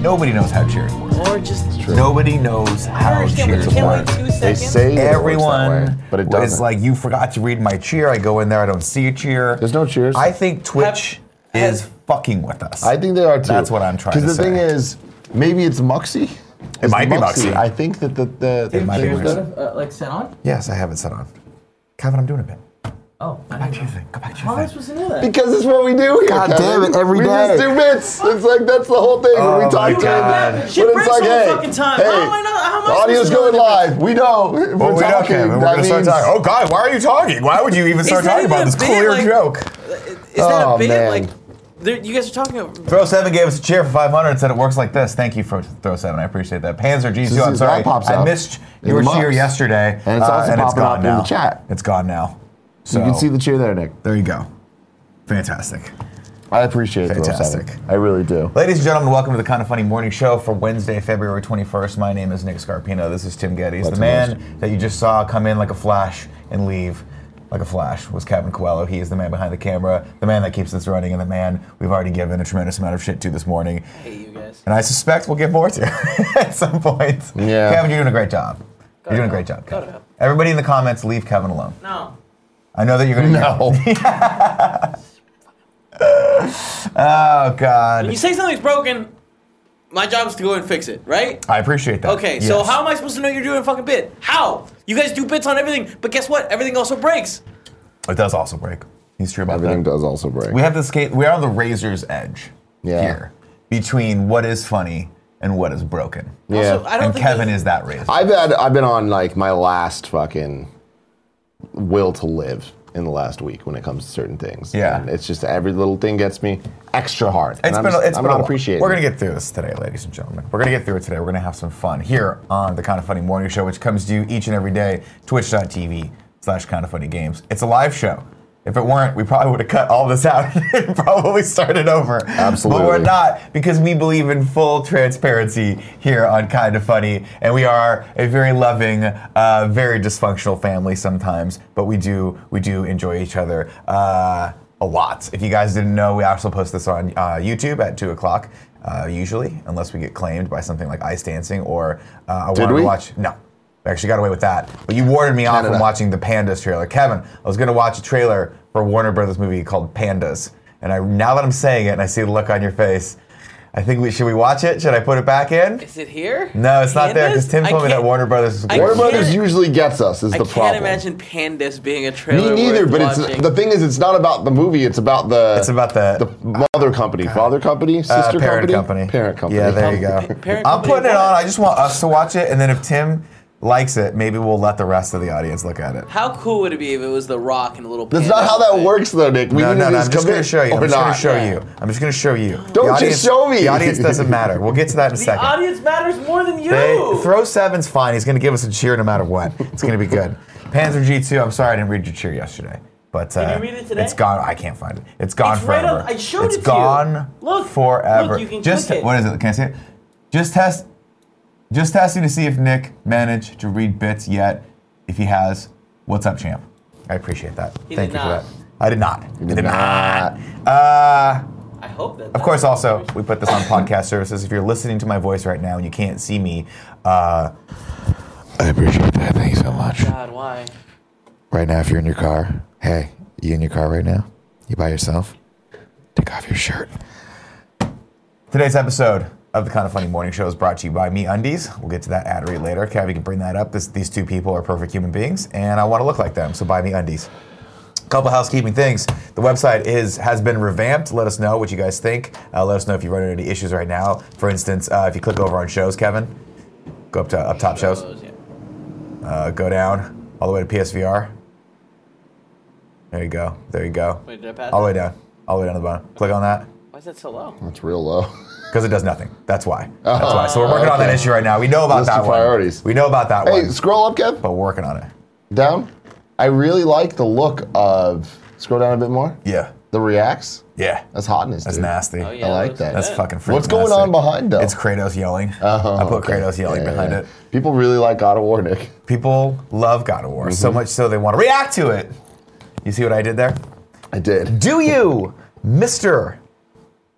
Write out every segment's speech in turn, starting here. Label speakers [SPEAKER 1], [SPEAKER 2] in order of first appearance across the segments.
[SPEAKER 1] Nobody knows how cheering works.
[SPEAKER 2] Or just
[SPEAKER 3] True.
[SPEAKER 1] Nobody knows how
[SPEAKER 2] understand
[SPEAKER 1] cheers
[SPEAKER 2] what's going
[SPEAKER 1] work.
[SPEAKER 2] on. Two
[SPEAKER 3] They
[SPEAKER 2] seconds.
[SPEAKER 3] say that it works that way,
[SPEAKER 1] Everyone
[SPEAKER 3] but it
[SPEAKER 1] is
[SPEAKER 3] doesn't.
[SPEAKER 1] like, you forgot to read my cheer. I go in there, I don't see a cheer.
[SPEAKER 3] There's no cheers.
[SPEAKER 1] I think Twitch
[SPEAKER 2] Have-
[SPEAKER 1] is fucking with us.
[SPEAKER 3] I think they are too.
[SPEAKER 1] That's what I'm trying
[SPEAKER 3] Because
[SPEAKER 1] to
[SPEAKER 3] the thing
[SPEAKER 1] say.
[SPEAKER 3] is, maybe it's Muxie. It
[SPEAKER 1] might be Muxie.
[SPEAKER 3] I think that the, the, the
[SPEAKER 1] might be
[SPEAKER 3] cheers
[SPEAKER 1] Muxie.
[SPEAKER 3] that-
[SPEAKER 2] Uh, like sent on?
[SPEAKER 1] yes, I have it set on. Calvin, I'm doing a bit.
[SPEAKER 2] Oh, I
[SPEAKER 1] Back
[SPEAKER 2] didn't
[SPEAKER 1] to
[SPEAKER 2] know.
[SPEAKER 1] your thing. Go back to
[SPEAKER 2] How
[SPEAKER 1] your
[SPEAKER 2] am I
[SPEAKER 1] thing.
[SPEAKER 2] supposed to know that?
[SPEAKER 3] Because it's what we do here.
[SPEAKER 1] God damn
[SPEAKER 3] Kevin.
[SPEAKER 1] it, every
[SPEAKER 3] we
[SPEAKER 1] day.
[SPEAKER 3] just do bits. It's like that's the whole thing when
[SPEAKER 1] Oh
[SPEAKER 3] we
[SPEAKER 1] my
[SPEAKER 3] talk to
[SPEAKER 1] God.
[SPEAKER 3] them.
[SPEAKER 2] Shit breaks all the fucking time.
[SPEAKER 3] Hey,
[SPEAKER 2] How am I not- how am I
[SPEAKER 3] the audio's
[SPEAKER 2] supposed to
[SPEAKER 3] going
[SPEAKER 2] know
[SPEAKER 3] live. We know. If
[SPEAKER 1] Well,
[SPEAKER 3] we're
[SPEAKER 1] we know,
[SPEAKER 3] talking.
[SPEAKER 1] Kevin. Oh, We're
[SPEAKER 3] that
[SPEAKER 1] going to start
[SPEAKER 3] means-
[SPEAKER 1] talking. Oh, God, why are you talking? Why would you even start
[SPEAKER 2] It's not
[SPEAKER 1] talking
[SPEAKER 2] even
[SPEAKER 1] about
[SPEAKER 2] a
[SPEAKER 1] this
[SPEAKER 2] bit,
[SPEAKER 1] clear
[SPEAKER 2] like-
[SPEAKER 1] joke?
[SPEAKER 2] Is that
[SPEAKER 3] Oh,
[SPEAKER 2] a bit?
[SPEAKER 3] man.
[SPEAKER 2] Like, there- you guys are talking about.
[SPEAKER 1] Throw7 gave us a cheer for 500 and said it works like this. Thank you for Throw7. I appreciate that. Panzer G2,
[SPEAKER 3] So
[SPEAKER 1] I'm
[SPEAKER 3] that
[SPEAKER 1] sorry.
[SPEAKER 3] pops
[SPEAKER 1] I
[SPEAKER 3] up
[SPEAKER 1] missed
[SPEAKER 3] in
[SPEAKER 1] your
[SPEAKER 3] the
[SPEAKER 1] cheer
[SPEAKER 3] mux.
[SPEAKER 1] yesterday. uh,
[SPEAKER 3] And it's also
[SPEAKER 1] and it's
[SPEAKER 3] popping
[SPEAKER 1] gone
[SPEAKER 3] up in the
[SPEAKER 1] now.
[SPEAKER 3] chat.
[SPEAKER 1] It's gone now. So
[SPEAKER 3] You can see the cheer there, Nick.
[SPEAKER 1] There you go. Fantastic.
[SPEAKER 3] I appreciate it. Will
[SPEAKER 1] Fantastic.
[SPEAKER 3] Savage. I really do.
[SPEAKER 1] Ladies and gentlemen, welcome to the Kind of Funny Morning Show for Wednesday, February 21st. My name is Nick Scarpino. This is Tim Geddes.
[SPEAKER 3] That's
[SPEAKER 1] the man that you just saw come in like a flash and leave like a flash was Kevin Coelho. He is the man behind the camera, the man that keeps this running, and the man we've already given a tremendous amount of shit to this morning.
[SPEAKER 2] I hate you guys.
[SPEAKER 1] And I suspect we'll get more to at some point.
[SPEAKER 3] Yeah.
[SPEAKER 1] Kevin, you're doing a great job.
[SPEAKER 2] it
[SPEAKER 1] you're doing a
[SPEAKER 2] up.
[SPEAKER 1] great job.
[SPEAKER 2] Got it
[SPEAKER 1] Kevin.
[SPEAKER 2] up.
[SPEAKER 1] Everybody in the comments, leave Kevin alone.
[SPEAKER 2] No.
[SPEAKER 1] I know that you're going to.
[SPEAKER 3] No.
[SPEAKER 1] Oh,
[SPEAKER 2] When you
[SPEAKER 1] God.
[SPEAKER 2] say something's broken, my job is to go and fix it, right?
[SPEAKER 1] I appreciate that.
[SPEAKER 2] Okay, so
[SPEAKER 1] Yes.
[SPEAKER 2] how am I supposed to know you're doing a fucking bit? How? You guys do bits on everything, but guess what? Everything also breaks.
[SPEAKER 1] It does also break. He's true about
[SPEAKER 3] Everything
[SPEAKER 1] that.
[SPEAKER 3] does also break.
[SPEAKER 1] We have the skate. We are on the razor's edge
[SPEAKER 3] Yeah.
[SPEAKER 1] here between what is funny and what is broken.
[SPEAKER 3] Yeah.
[SPEAKER 2] Also, I don't
[SPEAKER 1] And
[SPEAKER 2] think
[SPEAKER 1] Kevin
[SPEAKER 2] there's-
[SPEAKER 1] is that razor.
[SPEAKER 3] I've had I've been on like my last fucking will to live in the last week when it comes to certain things.
[SPEAKER 1] Yeah.
[SPEAKER 3] And it's just every little thing gets me extra hard.
[SPEAKER 1] It's
[SPEAKER 3] and
[SPEAKER 1] been.
[SPEAKER 3] I'm,
[SPEAKER 1] a-
[SPEAKER 3] just-
[SPEAKER 1] it's
[SPEAKER 3] I'm
[SPEAKER 1] been. a
[SPEAKER 3] not
[SPEAKER 1] while.
[SPEAKER 3] appreciating.
[SPEAKER 1] We're gonna get through this today, ladies and gentlemen. We're gonna get through it today. We're gonna have some fun here on the Kind of Funny Morning Show, which comes to you each and every day. Twitch.tv slash Kind of Funny Games. It's a live show. If it weren't, we probably would have cut all this out and probably started over. But we're
[SPEAKER 3] Absolutely.
[SPEAKER 1] not because we believe in full transparency here on Kind of Funny, and we are a very loving, uh, very dysfunctional family sometimes. But we do we do enjoy each other uh, a lot. If you guys didn't know, we also post this on uh, YouTube at two o'clock. Uh, usually, unless we get claimed by something like ice dancing or uh, I wanted
[SPEAKER 3] we?
[SPEAKER 1] to watch. No, I actually got away with that. But you warded me off from
[SPEAKER 3] Canada.
[SPEAKER 1] watching the Pandas trailer. Kevin, I was going to watch a trailer for a Warner Brothers movie called Pandas, and I now that I'm saying it and I see the look on your face, I think we should we watch it? Should I put it back in?
[SPEAKER 2] Is it here?
[SPEAKER 1] No, it's not there because
[SPEAKER 2] Pandas?
[SPEAKER 1] Tim
[SPEAKER 2] I
[SPEAKER 1] told me that
[SPEAKER 2] can't-
[SPEAKER 1] Warner Brothers is
[SPEAKER 2] I
[SPEAKER 3] Warner
[SPEAKER 2] can't-
[SPEAKER 3] Brothers usually gets us is
[SPEAKER 2] I
[SPEAKER 3] the
[SPEAKER 2] can't
[SPEAKER 3] problem.
[SPEAKER 2] imagine Pandas being a
[SPEAKER 3] Me
[SPEAKER 2] trailer.
[SPEAKER 3] neither,
[SPEAKER 2] worth
[SPEAKER 3] but
[SPEAKER 2] watching.
[SPEAKER 3] it's the thing is it's not about the movie, it's about the
[SPEAKER 1] It's about the-
[SPEAKER 3] the mother company, father company,
[SPEAKER 1] Uh,
[SPEAKER 3] sister
[SPEAKER 1] parent company.
[SPEAKER 3] Parent company.
[SPEAKER 1] Yeah, there you go.
[SPEAKER 2] Pa- parent
[SPEAKER 1] I'm
[SPEAKER 2] company
[SPEAKER 1] putting it
[SPEAKER 2] what?
[SPEAKER 1] on. I just want us to watch it, and then if Tim likes it, maybe we'll let the rest of the audience look at it.
[SPEAKER 2] How cool would it be if it was The Rock and a little?
[SPEAKER 3] That's
[SPEAKER 2] panda
[SPEAKER 3] not how that
[SPEAKER 2] thing?
[SPEAKER 3] works though, Nick. We
[SPEAKER 1] No,
[SPEAKER 3] need
[SPEAKER 1] no,
[SPEAKER 3] to
[SPEAKER 1] no. I'm
[SPEAKER 3] just
[SPEAKER 1] just
[SPEAKER 3] commit
[SPEAKER 1] gonna show you. I'm
[SPEAKER 3] or
[SPEAKER 1] just gonna
[SPEAKER 3] not.
[SPEAKER 1] show
[SPEAKER 2] Yeah.
[SPEAKER 1] you. I'm just gonna show you.
[SPEAKER 3] Don't
[SPEAKER 1] The
[SPEAKER 3] just show me.
[SPEAKER 1] The audience doesn't matter. We'll get to that in a
[SPEAKER 2] The
[SPEAKER 1] second.
[SPEAKER 2] audience matters more than you.
[SPEAKER 1] They, throw seven's fine. He's going to give us a cheer no matter what. It's going to be good. Panzer G2, I'm sorry I didn't read your cheer yesterday. But uh,
[SPEAKER 2] you read it today?
[SPEAKER 1] it's gone. I can't find it. It's gone
[SPEAKER 2] It's right
[SPEAKER 1] forever.
[SPEAKER 2] on- I showed
[SPEAKER 1] It's
[SPEAKER 2] it to you.
[SPEAKER 1] gone
[SPEAKER 2] Look,
[SPEAKER 1] forever.
[SPEAKER 2] look, you can
[SPEAKER 1] just
[SPEAKER 2] click it.
[SPEAKER 1] what is it? Can I see it? Just test just testing to see if Nick managed to read bits yet. If he has, what's up, champ? I appreciate that.
[SPEAKER 2] He
[SPEAKER 1] Thank
[SPEAKER 2] did
[SPEAKER 1] you
[SPEAKER 2] not.
[SPEAKER 1] for that. I did not. I did
[SPEAKER 3] not.
[SPEAKER 1] not. Uh,
[SPEAKER 2] I hope that.
[SPEAKER 1] of course, also, we put this on podcast services. If you're listening to my voice right now and you can't see me, uh, I appreciate that. Thank you so much.
[SPEAKER 2] God, why?
[SPEAKER 1] Right now, if you're in your car, hey, you in your car right now? You by yourself? Take off your shirt. Today's episode of the Kind of Funny Morning Show is brought to you by Me Undies. We'll get to that ad read later. Kev, you can bring that up. This, these two people are perfect human beings, and I want to look like them, so buy Me Undies couple housekeeping things. The website is has been revamped. Let us know what you guys think. Uh, let us know if you run into any issues right now. For instance, uh, if you click over on shows, Kevin, go up to up top shows,
[SPEAKER 2] Those, Oh, yeah.
[SPEAKER 1] uh, go down all the way to PSVR. There you go. There you go.
[SPEAKER 2] Wait, did I pass?
[SPEAKER 1] All the way down. All the way down to the bottom. Click on that
[SPEAKER 2] Why is that so low?
[SPEAKER 3] That's real low.
[SPEAKER 1] because it does nothing. That's why. That's why. So we're working on that
[SPEAKER 3] Oh, Okay.
[SPEAKER 1] issue right now. We know about
[SPEAKER 3] List
[SPEAKER 1] that
[SPEAKER 3] of
[SPEAKER 1] one.
[SPEAKER 3] priorities.
[SPEAKER 1] We know about that
[SPEAKER 3] Hey,
[SPEAKER 1] one.
[SPEAKER 3] scroll up, Kev.
[SPEAKER 1] But we're working on it.
[SPEAKER 3] Down. I really like the look of. Scroll down a bit more.
[SPEAKER 1] Yeah.
[SPEAKER 3] The reacts.
[SPEAKER 1] Yeah.
[SPEAKER 3] That's hotness.
[SPEAKER 1] That's
[SPEAKER 3] dude.
[SPEAKER 1] nasty.
[SPEAKER 2] Oh yeah.
[SPEAKER 3] I like
[SPEAKER 2] looks
[SPEAKER 3] that.
[SPEAKER 1] That's
[SPEAKER 2] good.
[SPEAKER 1] fucking
[SPEAKER 3] What's going
[SPEAKER 1] fantastic.
[SPEAKER 3] on behind though?
[SPEAKER 1] It's Kratos yelling.
[SPEAKER 3] Oh,
[SPEAKER 1] I put
[SPEAKER 3] okay.
[SPEAKER 1] Kratos yelling
[SPEAKER 3] Yeah, yeah,
[SPEAKER 1] behind
[SPEAKER 3] yeah.
[SPEAKER 1] it.
[SPEAKER 3] People really like God of War, Nick.
[SPEAKER 1] People love God of War
[SPEAKER 3] Mm-hmm.
[SPEAKER 1] so much so they want to react to it. You see what I did there?
[SPEAKER 3] I did.
[SPEAKER 1] Do you, Mister?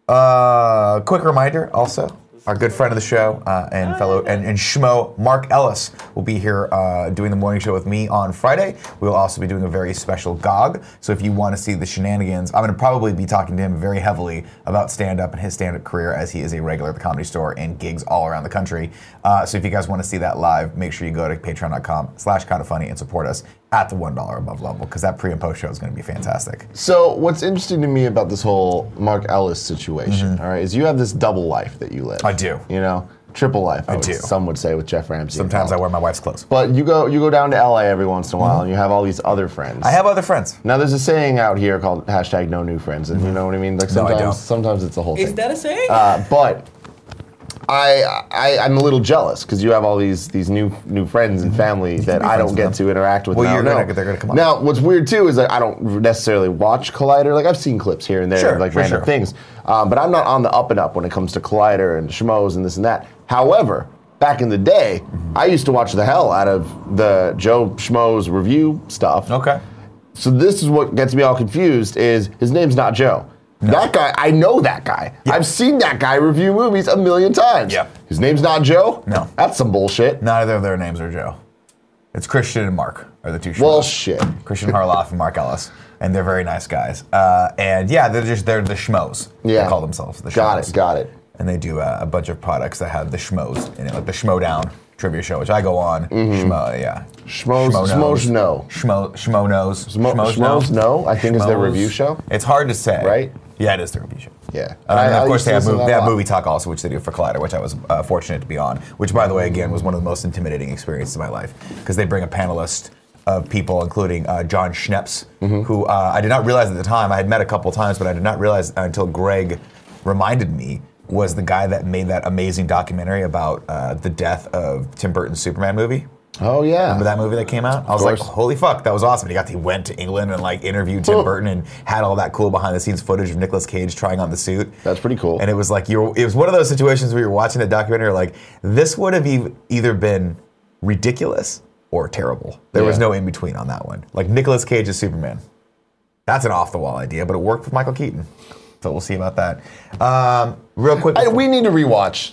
[SPEAKER 1] Uh, quick reminder also. our good friend of the show uh, and fellow and, and schmo Mark Ellis will be here uh, doing the morning show with me on Friday. We will also be doing a very special GOG. So if you want to see the shenanigans, I'm going to probably be talking to him very heavily about stand up and his stand up career as he is a regular at the Comedy Store and gigs all around the country. Uh, so if you guys want to see that live, make sure you go to patreon.com slash kind of funny and support us at the $1 above level because that pre and post show is going to be fantastic.
[SPEAKER 3] So what's interesting to me about this whole Mark Ellis situation, all right, is you have this double life that you live.
[SPEAKER 1] Mm-hmm. I do.
[SPEAKER 3] You know, triple life. I, would-
[SPEAKER 1] do.
[SPEAKER 3] Some would say with Jeff Ramsey.
[SPEAKER 1] Sometimes I
[SPEAKER 3] involved.
[SPEAKER 1] wear my wife's clothes.
[SPEAKER 3] But you go you go down to LA every once in a while, and you have all these other friends.
[SPEAKER 1] I have other friends.
[SPEAKER 3] Now there's a saying out here called hashtag no new friends, and you know what I mean. Like
[SPEAKER 1] Mm-hmm. No, I
[SPEAKER 3] sometimes,
[SPEAKER 1] don't.
[SPEAKER 3] sometimes it's a whole
[SPEAKER 2] Is
[SPEAKER 3] thing.
[SPEAKER 2] that a saying?
[SPEAKER 3] uh, but I, I I'm a little jealous because you have all these these new new friends and family that
[SPEAKER 1] Mhm. be
[SPEAKER 3] I
[SPEAKER 1] friends
[SPEAKER 3] don't
[SPEAKER 1] with
[SPEAKER 3] get
[SPEAKER 1] them.
[SPEAKER 3] to interact with.
[SPEAKER 1] Well,
[SPEAKER 3] now,
[SPEAKER 1] you're
[SPEAKER 3] no.
[SPEAKER 1] gonna- they're gonna come up.
[SPEAKER 3] Now what's weird too is that I don't necessarily watch Collider. Like I've seen clips here and there,
[SPEAKER 1] Sure,
[SPEAKER 3] like
[SPEAKER 1] sure,
[SPEAKER 3] random
[SPEAKER 1] sure.
[SPEAKER 3] things, um, but I'm not on the up and up when it comes to Collider and Schmoes and this and that. However. Back in the day,
[SPEAKER 1] Mm-hmm.
[SPEAKER 3] I used to watch the hell out of the Joe Schmoes review stuff.
[SPEAKER 1] Okay.
[SPEAKER 3] So this is what gets me all confused is his name's not Joe. That guy, I know that guy. I've seen that guy review movies a million times.
[SPEAKER 1] Yeah.
[SPEAKER 3] His name's not Joe?
[SPEAKER 1] No.
[SPEAKER 3] That's some bullshit.
[SPEAKER 1] Neither of their names are Joe. It's Christian and Mark are the two.
[SPEAKER 3] Well,
[SPEAKER 1] schmucks.
[SPEAKER 3] shit.
[SPEAKER 1] Christian Harloff and Mark Ellis, and they're very nice guys. Uh, and yeah, they're just they're the schmoes.
[SPEAKER 3] Yeah.
[SPEAKER 1] They call themselves the
[SPEAKER 3] Got
[SPEAKER 1] schmoes.
[SPEAKER 3] it, got it.
[SPEAKER 1] And they do uh, a bunch of products that have the schmoes in it, like the Schmodown trivia show, which I go on. Schmo, yeah.
[SPEAKER 3] Mm-hmm. Schmoes- Schmoes No.
[SPEAKER 1] Schmo, schmo knows.
[SPEAKER 3] Schmo- Schmoes No, I think is their review show?
[SPEAKER 1] It's hard to say.
[SPEAKER 3] Right?
[SPEAKER 1] Yeah, it is their review show.
[SPEAKER 3] Yeah.
[SPEAKER 1] Uh, and
[SPEAKER 3] I-
[SPEAKER 1] of
[SPEAKER 3] I
[SPEAKER 1] course,
[SPEAKER 3] used to
[SPEAKER 1] they have,
[SPEAKER 3] listen
[SPEAKER 1] movie,
[SPEAKER 3] to that
[SPEAKER 1] they
[SPEAKER 3] a
[SPEAKER 1] have
[SPEAKER 3] lot.
[SPEAKER 1] movie talk also, which they do for Collider, which I was uh, fortunate to be on. Which, by the way, again, was one of the most intimidating experiences of my life because they bring a panelist of people, including uh, John Schneps,
[SPEAKER 3] Mm-hmm.
[SPEAKER 1] who uh, I did not realize at the time. I had met a couple times, but I did not realize until Greg reminded me was the guy that made that amazing documentary about uh, the death of Tim Burton's Superman movie.
[SPEAKER 3] Oh yeah.
[SPEAKER 1] Remember that movie that came out? I was like,
[SPEAKER 3] course.
[SPEAKER 1] holy fuck, that was awesome. And he got he went to England and like interviewed Tim
[SPEAKER 3] Huh.
[SPEAKER 1] Burton and had all that cool behind the scenes footage of Nicolas Cage trying on the suit.
[SPEAKER 3] That's pretty cool.
[SPEAKER 1] And it was like you were, it was one of those situations where you're watching a documentary you're like this would have ev- either been ridiculous or terrible. There was
[SPEAKER 3] Yeah.
[SPEAKER 1] no in between on that one. Like Nicolas Cage as Superman. That's an off the wall idea, but it worked with Michael Keaton. So we'll see about that. Um, real quick,
[SPEAKER 3] I- we need to rewatch.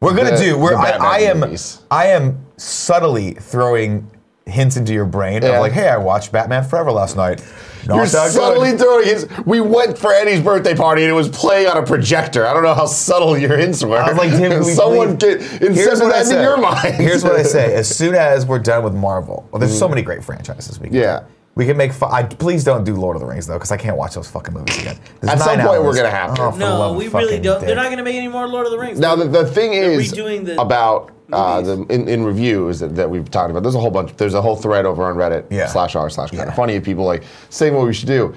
[SPEAKER 1] we're gonna
[SPEAKER 3] the-
[SPEAKER 1] do. We're,
[SPEAKER 3] the
[SPEAKER 1] I,
[SPEAKER 3] Batman
[SPEAKER 1] I am.
[SPEAKER 3] movies.
[SPEAKER 1] I am subtly throwing hints into your brain
[SPEAKER 3] Yeah.
[SPEAKER 1] of like, hey, I watched Batman Forever last night. Not
[SPEAKER 3] You're
[SPEAKER 1] that good.
[SPEAKER 3] subtly throwing his. We went for Eddie's birthday party and it was playing on a projector. I don't know how subtle your hints were.
[SPEAKER 1] I was like, Tim, can we
[SPEAKER 3] someone
[SPEAKER 1] please-
[SPEAKER 3] get instead
[SPEAKER 1] I
[SPEAKER 3] that into
[SPEAKER 1] say.
[SPEAKER 3] your mind. Mm.
[SPEAKER 1] Here's what I say. As soon as we're done with Marvel, well, there's so many great franchises we can.
[SPEAKER 3] Yeah.
[SPEAKER 1] We can make. Fi- I, please don't do Lord of the Rings though, because I can't watch those fucking movies again. There's
[SPEAKER 3] At some
[SPEAKER 1] nine
[SPEAKER 3] point, we're
[SPEAKER 1] hours.
[SPEAKER 3] gonna have to.
[SPEAKER 1] Oh, for the love
[SPEAKER 2] no,
[SPEAKER 1] of
[SPEAKER 2] we really
[SPEAKER 1] fucking
[SPEAKER 2] don't. They're
[SPEAKER 1] dick.
[SPEAKER 2] not going to make any more Lord of the Rings.
[SPEAKER 3] Now the, the thing is
[SPEAKER 2] redoing the
[SPEAKER 3] about uh, the,
[SPEAKER 2] movies.
[SPEAKER 3] in, in review is that, that we've talked about. There's a whole bunch. There's a whole thread over on Reddit
[SPEAKER 1] Yeah.
[SPEAKER 3] slash r slash kind
[SPEAKER 1] Yeah.
[SPEAKER 3] of funny of people like saying what we should do.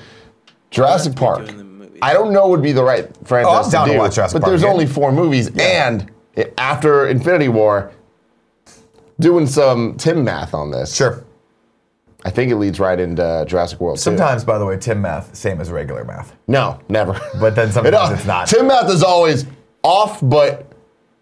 [SPEAKER 3] Jurassic
[SPEAKER 2] We're
[SPEAKER 3] Park.
[SPEAKER 2] doing the movies.
[SPEAKER 3] I don't know would be the right franchise
[SPEAKER 1] Oh, I'm down
[SPEAKER 3] to
[SPEAKER 1] to
[SPEAKER 3] do,
[SPEAKER 1] watch Jurassic
[SPEAKER 3] but
[SPEAKER 1] Park
[SPEAKER 3] there's
[SPEAKER 1] again.
[SPEAKER 3] only four movies,
[SPEAKER 1] Yeah.
[SPEAKER 3] and it, after Infinity War, doing some Tim math on this.
[SPEAKER 1] Sure.
[SPEAKER 3] I think it leads right into Jurassic World. too.
[SPEAKER 1] Sometimes, by the way, Tim math same as regular math,
[SPEAKER 3] no, never.
[SPEAKER 1] but then
[SPEAKER 3] It
[SPEAKER 1] sometimes
[SPEAKER 3] al-
[SPEAKER 1] it's not.
[SPEAKER 3] Tim math is always off, but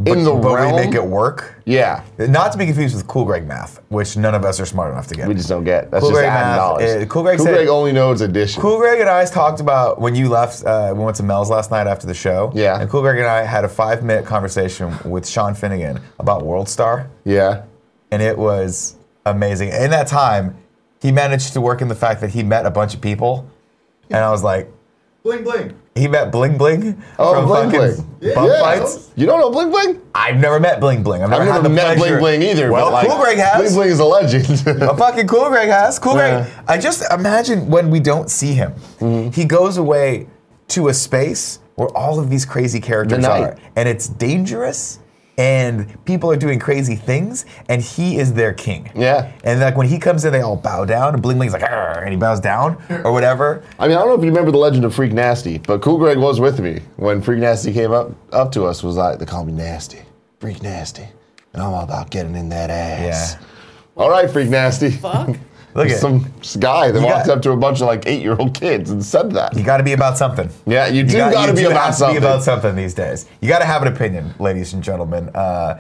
[SPEAKER 3] in the
[SPEAKER 1] but
[SPEAKER 3] realm.
[SPEAKER 1] we make it work.
[SPEAKER 3] yeah,
[SPEAKER 1] Not to be confused with Cool Greg math, which none of us are smart enough to get.
[SPEAKER 3] we just don't get. That's
[SPEAKER 1] Cool
[SPEAKER 3] just
[SPEAKER 1] Greg
[SPEAKER 3] adding
[SPEAKER 1] math,
[SPEAKER 3] dollars.
[SPEAKER 1] uh, Cool Greg said-
[SPEAKER 3] only knows addition.
[SPEAKER 1] Cool Greg and I talked about when you left. Uh, we went to Mel's last night after the show.
[SPEAKER 3] Yeah.
[SPEAKER 1] And Cool Greg and I had a five-minute conversation with Sean Finnegan about World Star,
[SPEAKER 3] Yeah.
[SPEAKER 1] and it was amazing. In that time, he managed to work in the fact that he met a bunch of people, and I was like,
[SPEAKER 4] Bling bling.
[SPEAKER 1] he met Bling Bling
[SPEAKER 3] Oh,
[SPEAKER 1] from
[SPEAKER 3] Bling
[SPEAKER 1] fucking
[SPEAKER 3] Bling.
[SPEAKER 1] bum
[SPEAKER 3] yeah.
[SPEAKER 1] fights.
[SPEAKER 3] You don't know Bling Bling?
[SPEAKER 1] I've never met Bling Bling. I've never,
[SPEAKER 3] I've
[SPEAKER 1] had
[SPEAKER 3] never
[SPEAKER 1] the
[SPEAKER 3] met Bling
[SPEAKER 1] pleasure-
[SPEAKER 3] Bling either.
[SPEAKER 1] Well,
[SPEAKER 3] but like,
[SPEAKER 1] Cool Greg has.
[SPEAKER 3] Bling Bling is a legend.
[SPEAKER 1] A fucking cool Greg has. Cool
[SPEAKER 3] Yeah. Mm-hmm.
[SPEAKER 1] Greg. I just imagine when we don't see him, he goes away to a space where all of these crazy characters
[SPEAKER 3] night.
[SPEAKER 1] are, and it's dangerous. And people are doing crazy things, and he is their king.
[SPEAKER 3] Yeah.
[SPEAKER 1] And like when he comes in, they all bow down, and Bling Bling's like, "Arr," and he bows down or whatever.
[SPEAKER 3] I mean, I don't know if you remember the legend of Freak Nasty, but Cool Greg was with me when Freak Nasty came up up to us. Was like, they call me Nasty, Freak Nasty, and I'm all about getting in that ass.
[SPEAKER 1] Yeah.
[SPEAKER 3] All right, Freak Nasty.
[SPEAKER 2] Fuck.
[SPEAKER 1] Look at
[SPEAKER 3] Some guy that
[SPEAKER 1] You
[SPEAKER 3] walked
[SPEAKER 1] got-
[SPEAKER 3] up to a bunch of like eight year old kids and said that.
[SPEAKER 1] You got to be about something.
[SPEAKER 3] Yeah, you do gotta
[SPEAKER 1] you
[SPEAKER 3] be
[SPEAKER 1] do
[SPEAKER 3] about
[SPEAKER 1] have to
[SPEAKER 3] something.
[SPEAKER 1] be about something these days. You got to have an opinion, ladies and gentlemen. Uh,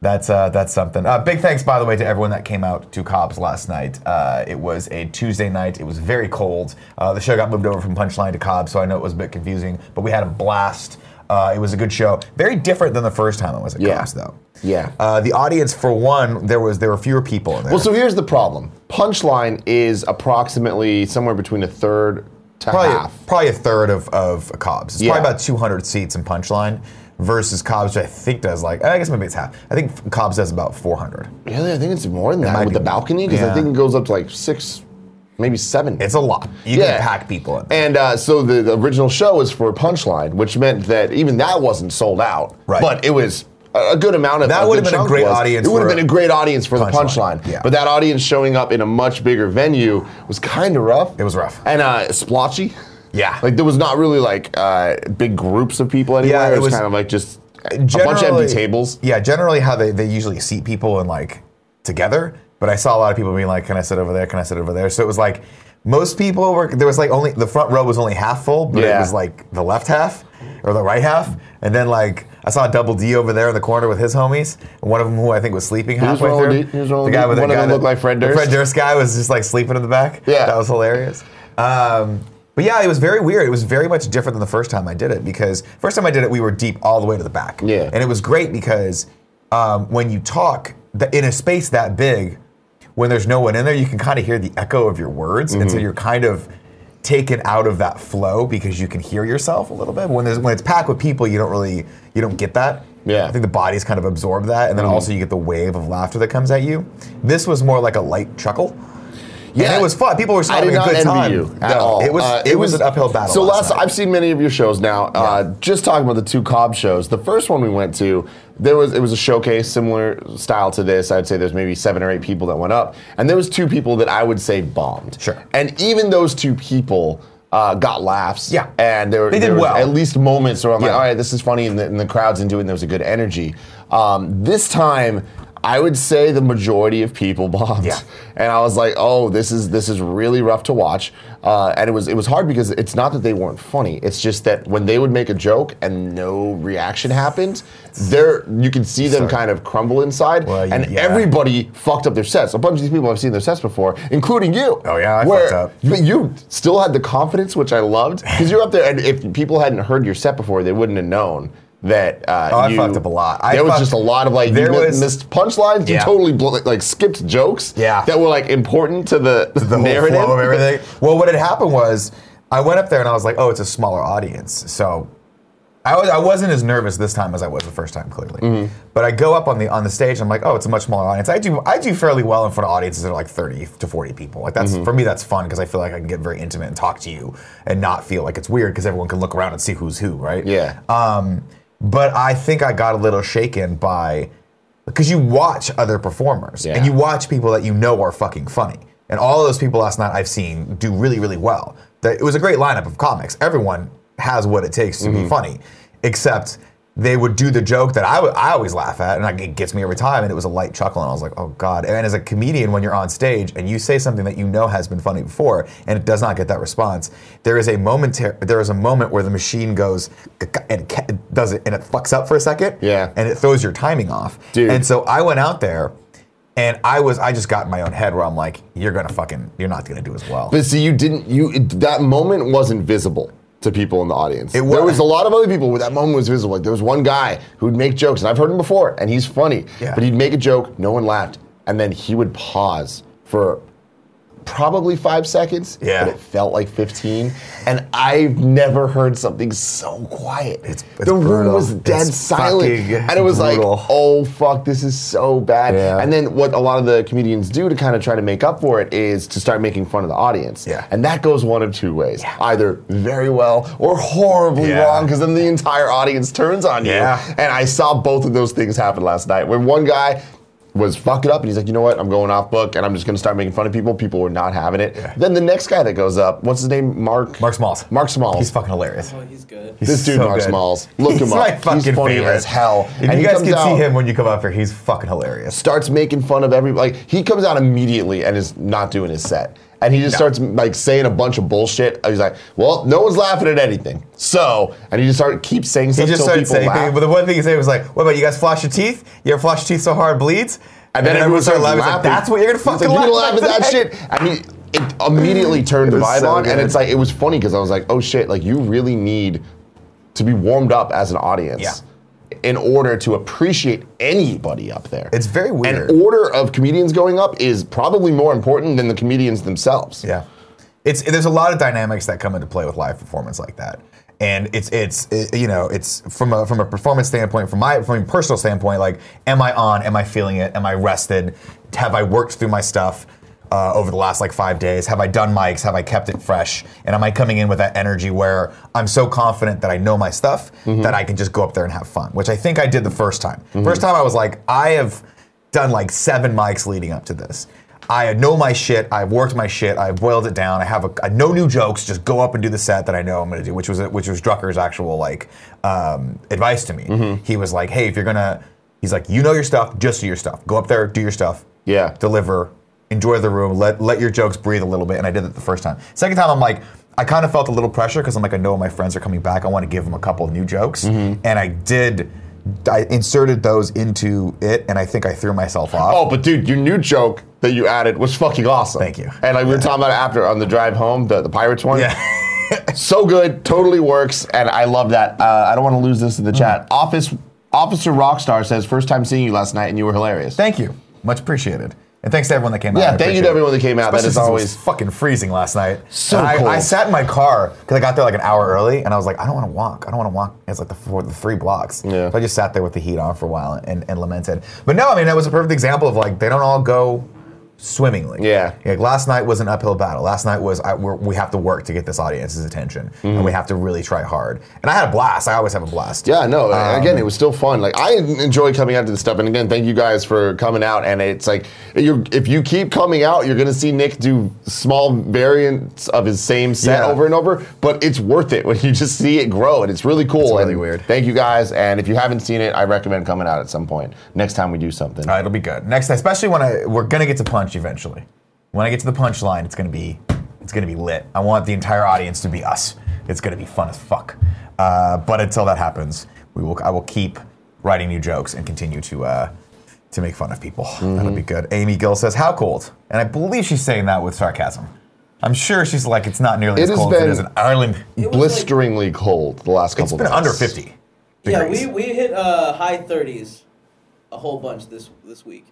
[SPEAKER 1] that's uh, that's something. Uh, big thanks, by the way, to everyone that came out to Cobb's last night. Uh, it was a Tuesday night. It was very cold. Uh, the show got moved over from Punchline to Cobb, so I know it was a bit confusing, but we had a blast. Uh, it was a good show. Very different than the first time I was at
[SPEAKER 3] Yeah.
[SPEAKER 1] Cops, though.
[SPEAKER 3] Yeah.
[SPEAKER 1] Uh, the audience, for one, there was there were fewer people in there.
[SPEAKER 3] Well, so here's the problem. Punchline is approximately somewhere between a third to
[SPEAKER 1] probably,
[SPEAKER 3] half.
[SPEAKER 1] probably a third of, of Cobb's. It's
[SPEAKER 3] Yeah.
[SPEAKER 1] probably about 200 seats in Punchline versus Cobb's, which I think does like, I guess maybe it's half. I think Cobb's does about 400.
[SPEAKER 3] Really, I think it's more than that
[SPEAKER 1] might
[SPEAKER 3] with
[SPEAKER 1] be more.
[SPEAKER 3] the balcony because I
[SPEAKER 1] Yeah.
[SPEAKER 3] think it goes up to like six, maybe seven.
[SPEAKER 1] It's a lot. You
[SPEAKER 3] Yeah.
[SPEAKER 1] can pack people in.
[SPEAKER 3] and uh, so the, the original show was for Punchline, which meant that even that wasn't sold out.
[SPEAKER 1] Right.
[SPEAKER 3] But it was a a good amount of
[SPEAKER 1] That
[SPEAKER 3] good
[SPEAKER 1] would've been a
[SPEAKER 3] chunk
[SPEAKER 1] great
[SPEAKER 3] was.
[SPEAKER 1] audience
[SPEAKER 3] It would have
[SPEAKER 1] for
[SPEAKER 3] been a great audience for
[SPEAKER 1] Punchline,
[SPEAKER 3] the Punchline.
[SPEAKER 1] yeah.
[SPEAKER 3] But that audience showing up in a much bigger venue was kind of rough.
[SPEAKER 1] It was rough.
[SPEAKER 3] and uh, splotchy.
[SPEAKER 1] Yeah.
[SPEAKER 3] Like there was not really like uh, big groups of people anywhere.
[SPEAKER 1] Yeah,
[SPEAKER 3] it,
[SPEAKER 1] it
[SPEAKER 3] was,
[SPEAKER 1] was-
[SPEAKER 3] kind of like just a bunch of empty
[SPEAKER 1] Generally-
[SPEAKER 3] tables.
[SPEAKER 1] Yeah, generally how they, they usually seat people and like together. But I saw a lot of people being like, "Can I sit over there? Can I sit over there?" So it was like most people were there was like only the front row was only half full, but
[SPEAKER 3] Yeah.
[SPEAKER 1] it was like the left half or the right half, and then like I saw Double D over there in the corner with his homies, and one of them who I think was sleeping
[SPEAKER 3] Who's
[SPEAKER 1] halfway
[SPEAKER 3] Ronald
[SPEAKER 1] through.
[SPEAKER 3] D- who's Ronald
[SPEAKER 1] the guy
[SPEAKER 3] D?
[SPEAKER 1] with the
[SPEAKER 3] One of
[SPEAKER 1] guy
[SPEAKER 3] them
[SPEAKER 1] that-
[SPEAKER 3] looked like Fred
[SPEAKER 1] the
[SPEAKER 3] Durst?
[SPEAKER 1] Fred Durst guy was just like sleeping in the back.
[SPEAKER 3] Yeah.
[SPEAKER 1] that was hilarious. Um, but yeah, it was very weird. It was very much different than the first time I did it because first time I did it, we were deep all the way to the back.
[SPEAKER 3] Yeah.
[SPEAKER 1] And it was great because um, when you talk the, in a space that big, when there's no one in there, you can kind of hear the echo of your words. And
[SPEAKER 3] Mm-hmm.
[SPEAKER 1] so you're kind of taken out of that flow because you can hear yourself a little bit. When there's when it's packed with people, you don't really you don't get that.
[SPEAKER 3] Yeah. Mm-hmm.
[SPEAKER 1] I think the body's kind of absorbed that. And then also you get the wave of laughter that comes at you. This was more like a light chuckle. Yeah. And it was fun. People were just
[SPEAKER 3] I did
[SPEAKER 1] having a
[SPEAKER 3] not
[SPEAKER 1] good
[SPEAKER 3] envy
[SPEAKER 1] time.
[SPEAKER 3] you at
[SPEAKER 1] No,
[SPEAKER 3] all.
[SPEAKER 1] It was
[SPEAKER 3] Uh,
[SPEAKER 1] it, was, an uphill battle.
[SPEAKER 3] So
[SPEAKER 1] last
[SPEAKER 3] last,
[SPEAKER 1] night.
[SPEAKER 3] I've seen many of your shows now. Uh, just talking about the two Cobb shows. The first one we went to, there was it was a showcase similar style to this. I'd say there's maybe seven or eight people that went up, and there was two people that I would say bombed.
[SPEAKER 1] Sure.
[SPEAKER 3] And even those two people. Uh, got laughs.
[SPEAKER 1] Yeah.
[SPEAKER 3] And there,
[SPEAKER 1] They did
[SPEAKER 3] there was
[SPEAKER 1] well.
[SPEAKER 3] at least moments where I'm like,
[SPEAKER 1] Yeah.
[SPEAKER 3] all right, this is funny, and the, and the crowd's into it, and there was a good energy. Um, this time, I would say the majority of people bombed
[SPEAKER 1] Yeah.
[SPEAKER 3] and I was like, "Oh, this is this is really rough to watch." Uh, and it was it was hard because it's not that they weren't funny; it's just that when they would make a joke and no reaction happened, there you could see them
[SPEAKER 1] Sorry.
[SPEAKER 3] kind of crumble inside,
[SPEAKER 1] Well,
[SPEAKER 3] and
[SPEAKER 1] yeah.
[SPEAKER 3] everybody fucked up their sets. A bunch of these people I've seen their sets before, including you.
[SPEAKER 1] Oh, yeah, I
[SPEAKER 3] where-
[SPEAKER 1] fucked up.
[SPEAKER 3] But you still had the confidence, which I loved, because you're up there, and if people hadn't heard your set before, they wouldn't have known. That uh,
[SPEAKER 1] Oh, I
[SPEAKER 3] you-
[SPEAKER 1] fucked up a lot. I
[SPEAKER 3] there was
[SPEAKER 1] fucked-
[SPEAKER 3] just a lot of like you
[SPEAKER 1] There
[SPEAKER 3] mi-
[SPEAKER 1] was-
[SPEAKER 3] missed punchlines. You
[SPEAKER 1] Yeah.
[SPEAKER 3] totally blo- like skipped jokes
[SPEAKER 1] Yeah.
[SPEAKER 3] that were like important to the,
[SPEAKER 1] the whole
[SPEAKER 3] narrative.
[SPEAKER 1] flow of everything. Well, what had happened was I went up there and I was like, oh, it's a smaller audience. So I, was, I wasn't as nervous this time as I was the first time, clearly.
[SPEAKER 3] Mm-hmm.
[SPEAKER 1] But I go up on the on the stage and I'm like, oh, it's a much smaller audience. I do I do fairly well in front of audiences that are like 30 to 40 people. Like that's
[SPEAKER 3] Mm-hmm.
[SPEAKER 1] for me, that's fun because I feel like I can get very intimate and talk to you and not feel like it's weird because everyone can look around and see who's who, right?
[SPEAKER 3] Yeah.
[SPEAKER 1] Um, but I think I got a little shaken by because you watch other performers
[SPEAKER 3] Yeah.
[SPEAKER 1] and you watch people that you know are fucking funny. And all of those people last night I've seen do really, really well. That- It was a great lineup of comics. Everyone has what it takes to
[SPEAKER 3] Mm-hmm.
[SPEAKER 1] be funny, except they would do the joke that I would- I always laugh at, and I- it gets me every time. And it was a light chuckle, and I was like, oh god. And as a comedian, when you're on stage and you say something that you know has been funny before, and it does not get that response, there is a moment there is a moment where the machine goes "K-k-k," and it ca- it does it, and it fucks up for a second,
[SPEAKER 3] Yeah.
[SPEAKER 1] and it throws your timing off.
[SPEAKER 3] Dude.
[SPEAKER 1] And so I went out there and I was I just got in my own head where I'm like, you're gonna fucking you're not gonna do as well.
[SPEAKER 3] But see, you didn't. You it, that moment wasn't visible to people in the audience.
[SPEAKER 1] It
[SPEAKER 3] there
[SPEAKER 1] wa-
[SPEAKER 3] was a lot of other people where that moment was visible. Like there was one guy who'd make jokes, and I've heard him before, and he's funny.
[SPEAKER 1] Yeah.
[SPEAKER 3] But he'd make a joke, no one laughed, and then he would pause for probably five seconds.
[SPEAKER 1] Yeah.
[SPEAKER 3] But it felt like fifteen, and I've never heard something so quiet.
[SPEAKER 1] It's- it's
[SPEAKER 3] the room
[SPEAKER 1] brutal.
[SPEAKER 3] was dead
[SPEAKER 1] It's
[SPEAKER 3] silent,
[SPEAKER 1] fucking
[SPEAKER 3] and it was
[SPEAKER 1] brutal.
[SPEAKER 3] like, oh fuck, this is so bad.
[SPEAKER 1] Yeah.
[SPEAKER 3] And then what a lot of the comedians do to kind of try to make up for it is to start making fun of the audience.
[SPEAKER 1] Yeah.
[SPEAKER 3] And that goes one of two ways either very well or horribly
[SPEAKER 1] Yeah.
[SPEAKER 3] wrong, because then the entire audience turns on
[SPEAKER 1] Yeah.
[SPEAKER 3] you. And I saw both of those things happen last night where one guy was fucking up and he's like, you know what, I'm going off book and I'm just gonna start making fun of people. People were not having it. Then the next guy that goes up, what's his name? Mark
[SPEAKER 1] Mark Smalls.
[SPEAKER 3] Mark Smalls.
[SPEAKER 1] He's fucking hilarious.
[SPEAKER 2] Oh, he's good.
[SPEAKER 3] this dude,
[SPEAKER 1] so
[SPEAKER 3] Mark
[SPEAKER 1] good.
[SPEAKER 3] Smalls. Look
[SPEAKER 1] he's
[SPEAKER 3] him up.
[SPEAKER 1] My fucking
[SPEAKER 3] he's funny
[SPEAKER 1] favorite.
[SPEAKER 3] as hell.
[SPEAKER 1] If
[SPEAKER 3] And
[SPEAKER 1] you
[SPEAKER 3] he
[SPEAKER 1] guys
[SPEAKER 3] comes
[SPEAKER 1] can
[SPEAKER 3] out-
[SPEAKER 1] see him when you come up here, he's fucking hilarious.
[SPEAKER 3] starts making fun of every like he comes out immediately and is not doing his set and he just
[SPEAKER 1] No.
[SPEAKER 3] starts like saying a bunch of bullshit he's like well no one's laughing at anything so and he just started keeps saying
[SPEAKER 1] He
[SPEAKER 3] stuff
[SPEAKER 1] just
[SPEAKER 3] until
[SPEAKER 1] started
[SPEAKER 3] people
[SPEAKER 1] saying
[SPEAKER 3] laugh
[SPEAKER 1] things, but the one thing he said was like, "What about you guys floss your teeth? You ever floss your teeth so hard it bleeds?"
[SPEAKER 3] and then everyone starts laughing.
[SPEAKER 1] He's like, That's what you're gonna
[SPEAKER 3] He's like,
[SPEAKER 1] fucking
[SPEAKER 3] "You're
[SPEAKER 1] laugh,
[SPEAKER 3] gonna laugh at that
[SPEAKER 1] today?"
[SPEAKER 3] shit. I mean, it immediately turned the
[SPEAKER 1] was
[SPEAKER 3] vibe
[SPEAKER 1] so
[SPEAKER 3] on, and
[SPEAKER 1] good.
[SPEAKER 3] it's like it was funny because I was like, oh shit, like you really need to be warmed up as an audience. In order to appreciate anybody up there,
[SPEAKER 1] It's very weird.
[SPEAKER 3] An order of comedians going up is probably more important than the comedians themselves.
[SPEAKER 1] Yeah, it's there's a lot of dynamics that come into play with live performance like that, and it's it's it- you know it's from a from a performance standpoint, from my from a personal standpoint, like am I on? Am I feeling it? Am I rested? Have I worked through my stuff? Uh, over the last like five days, have I done mics? Have I kept it fresh? And am I coming in with that energy where I'm so confident that I know my stuff that I can just go up there and have fun? Which I think I did the first time. First time I was like, I have done like seven mics leading up to this. I know my shit. I've worked my shit. I've boiled it down. I have a, I no new jokes. Just go up and do the set that I know I'm gonna do, which was which was Drucker's actual like um, advice to me. He was like, "Hey, if you're gonna," he's like, "You know your stuff. Just do your stuff. Go up there, do your stuff.
[SPEAKER 3] Yeah.
[SPEAKER 1] deliver, enjoy the room. Let let your jokes breathe a little bit." And I did it the first time. Second time, I'm like. I kind of felt a little pressure because I'm like, I know my friends are coming back. I want to give them a couple of new jokes,
[SPEAKER 3] Mm-hmm.
[SPEAKER 1] and I did. I inserted those into it, and I think I threw myself off.
[SPEAKER 3] Oh, but dude, your new joke that you added was fucking awesome.
[SPEAKER 1] Thank you.
[SPEAKER 3] And like we were talking about it after on the drive home, the, the Pirates one.
[SPEAKER 1] Yeah.
[SPEAKER 3] so good, totally works, and I love that. Uh, I don't want to lose this in the
[SPEAKER 1] Mm-hmm.
[SPEAKER 3] chat. Office Officer Rockstar says, first time seeing you last night, and you were hilarious.
[SPEAKER 1] Thank you. Much appreciated. And thanks to everyone that came out.
[SPEAKER 3] Yeah,
[SPEAKER 1] I
[SPEAKER 3] thank you
[SPEAKER 1] appreciate
[SPEAKER 3] to
[SPEAKER 1] it.
[SPEAKER 3] everyone that came out. That
[SPEAKER 1] Especially
[SPEAKER 3] is
[SPEAKER 1] since it was
[SPEAKER 3] always-
[SPEAKER 1] fucking freezing last night.
[SPEAKER 3] So
[SPEAKER 1] And I,
[SPEAKER 3] cold.
[SPEAKER 1] I sat in my car because I got there like an hour early, and I was like, I don't want to walk. I don't want to walk. It's like the four, the three blocks.
[SPEAKER 3] Yeah.
[SPEAKER 1] So I just sat there with the heat on for a while and, and lamented. But no, I mean that was a perfect example of like they don't all go swimmingly.
[SPEAKER 3] Yeah.
[SPEAKER 1] Like last night was an uphill battle. Last night was I, we're, we have to work to get this audience's attention, and we have to really try hard. And I had a blast. I always have a blast.
[SPEAKER 3] Yeah, no.
[SPEAKER 1] um,
[SPEAKER 3] and again, it was still fun. Like I en- enjoy coming out to the stuff, and again, thank you guys for coming out. And it's like, you're, if you keep coming out, you're gonna see Nick do small variants of his same set
[SPEAKER 1] Yeah.
[SPEAKER 3] over and over. But it's worth it when you just see it grow, and it's really cool.
[SPEAKER 1] really
[SPEAKER 3] and
[SPEAKER 1] weird.
[SPEAKER 3] Thank you guys, and if you haven't seen it, I recommend coming out at some point next time we do something.
[SPEAKER 1] Uh, it'll be good. Next, especially when I we're gonna get to punch eventually. When I get to the punchline, it's gonna be it's gonna be lit. I want the entire audience to be us. It's gonna be fun as fuck. Uh, but until that happens, we will. I will keep writing new jokes and continue to uh, to make fun of people. That'll
[SPEAKER 3] Mm-hmm.
[SPEAKER 1] be good. Amy Gill says, "How cold?" And I believe she's saying that with sarcasm. I'm sure she's like, "It's not nearly
[SPEAKER 3] It
[SPEAKER 1] as
[SPEAKER 3] has
[SPEAKER 1] cold as it
[SPEAKER 3] been-
[SPEAKER 1] is in Ireland."
[SPEAKER 2] It was like-
[SPEAKER 3] Blisteringly cold the last couple.
[SPEAKER 1] It's been
[SPEAKER 3] days.
[SPEAKER 1] under 50.
[SPEAKER 2] Yeah,
[SPEAKER 1] degrees.
[SPEAKER 2] we, we hit uh, high 30s a whole bunch this this week.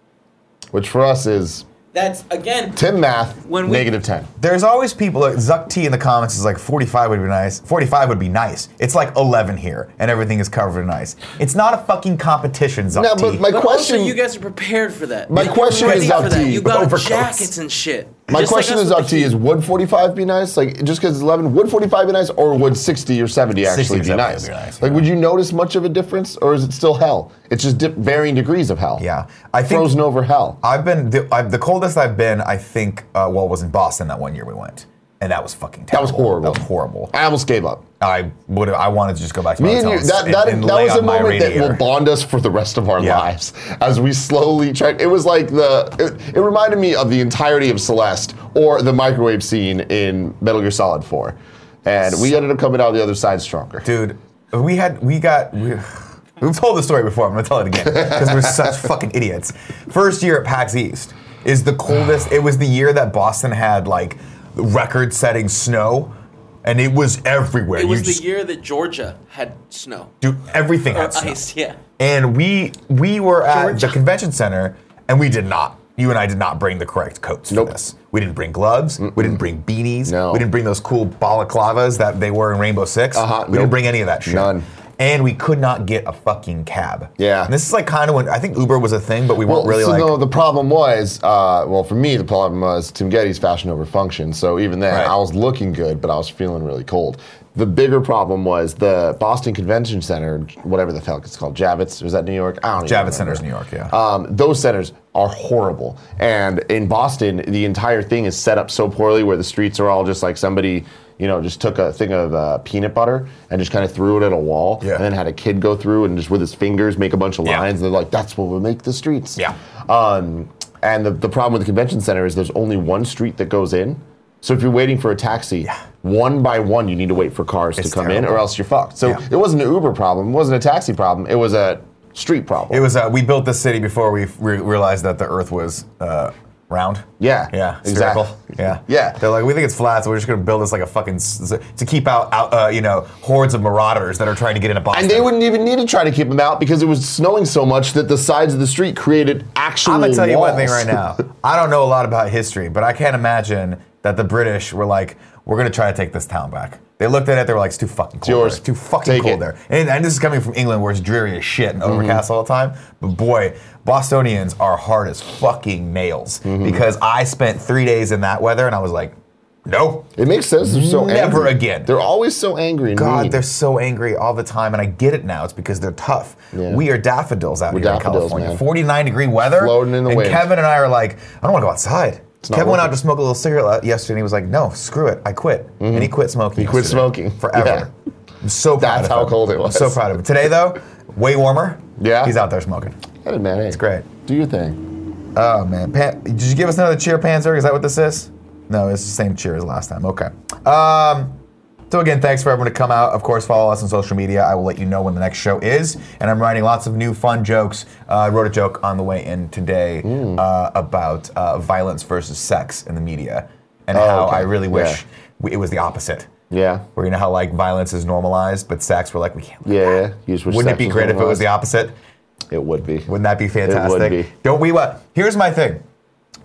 [SPEAKER 3] which for us is
[SPEAKER 2] That's again
[SPEAKER 3] Tim math
[SPEAKER 2] When we-
[SPEAKER 3] negative ten.
[SPEAKER 1] There's always people like Zuck T in the comments is like 45 would be nice. 45 would be nice. It's like 11 here, and everything is covered in ice. It's not a fucking competition, Zuck
[SPEAKER 3] No,
[SPEAKER 1] T.
[SPEAKER 3] but my
[SPEAKER 2] But
[SPEAKER 3] question,
[SPEAKER 2] also, you guys are prepared for that.
[SPEAKER 3] My
[SPEAKER 2] Like,
[SPEAKER 3] question
[SPEAKER 2] you're
[SPEAKER 3] is
[SPEAKER 2] ready
[SPEAKER 3] up
[SPEAKER 2] for
[SPEAKER 3] to
[SPEAKER 2] that.
[SPEAKER 3] you,
[SPEAKER 2] You
[SPEAKER 3] but
[SPEAKER 2] got
[SPEAKER 1] overcoats.
[SPEAKER 2] jackets and shit.
[SPEAKER 3] my
[SPEAKER 2] Just like
[SPEAKER 3] question
[SPEAKER 2] us
[SPEAKER 3] is
[SPEAKER 2] with
[SPEAKER 3] up
[SPEAKER 2] the
[SPEAKER 3] to you:
[SPEAKER 2] heat.
[SPEAKER 3] Is would forty five be nice? Like just because it's eleven, would forty five be nice, or would sixty or seventy
[SPEAKER 1] 60 or
[SPEAKER 3] actually be
[SPEAKER 1] 70 would
[SPEAKER 3] nice?
[SPEAKER 1] be nice,
[SPEAKER 3] Like,
[SPEAKER 1] yeah.
[SPEAKER 3] would you notice much of a difference, or is it still hell? It's just dip, varying degrees of hell.
[SPEAKER 1] yeah, I think
[SPEAKER 3] frozen over hell.
[SPEAKER 1] I've been the, I've, the coldest I've been. I think uh, well was in Boston that one year we went, and that was fucking
[SPEAKER 3] That
[SPEAKER 1] terrible.
[SPEAKER 3] was horrible.
[SPEAKER 1] That was horrible.
[SPEAKER 3] I almost gave up.
[SPEAKER 1] I would I wanted to just go back to my
[SPEAKER 3] Me and
[SPEAKER 1] hotel
[SPEAKER 3] you, that, that,
[SPEAKER 1] and, and
[SPEAKER 3] that
[SPEAKER 1] lay
[SPEAKER 3] was a
[SPEAKER 1] on my
[SPEAKER 3] moment that
[SPEAKER 1] radiator.
[SPEAKER 3] will bond us for the rest of our
[SPEAKER 1] Yeah.
[SPEAKER 3] lives as we slowly track. It was like the, it, it reminded me of the entirety of Celeste or the microwave scene in Metal Gear Solid 4. And we ended up coming out the other side stronger.
[SPEAKER 1] dude. We had we got we, we've told the story before. I'm gonna tell it again because we're such fucking idiots. First year at PAX East is the coldest. It was the year that Boston had like record-setting snow, and it was everywhere.
[SPEAKER 2] It
[SPEAKER 1] you
[SPEAKER 2] was the
[SPEAKER 1] just
[SPEAKER 2] year that Georgia had snow.
[SPEAKER 1] do everything
[SPEAKER 2] Or
[SPEAKER 1] had snow.
[SPEAKER 2] ice, yeah.
[SPEAKER 1] And we we were at
[SPEAKER 2] Georgia.
[SPEAKER 1] the convention center, and we did not. You and I did not bring the correct coats
[SPEAKER 3] Nope.
[SPEAKER 1] for this. We didn't bring gloves. We didn't bring beanies.
[SPEAKER 3] No.
[SPEAKER 1] We didn't bring those cool balaclavas that they were in Rainbow Six.
[SPEAKER 3] Uh-huh,
[SPEAKER 1] We didn't
[SPEAKER 3] nope.
[SPEAKER 1] bring any of that shit.
[SPEAKER 3] None.
[SPEAKER 1] And we could not get a fucking cab.
[SPEAKER 3] Yeah.
[SPEAKER 1] And this is like kind of when I think Uber was a thing, but we weren't really
[SPEAKER 3] so
[SPEAKER 1] like.
[SPEAKER 3] no, the problem was, uh, well, for me, the problem was Tim Getty's fashion over function. So even then,
[SPEAKER 1] Right.
[SPEAKER 3] I was looking good, but I was feeling really cold. The bigger problem was the Boston Convention Center, whatever the fuck it's called, Javits. Is that New York? I don't even
[SPEAKER 1] Javits
[SPEAKER 3] remember.
[SPEAKER 1] Center's New York, yeah.
[SPEAKER 3] Um, those centers are horrible. And in Boston, the entire thing is set up so poorly where the streets are all just like somebody, you know, just took a thing of uh, peanut butter and just kind of threw it at a wall
[SPEAKER 1] Yeah.
[SPEAKER 3] and then had a kid go through and just with his fingers make a bunch of
[SPEAKER 1] Yeah.
[SPEAKER 3] lines. They're like, that's what will make the streets.
[SPEAKER 1] Yeah.
[SPEAKER 3] Um, and the, the problem with the convention center is there's only one street that goes in. So if you're waiting for a taxi, one by one you need to wait for cars
[SPEAKER 1] It's
[SPEAKER 3] to come in,
[SPEAKER 1] terrible.
[SPEAKER 3] or else you're fucked. So
[SPEAKER 1] Yeah.
[SPEAKER 3] it wasn't an Uber problem, it wasn't a taxi problem, it was a street problem.
[SPEAKER 1] It was uh, we built this city before we re- realized that the Earth was uh, round.
[SPEAKER 3] Yeah.
[SPEAKER 1] Yeah.
[SPEAKER 3] Exactly.
[SPEAKER 1] spherical. Yeah.
[SPEAKER 3] Yeah.
[SPEAKER 1] They're like, we think it's flat, so we're just going to build this like a fucking s- s- to keep out, out uh, you know hordes of marauders that are trying to get into Boston.
[SPEAKER 3] And they wouldn't even need to try to keep them out because it was snowing so much that the sides of the street created actual.
[SPEAKER 1] I'm gonna tell you one thing
[SPEAKER 3] walls.
[SPEAKER 1] right now. I don't know a lot about history, but I can't imagine that the British were like, "We're gonna try to take this town back." They looked at it. They were like, "It's too fucking cold.
[SPEAKER 3] yours.
[SPEAKER 1] there. It's too fucking
[SPEAKER 3] Take
[SPEAKER 1] cold
[SPEAKER 3] it." Mm-hmm.
[SPEAKER 1] there." And, and this is coming from England, where it's dreary as shit and overcast all the time. But boy, Bostonians are hard as fucking nails
[SPEAKER 3] Mm-hmm.
[SPEAKER 1] because I spent three days in that weather, and I was like, "No,
[SPEAKER 3] It makes sense. They're so
[SPEAKER 1] Never
[SPEAKER 3] angry.
[SPEAKER 1] again.
[SPEAKER 3] They're always so angry. And
[SPEAKER 1] God,
[SPEAKER 3] mean.
[SPEAKER 1] they're so angry all the time, and I get it now. It's because they're tough.
[SPEAKER 3] Yeah.
[SPEAKER 1] We are daffodils out here
[SPEAKER 3] daffodils,
[SPEAKER 1] in California.
[SPEAKER 3] man.
[SPEAKER 1] 49 degree weather.
[SPEAKER 3] Floating in the
[SPEAKER 1] and
[SPEAKER 3] wind.
[SPEAKER 1] Kevin and I are like, I don't want to go outside.
[SPEAKER 3] not
[SPEAKER 1] Kevin went
[SPEAKER 3] worth
[SPEAKER 1] out
[SPEAKER 3] it.
[SPEAKER 1] to smoke a little cigarette la- yesterday, and he was like, No, screw it, I quit. And he quit smoking. He
[SPEAKER 3] Mm-hmm. quit smoking.
[SPEAKER 1] forever. I'm so proud.
[SPEAKER 3] That's
[SPEAKER 1] of
[SPEAKER 3] how
[SPEAKER 1] him.
[SPEAKER 3] cold it was.
[SPEAKER 1] I'm so proud of him. Today though, way warmer.
[SPEAKER 3] Yeah.
[SPEAKER 1] he's out there smoking.
[SPEAKER 3] Hey, man, hey, it's
[SPEAKER 1] great.
[SPEAKER 3] Do your thing.
[SPEAKER 1] Oh man, Pan- did you give us another cheer, Panzer? Is that what this is? No, it's the same cheer as last time. Okay. Um, so again, thanks for everyone to come out. Of course, follow us on social media. I will let you know when the next show is, and I'm writing lots of new fun jokes. Uh, I wrote a joke on the way in today uh, about uh, violence versus sex in the media, and how
[SPEAKER 3] Oh, okay.
[SPEAKER 1] I really wish
[SPEAKER 3] Yeah.
[SPEAKER 1] we, it was the opposite.
[SPEAKER 3] Yeah.
[SPEAKER 1] Where you know how like violence is normalized, but sex we're like we can't.
[SPEAKER 3] Yeah. yeah. You just wish
[SPEAKER 1] Wouldn't it
[SPEAKER 3] sex
[SPEAKER 1] be great if it was the
[SPEAKER 3] normalized.
[SPEAKER 1] opposite?
[SPEAKER 3] It would be.
[SPEAKER 1] Wouldn't that be fantastic?
[SPEAKER 3] be.
[SPEAKER 1] Don't we? What? Here's my thing.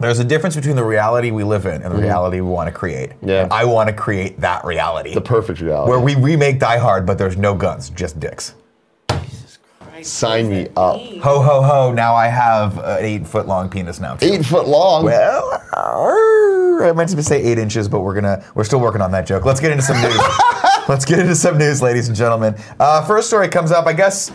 [SPEAKER 1] There's a difference between the reality we live in and the reality we want to create.
[SPEAKER 3] Mm-hmm. Yeah.
[SPEAKER 1] I want to create that reality
[SPEAKER 3] the perfect reality.
[SPEAKER 1] where we remake Die Hard, but there's no guns, just dicks.
[SPEAKER 3] Sign me up.
[SPEAKER 1] Ho ho ho! Now I have an eight foot long penis now. Too.
[SPEAKER 3] Eight foot long.
[SPEAKER 1] Well, arr, I meant to say eight inches, but we're gonna we're still working on that joke. Let's get into some news. Let's get into some news, ladies and gentlemen. Uh, first story comes up. I guess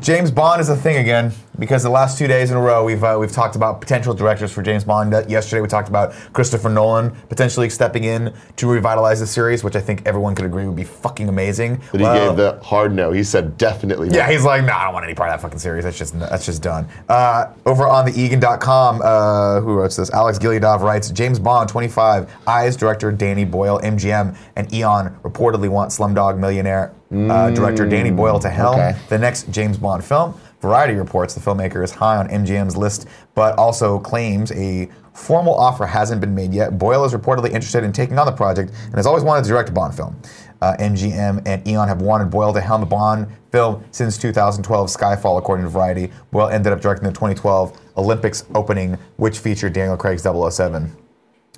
[SPEAKER 1] James Bond is a thing again because the last two days in a row we've uh, we've talked about potential directors for James Bond. Uh, Yesterday we talked about Christopher Nolan potentially stepping in to revitalize the series, which I think everyone could agree would be fucking amazing.
[SPEAKER 3] But he
[SPEAKER 1] Well,
[SPEAKER 3] gave the hard no. He said definitely. not.
[SPEAKER 1] yeah, he's like, no, I don't want any part of that fucking series. That's just that's just done. Uh, over on the Egan.com, uh, who wrote this? Alex Gilyadov writes, James Bond, 25, Eyes director Danny Boyle, MGM, and Eon reportedly want Slumdog Millionaire uh, director Danny Boyle to helm
[SPEAKER 3] okay.
[SPEAKER 1] the next James Bond film. Variety reports the filmmaker is high on MGM's list, but also claims a formal offer hasn't been made yet. Boyle is reportedly interested in taking on the project and has always wanted to direct a Bond film. Uh, MGM and Eon have wanted Boyle to helm a Bond film since 2012 Skyfall, according to Variety. Boyle ended up directing the 2012 Olympics opening, which featured Daniel Craig's 007.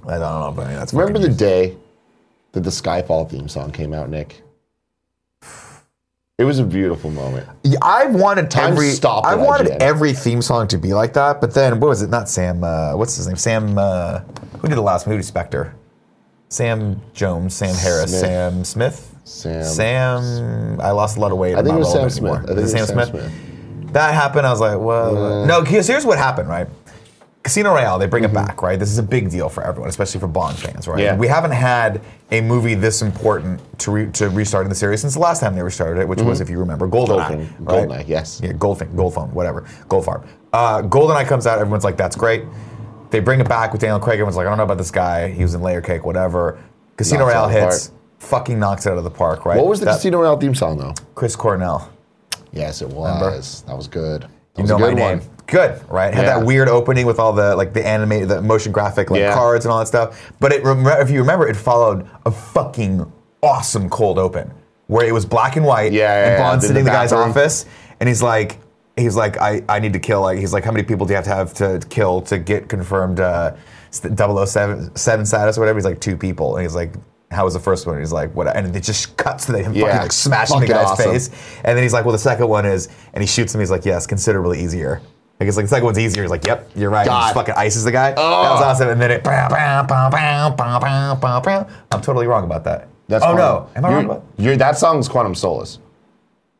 [SPEAKER 1] I don't know, but I mean, that's fucking
[SPEAKER 3] Remember the
[SPEAKER 1] news.
[SPEAKER 3] day that the Skyfall theme song came out, Nick? It was a beautiful moment.
[SPEAKER 1] Yeah, I've wanted
[SPEAKER 3] Time
[SPEAKER 1] every
[SPEAKER 3] stopped
[SPEAKER 1] I've
[SPEAKER 3] at
[SPEAKER 1] wanted
[SPEAKER 3] IGN.
[SPEAKER 1] every theme song to be like that, but then what was it? Not Sam. Uh, what's his name? Sam. Uh, who did the last movie? Spectre. Sam Jones, Sam Harris,
[SPEAKER 3] Smith.
[SPEAKER 1] Sam Smith,
[SPEAKER 3] Sam-
[SPEAKER 1] Sam. I lost a lot of weight.
[SPEAKER 3] I think
[SPEAKER 1] I'm not
[SPEAKER 3] it was Sam
[SPEAKER 1] relevant
[SPEAKER 3] Smith.
[SPEAKER 1] anymore.
[SPEAKER 3] I think
[SPEAKER 1] Is it Sam, Smith? That happened. I was like, well, no. Because here's what happened, right? Casino Royale, they bring it back, right? This is a big deal for everyone, especially for Bond fans, right?
[SPEAKER 3] Mm-hmm. Yeah.
[SPEAKER 1] We haven't had a movie this important to re- to restart in the series since the last time they restarted it, which was, if you remember, Goldeneye.
[SPEAKER 3] Goldeneye,
[SPEAKER 1] right?
[SPEAKER 3] Goldeneye, Mm-hmm. yes.
[SPEAKER 1] Yeah, Goldfin, Goldphone, whatever. Goldfarb. Uh, Goldeneye comes out, everyone's like, that's great. They bring it back with Daniel Craig, everyone's like, I don't know about this guy. He was in Layer Cake, whatever. Casino
[SPEAKER 3] Knocks it out
[SPEAKER 1] Royale
[SPEAKER 3] of the
[SPEAKER 1] hits, fucking knocks it out of the park, right?
[SPEAKER 3] What was the
[SPEAKER 1] That-
[SPEAKER 3] Casino Royale theme song, though?
[SPEAKER 1] Chris Cornell.
[SPEAKER 3] Yes, it was. That was good. That was
[SPEAKER 1] you know
[SPEAKER 3] a
[SPEAKER 1] my
[SPEAKER 3] good
[SPEAKER 1] name.
[SPEAKER 3] one.
[SPEAKER 1] Good, right? Had
[SPEAKER 3] Yeah.
[SPEAKER 1] that weird opening with all the like the animated, the motion graphic, like
[SPEAKER 3] Yeah.
[SPEAKER 1] cards and all that stuff. But it, rem- if you remember, it followed a fucking awesome cold open where it was black and white.
[SPEAKER 3] Yeah, yeah,
[SPEAKER 1] and
[SPEAKER 3] yeah.
[SPEAKER 1] Bond's
[SPEAKER 3] In
[SPEAKER 1] sitting in
[SPEAKER 3] the
[SPEAKER 1] the guy's
[SPEAKER 3] bathroom.
[SPEAKER 1] office, and he's like, he's like, I, I need to kill. Like, he's like, how many people do you have to have to kill to get confirmed uh, s- 007 seven status or whatever? He's like, two people, and he's like. How was the first one? And he's like, what? And it just cuts to him
[SPEAKER 3] Yeah,
[SPEAKER 1] fucking like smashing the
[SPEAKER 3] fucking
[SPEAKER 1] guy's
[SPEAKER 3] awesome.
[SPEAKER 1] face. And then he's like, well, the second one is, and he shoots him. He's like, yes, considerably easier. Like it's like the second one's easier. He's like, yep, you're right.
[SPEAKER 3] God. Oh.
[SPEAKER 1] Just fucking ices the guy. That was awesome. And then it. Bow, bow, bow, bow, bow, bow, bow, bow. I'm totally wrong about that.
[SPEAKER 3] That's
[SPEAKER 1] oh no,
[SPEAKER 3] Quantum-
[SPEAKER 1] am I
[SPEAKER 3] you're,
[SPEAKER 1] wrong about?
[SPEAKER 3] You're, that song's Quantum Solace.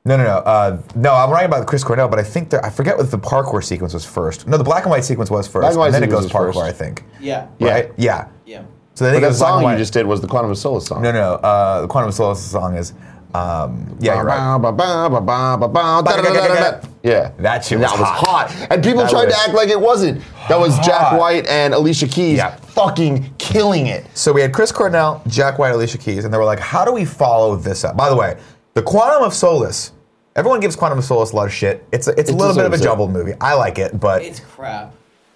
[SPEAKER 1] No, no, no. Uh, no, I'm right about Chris Cornell, but I think there, I forget what the parkour sequence was first. No, the black and white sequence was first.
[SPEAKER 3] Black and white
[SPEAKER 1] and then it
[SPEAKER 3] sequence
[SPEAKER 1] goes parkour,
[SPEAKER 3] was first.
[SPEAKER 1] I think.
[SPEAKER 2] Yeah.
[SPEAKER 3] Yeah.
[SPEAKER 1] Right? Yeah.
[SPEAKER 2] Yeah.
[SPEAKER 1] So then
[SPEAKER 3] But
[SPEAKER 1] it
[SPEAKER 3] that
[SPEAKER 1] goes black and
[SPEAKER 3] song
[SPEAKER 1] white.
[SPEAKER 3] you just did was the Quantum Solace song.
[SPEAKER 1] no, no. Uh, the Quantum of Solace song is. Um, yeah, you're right.
[SPEAKER 3] Yeah.
[SPEAKER 1] That shit
[SPEAKER 3] And
[SPEAKER 1] was
[SPEAKER 3] that was
[SPEAKER 1] hot.
[SPEAKER 3] hot. And people
[SPEAKER 1] That
[SPEAKER 3] tried
[SPEAKER 1] was
[SPEAKER 3] to act like it wasn't. That was Jack
[SPEAKER 1] hot.
[SPEAKER 3] White and Alicia Keys
[SPEAKER 1] Yeah.
[SPEAKER 3] fucking killing it.
[SPEAKER 1] So we had Chris Cornell, Jack White, Alicia Keys, and they were like, how do we follow this up? By the way, the Quantum of Solace, everyone gives Quantum of Solace a lot of shit. It's a, it's a
[SPEAKER 3] It
[SPEAKER 1] little bit of a
[SPEAKER 3] deserves it.
[SPEAKER 1] jumbled movie. I like it, but
[SPEAKER 2] It's crap.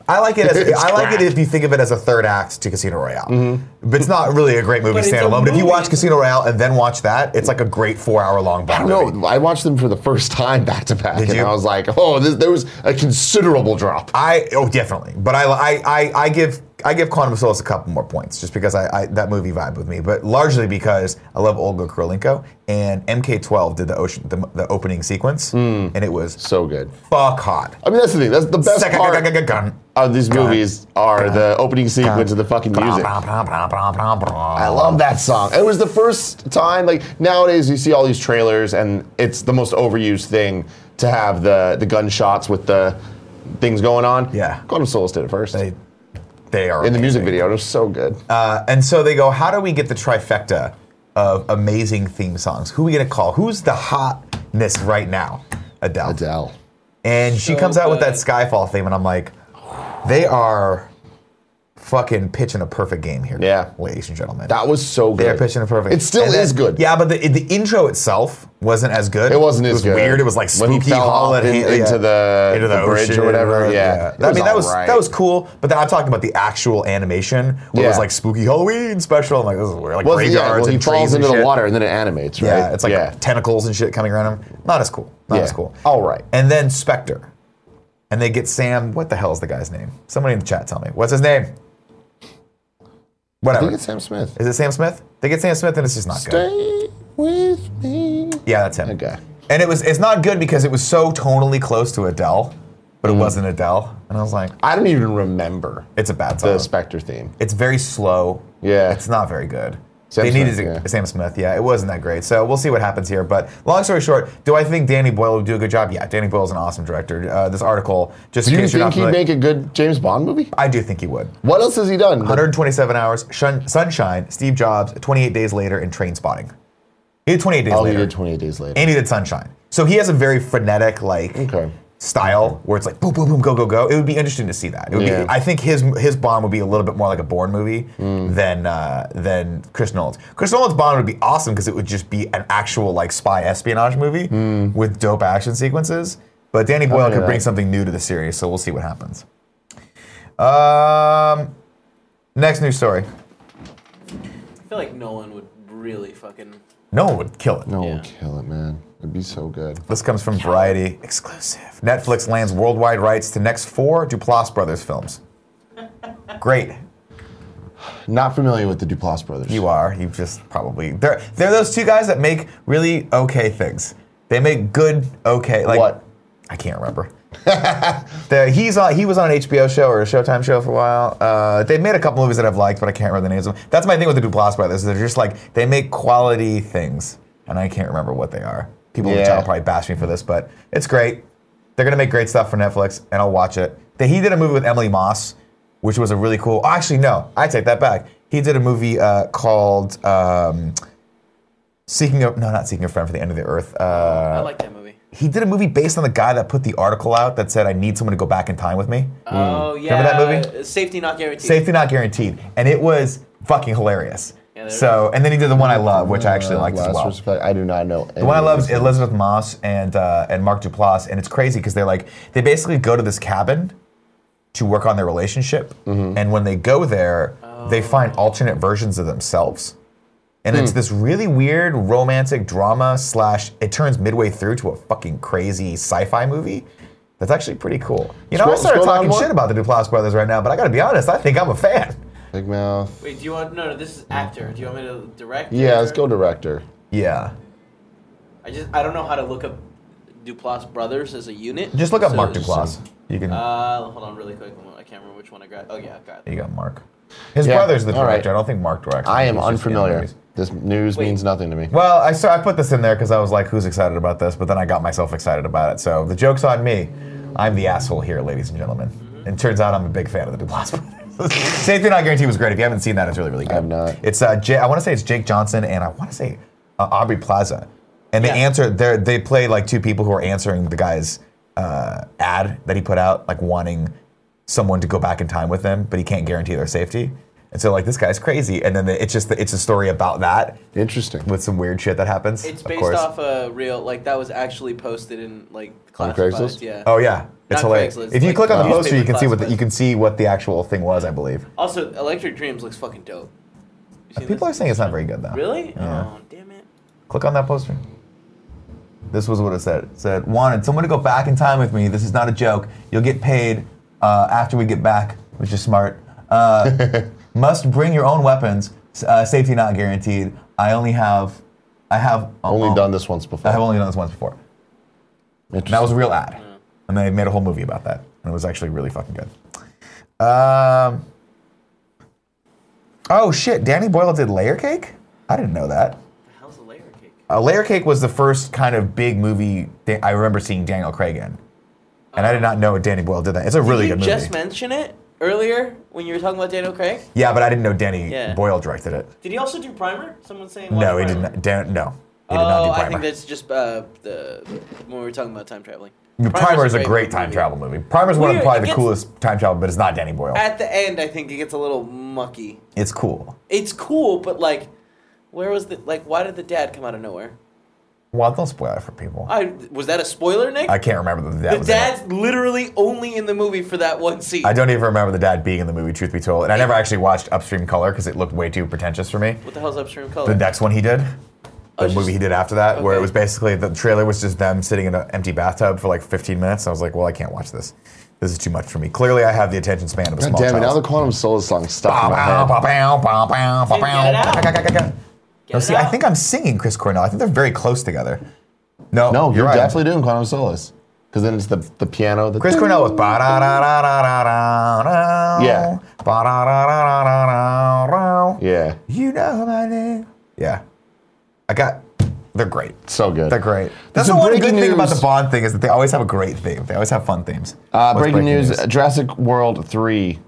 [SPEAKER 1] I I like it. As,
[SPEAKER 3] It's
[SPEAKER 1] I like
[SPEAKER 3] crap.
[SPEAKER 1] it if you think of it as a third act to Casino Royale.
[SPEAKER 3] Mm-hmm.
[SPEAKER 1] But it's not really a great movie
[SPEAKER 2] But it's a
[SPEAKER 1] standalone. But if you
[SPEAKER 2] movie.
[SPEAKER 1] watch Casino Royale and then watch that, it's like a great four-hour-long
[SPEAKER 3] I
[SPEAKER 1] Bond
[SPEAKER 3] don't
[SPEAKER 1] movie.
[SPEAKER 3] know. I watched them for the first time back to back,
[SPEAKER 1] Did
[SPEAKER 3] and
[SPEAKER 1] you?
[SPEAKER 3] I was like, "Oh, this, there was a considerable drop."
[SPEAKER 1] I oh definitely, but I I, I, I give I give Quantum of Solace a couple more points just because I, I that movie vibed with me, but largely because I love Olga Kurylenko and MK12 did the ocean the, the opening sequence and it was
[SPEAKER 3] So good.
[SPEAKER 1] fuck hot.
[SPEAKER 3] I mean, that's the thing. That's the Hmm. best
[SPEAKER 1] Second-
[SPEAKER 3] part
[SPEAKER 1] gun- gun- gun.
[SPEAKER 3] of these movies are the opening sequence of the fucking music. I
[SPEAKER 1] I
[SPEAKER 3] love that song. It was the first time, like nowadays, you see all these trailers, and it's the most overused thing to have the the gunshots with the things going on.
[SPEAKER 1] Yeah.
[SPEAKER 3] Quantum Solace did it first
[SPEAKER 1] They, they are
[SPEAKER 3] in the
[SPEAKER 1] amazing.
[SPEAKER 3] music video. It was so good.
[SPEAKER 1] Uh, and so they go, how do we get the trifecta of amazing theme songs? Who are we gonna call? Who's the hotness right now? Adele.
[SPEAKER 3] Adele.
[SPEAKER 1] And she
[SPEAKER 2] So
[SPEAKER 1] comes out with that
[SPEAKER 2] good.
[SPEAKER 1] Skyfall theme, and I'm like, they are fucking pitching a perfect game here.
[SPEAKER 3] Yeah.
[SPEAKER 1] Ladies and gentlemen.
[SPEAKER 3] That was so good.
[SPEAKER 1] they're pitching a perfect.
[SPEAKER 3] It still
[SPEAKER 1] And then-
[SPEAKER 3] is good.
[SPEAKER 1] Yeah, but the, the intro itself wasn't as good.
[SPEAKER 3] It wasn't
[SPEAKER 1] It
[SPEAKER 3] as
[SPEAKER 1] was
[SPEAKER 3] good.
[SPEAKER 1] weird. It was like
[SPEAKER 3] When he
[SPEAKER 1] spooky
[SPEAKER 3] fell off
[SPEAKER 1] holiday
[SPEAKER 3] in- into the- the bridge or
[SPEAKER 1] ocean
[SPEAKER 3] whatever, yeah. It
[SPEAKER 1] I
[SPEAKER 3] was
[SPEAKER 1] mean that was
[SPEAKER 3] alright.
[SPEAKER 1] that was cool, but then I'm talking about the actual animation where it was
[SPEAKER 3] Yeah.
[SPEAKER 1] like spooky Halloween special. I'm like, this is weird. Like
[SPEAKER 3] Well, yeah,
[SPEAKER 1] graveyards
[SPEAKER 3] well, he
[SPEAKER 1] and
[SPEAKER 3] falls
[SPEAKER 1] trees and
[SPEAKER 3] into the
[SPEAKER 1] shit.
[SPEAKER 3] water and then it animates, right?
[SPEAKER 1] Yeah, it's like tentacles and shit coming around him. Not as cool. Not
[SPEAKER 3] Yeah.
[SPEAKER 1] as cool.
[SPEAKER 3] All right.
[SPEAKER 1] And then Spectre. And they get Sam. What the hell is the guy's name? Somebody in the chat tell me. What's his name?
[SPEAKER 3] I
[SPEAKER 1] Whatever.
[SPEAKER 3] think it's Sam Smith.
[SPEAKER 1] is it Sam Smith? They get Sam Smith and it's just not good.
[SPEAKER 3] Stay with me.
[SPEAKER 1] Yeah, that's him.
[SPEAKER 3] Okay.
[SPEAKER 1] And it was it's not good because it was so tonally close to Adele, but
[SPEAKER 3] Mm-hmm.
[SPEAKER 1] it wasn't Adele. And I was like,
[SPEAKER 3] I don't even remember
[SPEAKER 1] it's a bad song.
[SPEAKER 3] the Spectre theme.
[SPEAKER 1] it's very slow.
[SPEAKER 3] Yeah.
[SPEAKER 1] Um, It's not very good.
[SPEAKER 3] Sam
[SPEAKER 1] they
[SPEAKER 3] Smith,
[SPEAKER 1] needed to,
[SPEAKER 3] yeah.
[SPEAKER 1] Sam Smith. Yeah, it wasn't that great. So we'll see what happens here. But long story short, do I think Danny Boyle would do a good job? Yeah, Danny Boyle's an awesome director. Uh, this article, just
[SPEAKER 3] Do
[SPEAKER 1] in
[SPEAKER 3] you
[SPEAKER 1] case you're
[SPEAKER 3] think
[SPEAKER 1] not
[SPEAKER 3] he'd
[SPEAKER 1] familiar,
[SPEAKER 3] make a good James Bond movie?
[SPEAKER 1] I do think he would.
[SPEAKER 3] What else has he done?
[SPEAKER 1] 127 hours, Shun, Sunshine, Steve Jobs, 28 Days Later, and Train Spotting. He did 28 Days
[SPEAKER 3] Oh, he
[SPEAKER 1] Later,
[SPEAKER 3] did 28 Days Later.
[SPEAKER 1] and he did Sunshine. So he has a very frenetic like
[SPEAKER 3] Okay.
[SPEAKER 1] style where it's like boom, boom, boom, go, go, go. It would be interesting to see that. It would
[SPEAKER 3] Yeah.
[SPEAKER 1] be, I think his his Bond would be a little bit more like a Bourne movie
[SPEAKER 3] Mm.
[SPEAKER 1] than uh, than Chris Nolan's. Chris Nolan's Bond would be awesome because it would just be an actual like spy espionage movie
[SPEAKER 3] Mm.
[SPEAKER 1] with dope action sequences. But Danny Boyle
[SPEAKER 3] into
[SPEAKER 1] could bring
[SPEAKER 3] that.
[SPEAKER 1] something new to the series, so we'll see what happens. Um, next news story.
[SPEAKER 2] I feel like no one would really fucking.
[SPEAKER 1] No one would kill it.
[SPEAKER 3] no,
[SPEAKER 2] Yeah.
[SPEAKER 3] kill it, man. It'd be so good.
[SPEAKER 1] This comes from Variety exclusive. Netflix lands worldwide rights to next four Duplass brothers films. Great.
[SPEAKER 3] Not familiar with the Duplass brothers.
[SPEAKER 1] You are. You've just probably they're they're those two guys that make really okay things. They make good okay like
[SPEAKER 3] What?
[SPEAKER 1] I can't remember. The- he's on. He was on an HBO show or a Showtime show for a while. Uh, they've made a couple movies that I've liked, but I can't remember the names of them. That's my thing with the Duplass brothers. They're just like they make quality things, and I can't remember what they are. People in the
[SPEAKER 3] Yeah.
[SPEAKER 1] chat will probably bash me for this, but it's great. They're gonna make great stuff for Netflix, and I'll watch it. They- He did a movie with Emily Moss, which was a really cool. Actually, no, I take that back. He did a movie uh, called um, Seeking a No, not Seeking a Friend for the End of the Earth. Uh,
[SPEAKER 2] I like that movie.
[SPEAKER 1] he did a movie based on the guy that put the article out that said, "I need someone to go back in time with me."
[SPEAKER 2] Oh yeah.
[SPEAKER 1] Remember that
[SPEAKER 2] movie? Safety not guaranteed.
[SPEAKER 1] Safety not guaranteed, and it was fucking hilarious.
[SPEAKER 2] Yeah, there it
[SPEAKER 1] so, and then he did the one I love, which I actually
[SPEAKER 3] Uh,
[SPEAKER 1] liked as
[SPEAKER 3] Last
[SPEAKER 1] well.
[SPEAKER 3] Respect- I do not know.
[SPEAKER 1] The one I love is Elizabeth Moss and uh, and Mark Duplass, and it's crazy because they're like they basically go to this cabin to work on their relationship,
[SPEAKER 3] Mm-hmm.
[SPEAKER 1] and when they go there, they find alternate versions of themselves, and
[SPEAKER 3] Hmm.
[SPEAKER 1] it's this really weird romantic drama slash. It turns midway through to a fucking crazy sci-fi movie. That's actually pretty cool. You know, I
[SPEAKER 3] Scroll-
[SPEAKER 1] started
[SPEAKER 3] scroll down
[SPEAKER 1] talking
[SPEAKER 3] more.
[SPEAKER 1] shit about the Duplass brothers right now, but I got to be honest, I think I'm a fan.
[SPEAKER 3] Big Mouth.
[SPEAKER 2] Wait, do you want? No, no. This is actor. Do you want me to direct?
[SPEAKER 3] Yeah, let's
[SPEAKER 2] or-
[SPEAKER 3] go director.
[SPEAKER 1] Yeah,
[SPEAKER 2] I just I don't know how to look up Duplass brothers as a unit.
[SPEAKER 1] just look up Mark
[SPEAKER 2] it's-
[SPEAKER 1] Duplass. You can.
[SPEAKER 2] Uh, hold on, really quick. I can't remember which one I grabbed. Oh yeah, I got it.
[SPEAKER 1] You got Mark. His
[SPEAKER 3] Yeah,
[SPEAKER 1] brother's the
[SPEAKER 3] all right.
[SPEAKER 1] director. I don't think Mark directs.
[SPEAKER 3] I
[SPEAKER 1] it.
[SPEAKER 3] am
[SPEAKER 1] He's just in
[SPEAKER 3] unfamiliar.
[SPEAKER 1] movies.
[SPEAKER 3] This news
[SPEAKER 2] Wait.
[SPEAKER 3] means nothing to me.
[SPEAKER 1] Well, I so I put this in there because I was like, "Who's excited about this?" But then I got myself excited about it. So the joke's on me. I'm the asshole here, ladies and gentlemen. And turns out I'm a big fan of the Duplass brothers. Safety Not Guaranteed was great. If you haven't seen that, it's really really good.
[SPEAKER 3] have not.
[SPEAKER 1] It's uh, J- I want to say it's Jake Johnson and I want to say uh, Aubrey Plaza. And they
[SPEAKER 2] Yeah.
[SPEAKER 1] answer. They they play like two people who are answering the guy's uh, ad that he put out, like wanting someone to go back in time with them, but he can't guarantee their safety. And so like this guy's crazy, and then the, it's just the, it's a story about that
[SPEAKER 3] Interesting.
[SPEAKER 1] with some weird shit that happens.
[SPEAKER 2] It's
[SPEAKER 1] of
[SPEAKER 2] based
[SPEAKER 1] course.
[SPEAKER 2] off a real like that was actually posted in like classifieds.
[SPEAKER 3] Craigslist?
[SPEAKER 2] Yeah.
[SPEAKER 1] Oh yeah, it's
[SPEAKER 2] Not
[SPEAKER 1] hilarious.
[SPEAKER 2] Craigslist,
[SPEAKER 1] If you
[SPEAKER 2] like,
[SPEAKER 1] click on the
[SPEAKER 2] newspaper
[SPEAKER 1] poster, you can see what the,
[SPEAKER 2] classifieds.
[SPEAKER 1] you can see what the actual thing was, I believe.
[SPEAKER 2] Also, Electric Dreams looks fucking dope. You seen
[SPEAKER 1] People are
[SPEAKER 2] this?
[SPEAKER 1] saying it's not very good though.
[SPEAKER 2] really?
[SPEAKER 1] Yeah.
[SPEAKER 2] Oh damn it!
[SPEAKER 1] Click on that poster. This was what it said. It said, "Wanted someone to go back in time with me. This is not a joke. You'll get paid uh, after we get back, which is smart. Uh, must bring your own weapons. S- Uh, safety not guaranteed. I only have, I have
[SPEAKER 3] Only
[SPEAKER 1] oh,
[SPEAKER 3] done this once before.
[SPEAKER 1] I have only done this once before.
[SPEAKER 3] Interesting.
[SPEAKER 1] That was a real ad, and they made a whole movie about that, and it was actually really fucking good. Um, oh shit, Danny Boyle did Layer Cake. I didn't know that.
[SPEAKER 2] The hell's a layer cake?
[SPEAKER 1] Uh, Layer Cake was the first kind of big movie that I remember seeing Daniel Craig in, and I did not know Danny Boyle did that. It's a really
[SPEAKER 2] Did
[SPEAKER 1] good
[SPEAKER 2] you
[SPEAKER 1] movie.
[SPEAKER 2] just mention it earlier when you were talking about Daniel Craig?
[SPEAKER 1] yeah, but I didn't know Danny
[SPEAKER 2] Yeah.
[SPEAKER 1] Boyle directed it.
[SPEAKER 2] Did he also do Primer? Someone's saying.
[SPEAKER 1] No, he
[SPEAKER 2] watch
[SPEAKER 1] did
[SPEAKER 2] Primer.
[SPEAKER 1] not. Dan, no, he
[SPEAKER 2] Oh,
[SPEAKER 1] did not do Primer.
[SPEAKER 2] I think that's just uh, the when we were talking about time traveling.
[SPEAKER 1] Primer is a great time
[SPEAKER 2] movie.
[SPEAKER 1] travel movie. Primer's one of
[SPEAKER 2] Weird,
[SPEAKER 1] probably
[SPEAKER 2] it
[SPEAKER 1] the
[SPEAKER 2] gets-
[SPEAKER 1] coolest time travel, but it's not Danny Boyle.
[SPEAKER 2] At the end, I think it gets a little mucky.
[SPEAKER 1] It's cool.
[SPEAKER 2] It's cool, but like, where was the like? Why did the dad come out of nowhere?
[SPEAKER 1] Well, don't spoil it for people.
[SPEAKER 2] I was that a spoiler, Nick?
[SPEAKER 1] I can't remember that the dad
[SPEAKER 2] the
[SPEAKER 1] was in it.
[SPEAKER 2] dad's literally only in the movie for that one scene.
[SPEAKER 1] I don't even remember the dad being in the movie, truth be told. And I never actually watched Upstream Color because it looked way too pretentious for me.
[SPEAKER 2] What the hell's upstream color?
[SPEAKER 1] The next one he did,
[SPEAKER 2] Oh,
[SPEAKER 1] the
[SPEAKER 2] it's
[SPEAKER 1] movie
[SPEAKER 2] just-
[SPEAKER 1] he did after that, where it
[SPEAKER 2] okay.
[SPEAKER 1] was basically the trailer was just them sitting in an empty bathtub for like 15 minutes. I was like, well, I can't watch this. This is too much for me. Clearly, I have the attention span of a
[SPEAKER 3] God
[SPEAKER 1] small
[SPEAKER 3] damn it! Now the
[SPEAKER 1] child.
[SPEAKER 3] Quantum Solace song stuck
[SPEAKER 1] Bow,
[SPEAKER 3] in my
[SPEAKER 1] bow,
[SPEAKER 3] head.
[SPEAKER 1] bow, bow, bow, bow, bow, bow.
[SPEAKER 2] Dude, get it out.
[SPEAKER 1] Ga, ga, ga, ga, ga.
[SPEAKER 2] Get
[SPEAKER 1] No,
[SPEAKER 2] it
[SPEAKER 1] see, I
[SPEAKER 2] out.
[SPEAKER 1] think I'm singing Chris Cornell. I think they're very close together. No,
[SPEAKER 3] No,
[SPEAKER 1] you're
[SPEAKER 3] you're,
[SPEAKER 1] right.
[SPEAKER 3] definitely doing Quantum Solace because then it's the the piano. The
[SPEAKER 1] Chris Cornell was ba da da da da da da.
[SPEAKER 3] Yeah.
[SPEAKER 1] Ba da da da da da da.
[SPEAKER 3] Yeah,
[SPEAKER 1] You know my name. Yeah. I got. They're great.
[SPEAKER 3] so good.
[SPEAKER 1] They're great. That's the
[SPEAKER 3] Some
[SPEAKER 1] one good
[SPEAKER 3] breaking
[SPEAKER 1] thing about
[SPEAKER 3] news.
[SPEAKER 1] the Bond thing is that they always have a great theme. They always have fun themes.
[SPEAKER 3] Uh,
[SPEAKER 1] What's
[SPEAKER 3] breaking, news, Jurassic World 3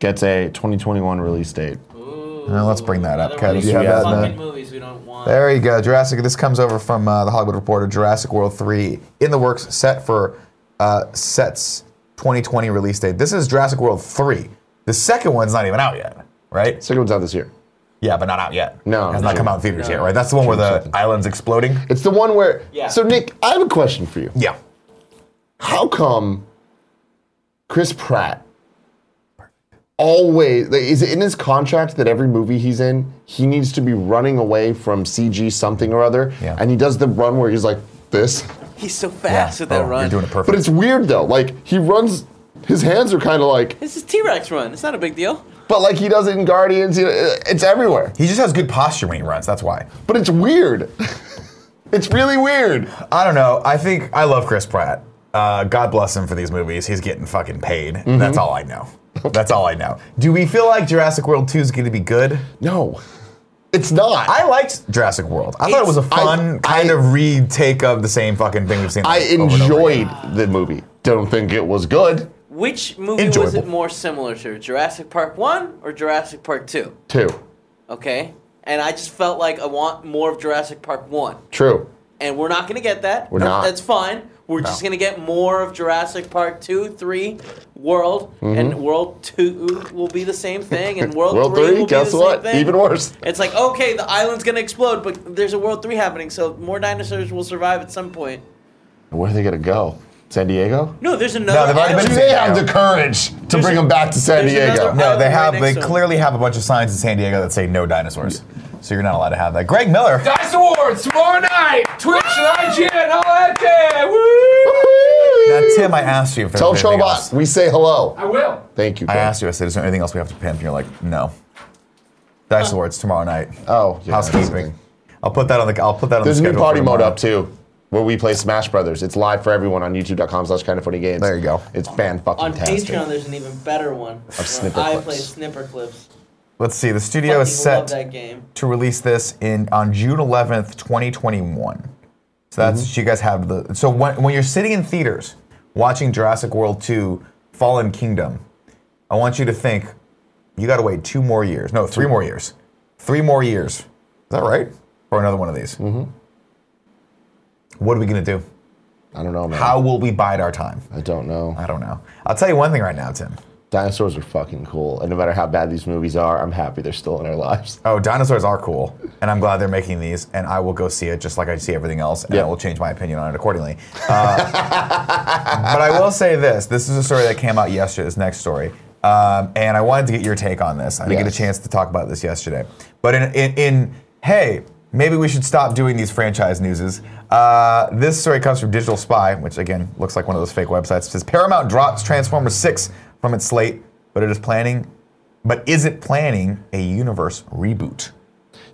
[SPEAKER 3] gets a 2021 release date.
[SPEAKER 2] Ooh,
[SPEAKER 1] Now let's bring that up,
[SPEAKER 2] another
[SPEAKER 1] Kev.
[SPEAKER 2] one of
[SPEAKER 1] You
[SPEAKER 2] these
[SPEAKER 3] have that,
[SPEAKER 2] fucking
[SPEAKER 1] uh,
[SPEAKER 2] movies we don't want.
[SPEAKER 1] There you go. Jurassic. This comes over from uh, the Hollywood Reporter. Jurassic World 3 in the works, set for uh, sets 2020 release date. This is Jurassic World 3. The second one's not even out yet, right?
[SPEAKER 3] Second one's out this year.
[SPEAKER 1] Yeah, but not out yet.
[SPEAKER 3] No,
[SPEAKER 1] It has not
[SPEAKER 3] June.
[SPEAKER 1] come out in theaters yet, right? That's the one where the island's exploding.
[SPEAKER 3] It's the one where.
[SPEAKER 2] Yeah.
[SPEAKER 3] So, Nick, I have a question for you.
[SPEAKER 1] Yeah.
[SPEAKER 3] How come Chris Pratt always. like, Is it in his contract that every movie he's in, he needs to be running away from CG something or other?
[SPEAKER 1] Yeah.
[SPEAKER 3] And he does the run where he's like this.
[SPEAKER 2] He's so fast
[SPEAKER 1] yeah.
[SPEAKER 2] with that
[SPEAKER 1] Oh,
[SPEAKER 2] run.
[SPEAKER 1] You're doing it perfect.
[SPEAKER 3] But it's weird though. Like, he runs. His hands are kind of like.
[SPEAKER 2] This is T Rex run. It's not a big deal.
[SPEAKER 3] But, like, he does it in Guardians. you know, It's everywhere.
[SPEAKER 1] He just has good posture when he runs. That's why.
[SPEAKER 3] But it's weird. it's really weird.
[SPEAKER 1] I don't know. I think I love Chris Pratt. Uh, God bless him for these movies. He's getting fucking paid.
[SPEAKER 3] Mm-hmm.
[SPEAKER 1] That's all I know. That's all I know. Do we feel like Jurassic World 2 is going to be good?
[SPEAKER 3] No, it's not. I,
[SPEAKER 1] I liked Jurassic World. I thought it was a
[SPEAKER 3] It's- I-
[SPEAKER 1] fun kind
[SPEAKER 3] I-
[SPEAKER 1] of retake of the same fucking thing we've seen.
[SPEAKER 3] Oh,
[SPEAKER 1] like, over and over
[SPEAKER 3] enjoyed
[SPEAKER 1] again.
[SPEAKER 3] the movie. Don't think it was good.
[SPEAKER 2] Which movie was it
[SPEAKER 1] Enjoyable.
[SPEAKER 2] more similar to? Jurassic Park 1 or Jurassic Park 2?
[SPEAKER 3] Two.
[SPEAKER 2] Okay? And I just felt like I want more of Jurassic Park 1.
[SPEAKER 3] True.
[SPEAKER 2] And we're not going to get that.
[SPEAKER 3] We're not.
[SPEAKER 2] That's fine. We're just going to get more of Jurassic Park 2, 3, World.
[SPEAKER 1] Mm-hmm.
[SPEAKER 2] And World 2 will be the same thing. And World,
[SPEAKER 3] World
[SPEAKER 2] 3,
[SPEAKER 3] three,
[SPEAKER 2] will
[SPEAKER 3] guess
[SPEAKER 2] be the
[SPEAKER 3] what?
[SPEAKER 2] same thing.
[SPEAKER 3] Even worse.
[SPEAKER 2] It's like, okay, the island's going to explode, but there's a World 3 happening, so more dinosaurs will survive at some point.
[SPEAKER 3] Where are they gonna go? San Diego?
[SPEAKER 2] No, there's
[SPEAKER 1] No,
[SPEAKER 2] another
[SPEAKER 1] they've already
[SPEAKER 2] island.
[SPEAKER 1] been
[SPEAKER 3] Do
[SPEAKER 1] San
[SPEAKER 3] they have the
[SPEAKER 1] Diego.
[SPEAKER 3] courage to
[SPEAKER 2] There's
[SPEAKER 3] bring
[SPEAKER 2] a-
[SPEAKER 3] them back to San
[SPEAKER 2] there's
[SPEAKER 3] Diego?
[SPEAKER 2] another-
[SPEAKER 1] No, they
[SPEAKER 2] Right
[SPEAKER 1] have.
[SPEAKER 2] next
[SPEAKER 1] They
[SPEAKER 2] to him.
[SPEAKER 1] clearly have a bunch of signs in San Diego that say no dinosaurs. So you're not allowed to have that. Greg Miller.
[SPEAKER 4] Dice Awards tomorrow night. Twitch and IGN. All that day. Woo!
[SPEAKER 1] Now, Tim, I asked you if there's
[SPEAKER 3] Tell
[SPEAKER 1] anything
[SPEAKER 3] Chobot
[SPEAKER 1] else.
[SPEAKER 3] we say hello.
[SPEAKER 4] I will.
[SPEAKER 3] Thank you.
[SPEAKER 1] I
[SPEAKER 3] Greg.
[SPEAKER 1] asked you. I said, "Is there anything else we have to pimp?" And you're like, "No." Dice Awards tomorrow night.
[SPEAKER 3] Oh, yeah, that's the
[SPEAKER 1] housekeeping.
[SPEAKER 3] thing.
[SPEAKER 1] I'll put that on the. I'll put that on
[SPEAKER 3] There's a
[SPEAKER 1] the
[SPEAKER 3] new
[SPEAKER 1] schedule
[SPEAKER 3] party
[SPEAKER 1] for
[SPEAKER 3] mode
[SPEAKER 1] tomorrow.
[SPEAKER 3] up too, where we play Smash Brothers. It's live for everyone on YouTube.com slash Kind of Funny Games.
[SPEAKER 1] There you go.
[SPEAKER 3] It's fan fucking
[SPEAKER 2] On Patreon,
[SPEAKER 3] tastic.
[SPEAKER 2] there's an even better one. where
[SPEAKER 3] snipper
[SPEAKER 2] I
[SPEAKER 3] clips.
[SPEAKER 2] play snipper clips.
[SPEAKER 1] Let's see. The studio is
[SPEAKER 2] Fucking Love
[SPEAKER 1] set
[SPEAKER 2] that game.
[SPEAKER 1] to release this in on June 11th, 2021. So that's so you guys have the. So when when you're sitting in theaters watching Jurassic World 2: Fallen Kingdom, I want you to think, you got to wait two more years. No, three more years. Three more years. Is that right? For another one of these. Mm-hmm. What are we gonna do?
[SPEAKER 3] I don't know, man.
[SPEAKER 1] How will we bide our time?
[SPEAKER 3] I don't know.
[SPEAKER 1] I don't know. I'll tell you one thing right now, Tim.
[SPEAKER 3] Dinosaurs are fucking cool, and no matter how bad these movies are, I'm happy they're still in our lives.
[SPEAKER 1] Oh, dinosaurs are cool, and I'm glad they're making these, and I will go see it just like I see everything else, and
[SPEAKER 3] Yeah.
[SPEAKER 1] I will change my opinion on it accordingly. Uh, but I will say this: this is a story that came out yesterday. This next story, um, and I wanted to get your take on this. I didn't get
[SPEAKER 3] Yes.
[SPEAKER 1] a chance to talk about this yesterday, but in in, in hey. Maybe we should stop doing these franchise newses. Uh, this story comes from Digital Spy, which again looks like one of those fake websites. It says Paramount drops Transformers 6 from its slate, but it is planning but is it planning a universe reboot?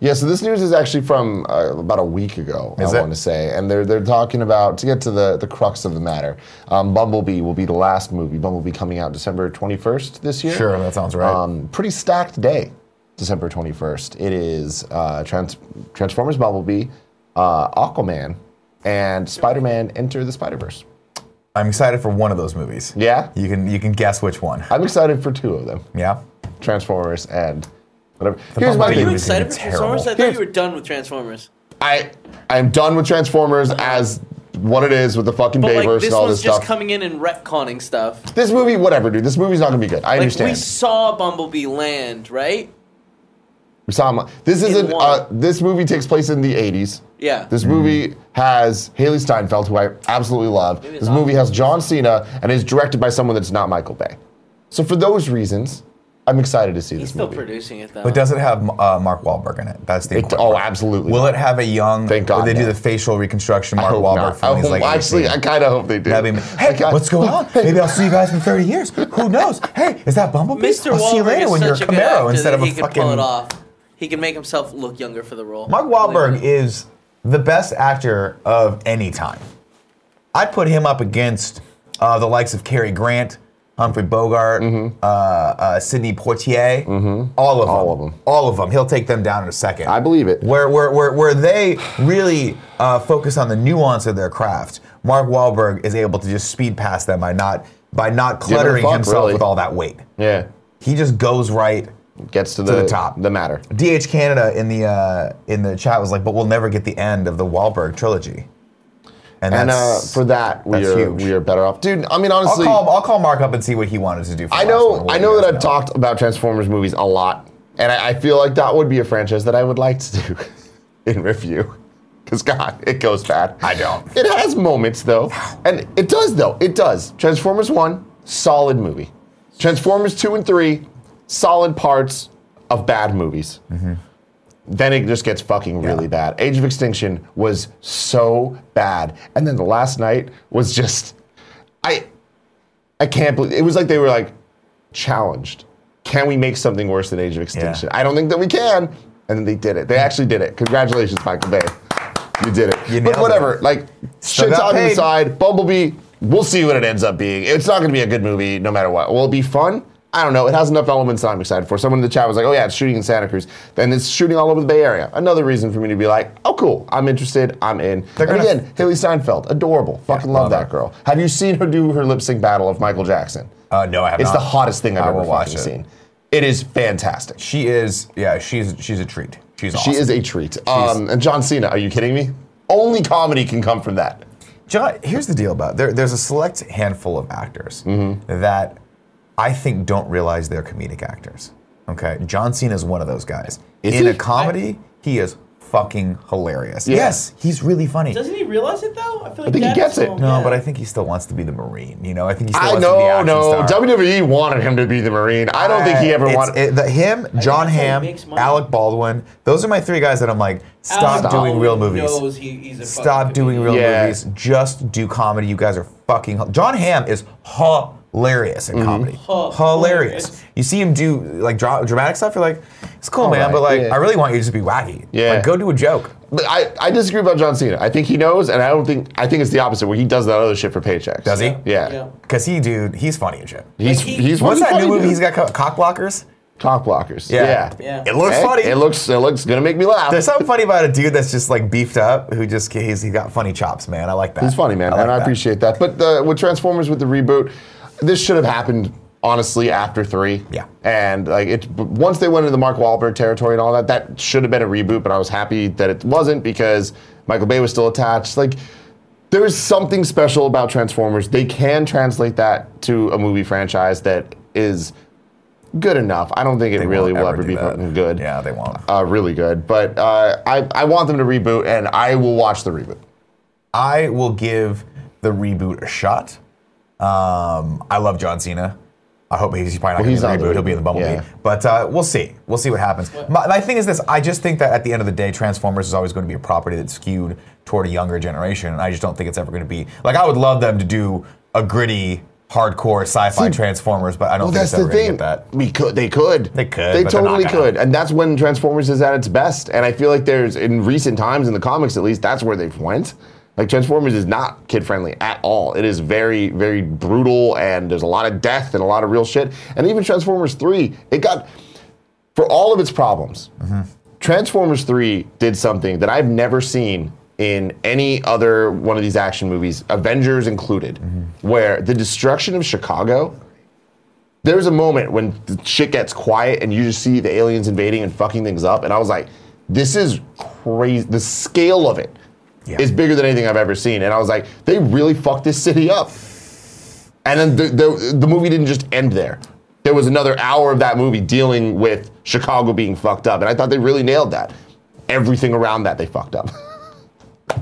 [SPEAKER 3] Yeah, so this news is actually from uh, about a week ago,
[SPEAKER 1] Is
[SPEAKER 3] I
[SPEAKER 1] it?
[SPEAKER 3] want to say. And they're, they're talking about, to get to the, the crux of the matter, um, Bumblebee will be the last movie. Bumblebee coming out December 21st this year.
[SPEAKER 1] Sure, that sounds right.
[SPEAKER 3] Um, pretty stacked day, December 21st. It is uh, Trans- Transformers Bumblebee, uh, Aquaman, and Spider Man Enter the Spider Verse.
[SPEAKER 1] I'm excited for one of those movies.
[SPEAKER 3] Yeah?
[SPEAKER 1] You can you can guess which one.
[SPEAKER 3] I'm excited for two of them
[SPEAKER 1] Yeah.
[SPEAKER 3] Transformers and whatever. Here's
[SPEAKER 1] Bumblebee
[SPEAKER 3] my
[SPEAKER 2] Are
[SPEAKER 3] thing.
[SPEAKER 2] you
[SPEAKER 1] It was
[SPEAKER 2] excited
[SPEAKER 1] gonna
[SPEAKER 2] for
[SPEAKER 1] be
[SPEAKER 2] Transformers? I
[SPEAKER 1] terrible.
[SPEAKER 2] thought you were done with Transformers.
[SPEAKER 3] I I'm done with Transformers as what it is with the fucking
[SPEAKER 2] But like
[SPEAKER 3] Bayverse
[SPEAKER 2] this
[SPEAKER 3] and all
[SPEAKER 2] one's
[SPEAKER 3] this
[SPEAKER 2] just
[SPEAKER 3] stuff.
[SPEAKER 2] coming in and retconning stuff.
[SPEAKER 3] this movie, whatever, dude. This movie's not gonna be good. I
[SPEAKER 2] Like
[SPEAKER 3] understand.
[SPEAKER 2] we saw Bumblebee land, right?
[SPEAKER 3] We saw him- This
[SPEAKER 2] In
[SPEAKER 3] isn't.
[SPEAKER 2] one.
[SPEAKER 3] Uh, this movie takes place in the 80s.
[SPEAKER 2] Yeah.
[SPEAKER 1] Mm.
[SPEAKER 3] This movie has Haley Steinfeld, who I absolutely love.
[SPEAKER 2] Maybe
[SPEAKER 3] This
[SPEAKER 2] not.
[SPEAKER 3] movie has John Cena and is directed by someone that's not Michael Bay. So for those reasons, I'm excited to see
[SPEAKER 2] He's
[SPEAKER 3] this
[SPEAKER 2] still
[SPEAKER 3] movie.
[SPEAKER 2] producing it though.
[SPEAKER 1] But does it have uh, Mark Wahlberg in it? That's the
[SPEAKER 3] It,
[SPEAKER 1] important
[SPEAKER 3] oh,
[SPEAKER 1] part.
[SPEAKER 3] absolutely.
[SPEAKER 1] Will it have a young?
[SPEAKER 3] Thank
[SPEAKER 1] Will
[SPEAKER 3] God,
[SPEAKER 1] they do
[SPEAKER 3] no.
[SPEAKER 1] the facial reconstruction Mark
[SPEAKER 3] hope
[SPEAKER 1] Wahlberg
[SPEAKER 3] not.
[SPEAKER 1] from
[SPEAKER 3] I
[SPEAKER 1] when he's
[SPEAKER 3] hope-
[SPEAKER 1] like
[SPEAKER 3] Oh, actually,
[SPEAKER 1] 18?
[SPEAKER 3] I kind of hope they do.
[SPEAKER 1] That'd be-
[SPEAKER 3] I
[SPEAKER 1] hey,
[SPEAKER 3] kinda-
[SPEAKER 1] what's going on? Maybe I'll see you guys in 30 years. Who knows? Hey, is that Bumblebee?
[SPEAKER 2] Mr.
[SPEAKER 1] I'll see you
[SPEAKER 2] Wahlberg
[SPEAKER 1] later
[SPEAKER 2] is
[SPEAKER 1] when you're a
[SPEAKER 2] such a good actor
[SPEAKER 1] Camaro instead
[SPEAKER 2] that
[SPEAKER 1] of a
[SPEAKER 2] he can
[SPEAKER 1] fucking.
[SPEAKER 2] pull it off. He can make himself look younger for the role.
[SPEAKER 1] Mark Wahlberg is the best actor of any time. I put him up against uh, the likes of Cary Grant, Humphrey Bogart, uh, uh, Sidney Poitier, all of
[SPEAKER 3] Mm-hmm. All
[SPEAKER 1] them,
[SPEAKER 3] of 'em.
[SPEAKER 1] all of them. He'll take them down in a second.
[SPEAKER 3] I believe it.
[SPEAKER 1] Where where where, where they really uh, focus on the nuance of their craft, Mark Wahlberg is able to just speed past them by not by not
[SPEAKER 3] a
[SPEAKER 1] cluttering
[SPEAKER 3] fuck,
[SPEAKER 1] himself
[SPEAKER 3] really.
[SPEAKER 1] with all that weight.
[SPEAKER 3] Yeah.
[SPEAKER 1] He just goes right
[SPEAKER 3] Gets to the,
[SPEAKER 1] the top.
[SPEAKER 3] The matter.
[SPEAKER 1] DH Canada in the uh, in the chat was like, "But we'll never get the end of the Wahlberg trilogy." And,
[SPEAKER 3] And uh,
[SPEAKER 1] that's
[SPEAKER 3] for that, we
[SPEAKER 1] that's
[SPEAKER 3] are
[SPEAKER 1] huge.
[SPEAKER 3] we are better off, dude. I mean,
[SPEAKER 1] I'll
[SPEAKER 3] honestly,
[SPEAKER 1] call I'll call Mark up and see what he wanted to do. For
[SPEAKER 3] I
[SPEAKER 1] the last
[SPEAKER 3] know
[SPEAKER 1] one. We'll
[SPEAKER 3] I
[SPEAKER 1] let
[SPEAKER 3] know
[SPEAKER 1] you
[SPEAKER 3] that
[SPEAKER 1] guys
[SPEAKER 3] I've talked about Transformers movies a lot, and I, I feel like that would be a franchise that I would like to do in review. Cause God, it goes bad.
[SPEAKER 1] I don't.
[SPEAKER 3] It has moments though, and it does though. It does. Transformers one, solid movie. Transformers two and three, solid parts of bad movies.
[SPEAKER 1] Mm-hmm.
[SPEAKER 3] Then it just gets fucking really bad. Age of Extinction was so bad, and then the last night was just, I, I can't believe it was like they were like challenged. Can we make something worse than Age of Extinction? I don't think that we can. And then they did it. They actually did it. Congratulations, Michael Bay. You did it.
[SPEAKER 1] You nailed
[SPEAKER 3] but
[SPEAKER 1] it.
[SPEAKER 3] whatever. Like
[SPEAKER 1] Still
[SPEAKER 3] shit
[SPEAKER 1] got
[SPEAKER 3] talking
[SPEAKER 1] paid.
[SPEAKER 3] aside, Bumblebee. We'll see what it ends up being. It's not going to be a good movie, no matter what. Will it be fun? I don't know. It has enough elements that I'm excited for. Someone in the chat was like, "Oh yeah, it's shooting in Santa Cruz," and it's shooting all over the Bay Area. Another reason for me to be like, "Oh cool, I'm interested. I'm in."
[SPEAKER 1] They're
[SPEAKER 3] and
[SPEAKER 1] gonna-
[SPEAKER 3] again, Haley Steinfeld, adorable. Fucking
[SPEAKER 1] love
[SPEAKER 3] love, that
[SPEAKER 1] her.
[SPEAKER 3] girl. Have you seen her do her lip sync battle of Michael Jackson?
[SPEAKER 1] know. Uh, no, I have
[SPEAKER 3] It's
[SPEAKER 1] not.
[SPEAKER 3] the hottest thing I've
[SPEAKER 1] I
[SPEAKER 3] ever
[SPEAKER 1] will watch
[SPEAKER 3] fucking
[SPEAKER 1] it.
[SPEAKER 3] seen. It is fantastic. She
[SPEAKER 1] She is yeah. She's she's a treat. She's awesome.
[SPEAKER 3] is a treat. Um, and John Cena, are you kidding me? Only comedy can come from that.
[SPEAKER 1] John, here's the deal about there. There's a select handful of actors
[SPEAKER 3] Mm-hmm.
[SPEAKER 1] that I think don't realize they're comedic actors. Okay, John Cena is one of those guys.
[SPEAKER 3] Is
[SPEAKER 1] In
[SPEAKER 3] he?
[SPEAKER 1] a comedy, he is fucking hilarious.
[SPEAKER 3] Yeah.
[SPEAKER 1] Yes, he's really funny.
[SPEAKER 2] Doesn't he realize it though? I feel like
[SPEAKER 3] think he
[SPEAKER 2] that's
[SPEAKER 3] gets it.
[SPEAKER 2] all-
[SPEAKER 1] No,
[SPEAKER 2] yeah.
[SPEAKER 1] but I think he still wants to be the Marine. You know, I think he still
[SPEAKER 3] I
[SPEAKER 1] wants to be
[SPEAKER 3] know,
[SPEAKER 1] action
[SPEAKER 3] no.
[SPEAKER 1] star. Eh,
[SPEAKER 3] WWE wanted him to be the Marine. I don't think he ever
[SPEAKER 1] It's-
[SPEAKER 3] wanted.
[SPEAKER 1] it- the- him, John
[SPEAKER 2] that's how he
[SPEAKER 1] Hamm,
[SPEAKER 2] makes money.
[SPEAKER 1] Alec Baldwin. Those are my three guys that I'm like,
[SPEAKER 2] Alan
[SPEAKER 1] stop
[SPEAKER 2] Baldwin
[SPEAKER 1] doing real movies.
[SPEAKER 2] knows he- he's a
[SPEAKER 1] Stop
[SPEAKER 2] fucking
[SPEAKER 1] doing real
[SPEAKER 2] comedian.
[SPEAKER 3] Yeah.
[SPEAKER 1] movies. Just do comedy. You guys are fucking. h- John Hamm is hilarious
[SPEAKER 3] Mm-hmm.
[SPEAKER 1] in comedy.
[SPEAKER 2] Hilarious.
[SPEAKER 1] Hilarious. You see him do like dra- dramatic stuff. You're like, it's cool, man.
[SPEAKER 3] right,
[SPEAKER 1] But like,
[SPEAKER 3] Oh yeah.
[SPEAKER 1] I really want you to just be wacky.
[SPEAKER 3] Yeah.
[SPEAKER 1] Like, go do a joke.
[SPEAKER 3] But I, I disagree about John Cena. I think he knows, and I don't think. I think it's the opposite, where he does that other shit for paychecks.
[SPEAKER 1] Does he?
[SPEAKER 3] Yeah.
[SPEAKER 2] Yeah.
[SPEAKER 1] Cause he, dude, he's funny and shit.
[SPEAKER 3] He's
[SPEAKER 2] Like, he-
[SPEAKER 3] he's
[SPEAKER 1] What's that
[SPEAKER 3] funny,
[SPEAKER 1] new movie?
[SPEAKER 3] dude.
[SPEAKER 1] He's got co- cock blockers.
[SPEAKER 3] cock blockers.
[SPEAKER 2] Yeah.
[SPEAKER 1] It looks
[SPEAKER 3] Hey,
[SPEAKER 1] funny.
[SPEAKER 3] It looks it looks gonna make me laugh.
[SPEAKER 1] There's something funny about a dude that's just like beefed up, who just he's, he's got funny chops, man. I like that.
[SPEAKER 3] He's funny, man,
[SPEAKER 1] like
[SPEAKER 3] and I
[SPEAKER 1] that.
[SPEAKER 3] appreciate that. But the, with Transformers with the reboot, this should have happened honestly after three.
[SPEAKER 1] Yeah.
[SPEAKER 3] And like it, b- once they went into the Mark Wahlberg territory and all that, that should have been a reboot. But I was happy that it wasn't because Michael Bay was still attached. Like. There is something special about Transformers. They can translate that to a movie franchise that is good enough. I don't think it
[SPEAKER 1] They
[SPEAKER 3] really
[SPEAKER 1] won't
[SPEAKER 3] will ever
[SPEAKER 1] do
[SPEAKER 3] be
[SPEAKER 1] that.
[SPEAKER 3] fucking good.
[SPEAKER 1] Yeah, they won't.
[SPEAKER 3] Uh, really good. But uh, I, I want them to reboot, and I will watch the reboot.
[SPEAKER 1] I will give the reboot a shot. Um, I love John Cena. I hope he's probably not
[SPEAKER 3] he's
[SPEAKER 1] going to
[SPEAKER 3] not
[SPEAKER 1] reboot.
[SPEAKER 3] in the
[SPEAKER 1] He'll be in the
[SPEAKER 3] reboot,
[SPEAKER 1] Bumblebee,
[SPEAKER 3] yeah.
[SPEAKER 1] but uh, we'll see. We'll see what happens. My, my thing is this: I just think that at the end of the day, Transformers is always going to be a property that's skewed toward a younger generation, and I just don't think it's ever going to be like I would love them to do a gritty, hardcore sci-fi
[SPEAKER 3] See,
[SPEAKER 1] Transformers, but I don't
[SPEAKER 3] Well,
[SPEAKER 1] think
[SPEAKER 3] that's
[SPEAKER 1] it's
[SPEAKER 3] the
[SPEAKER 1] ever going to
[SPEAKER 3] thing.
[SPEAKER 1] get that.
[SPEAKER 3] We could, they could,
[SPEAKER 1] They could,
[SPEAKER 3] they
[SPEAKER 1] but they're not
[SPEAKER 3] totally
[SPEAKER 1] gonna.
[SPEAKER 3] could, and that's when Transformers is at its best. And I feel like there's in recent times in the comics, at least, that's where they've went. Like Transformers is not kid friendly at all. It is very, very brutal, and there's a lot of death and a lot of real shit. And even Transformers three, it got for all of its problems. Transformers 3 did something that I've never seen in any other one of these action movies, Avengers included, where the destruction of Chicago. There's a moment when the shit gets quiet and you just see the aliens invading and fucking things up. And I was like, this is crazy. The scale of it is
[SPEAKER 1] Yeah.
[SPEAKER 3] bigger than anything I've ever seen. And I was like, they really fucked this city up. And then the, the, the movie didn't just end there. There was another hour of that movie dealing with Chicago being fucked up. And I thought they really nailed that. Everything around that they fucked up.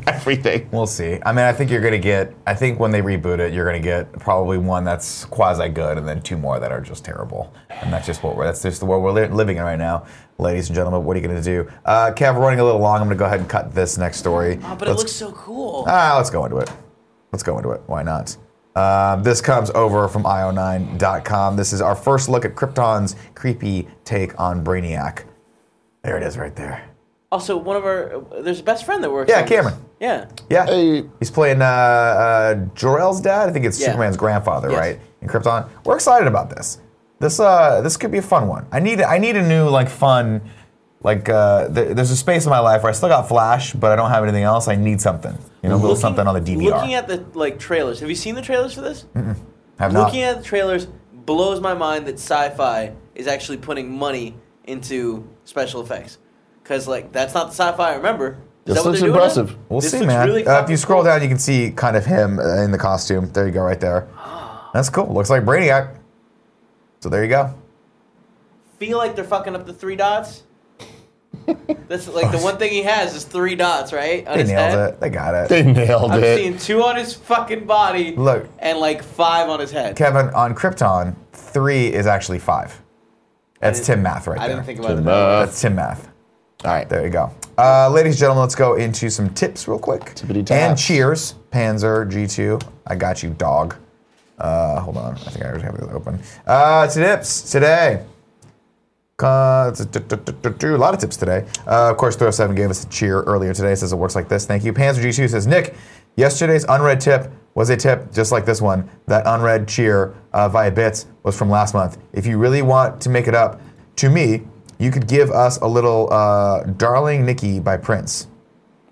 [SPEAKER 3] Everything.
[SPEAKER 1] We'll see. I mean, I think you're going to get, I think when they reboot it, you're going to get probably one that's quasi good and then two more that are just terrible. And that's just what we're, that's just the world we're li- living in right now. Ladies and gentlemen, what are you going to do? Uh, Kev, we're running a little long. I'm going to go ahead and cut this next story.
[SPEAKER 2] Oh, but it
[SPEAKER 1] Let's-
[SPEAKER 2] looks so cool.
[SPEAKER 1] Ah, let's go into it. Let's go into it. Why not? Uh, this comes over from io9.com. This is our first look at Krypton's creepy take on Brainiac. There it is right there.
[SPEAKER 2] also, one of our uh, there's a best friend that works.
[SPEAKER 1] Yeah,
[SPEAKER 2] on this.
[SPEAKER 1] Cameron.
[SPEAKER 2] Yeah.
[SPEAKER 1] Yeah.
[SPEAKER 3] Hey.
[SPEAKER 1] He's playing uh, uh, Jor-El's dad. I think it's
[SPEAKER 2] Yeah.
[SPEAKER 1] Superman's grandfather,
[SPEAKER 2] Yes.
[SPEAKER 1] right? In Krypton. We're excited about this. This uh, this could be a fun one. I need I need a new like fun like uh, th- there's a space in my life where I still got Flash, but I don't have anything else. I need something, you know, a little
[SPEAKER 2] Looking-
[SPEAKER 1] something on the DVR.
[SPEAKER 2] Looking at the like trailers, have you seen the trailers for this?
[SPEAKER 1] have not.
[SPEAKER 2] Looking at the trailers blows my mind that sci-fi is actually putting money into special effects, because like that's not the sci-fi I remember. Is
[SPEAKER 3] This
[SPEAKER 2] that what
[SPEAKER 3] looks
[SPEAKER 2] they're doing now?
[SPEAKER 3] impressive.
[SPEAKER 1] We'll
[SPEAKER 2] This
[SPEAKER 1] see,
[SPEAKER 2] looks
[SPEAKER 1] man.
[SPEAKER 2] really
[SPEAKER 1] uh, if
[SPEAKER 2] fucking
[SPEAKER 1] you scroll
[SPEAKER 2] cool.
[SPEAKER 1] down, you can see kind of him uh, in the costume. There you go, right there. That's cool. Looks like Brainiac. So there you go.
[SPEAKER 2] feel like they're fucking up the three dots. That's like the one thing he has is three dots, right? On
[SPEAKER 1] They
[SPEAKER 2] his
[SPEAKER 1] nailed
[SPEAKER 2] head.
[SPEAKER 1] Oh, it. They got it.
[SPEAKER 3] They nailed
[SPEAKER 2] I've
[SPEAKER 3] it.
[SPEAKER 2] seen two on his fucking body.
[SPEAKER 1] Look.
[SPEAKER 2] And like five on his head.
[SPEAKER 1] Kevin, on Krypton, three is actually five. That's
[SPEAKER 2] didn't-
[SPEAKER 1] Tim Math right
[SPEAKER 2] I
[SPEAKER 1] there.
[SPEAKER 2] didn't think about
[SPEAKER 3] Tim
[SPEAKER 2] it.
[SPEAKER 3] Math.
[SPEAKER 2] that.
[SPEAKER 1] That's Tim Math.
[SPEAKER 3] All right.
[SPEAKER 1] There you go. Uh, ladies and gentlemen, let's go into some tips real quick.
[SPEAKER 3] Tippity
[SPEAKER 1] And
[SPEAKER 3] taps.
[SPEAKER 1] cheers, Panzer G2. I got you, dog. Uh, hold on. I think I already have this open. Uh, tips today. Uh, t- t- t- t- t- t- a lot of tips today. Uh, of course, Throw7 gave us a cheer earlier today. Says it works like this. Thank you. Panzer G2 says, Nick, yesterday's unread tip was a tip just like this one. That unread cheer uh, via bits was from last month. If you really want to make it up to me, you could give us a little uh, Darling Nikki by Prince.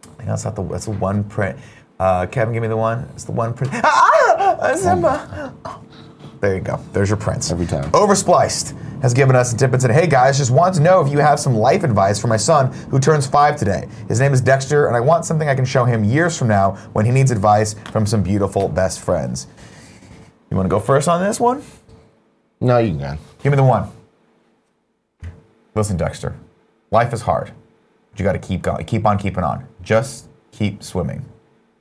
[SPEAKER 1] I think that's not the that's the one print. Uh, Kevin, give me the one. It's the one print. Ah, ah, ah, Simba. There you go. There's your prints.
[SPEAKER 3] Every time.
[SPEAKER 1] Overspliced has given us a tip and said, "Hey guys, just want to know if you have some life advice for my son who turns five today. His name is Dexter, and I want something I can show him years from now when he needs advice from some beautiful best friends. You want to go first on this one?
[SPEAKER 3] no, you can.
[SPEAKER 1] Give me the one. Listen, Dexter, life is hard, but you got to keep going, keep on keeping on. Just keep swimming,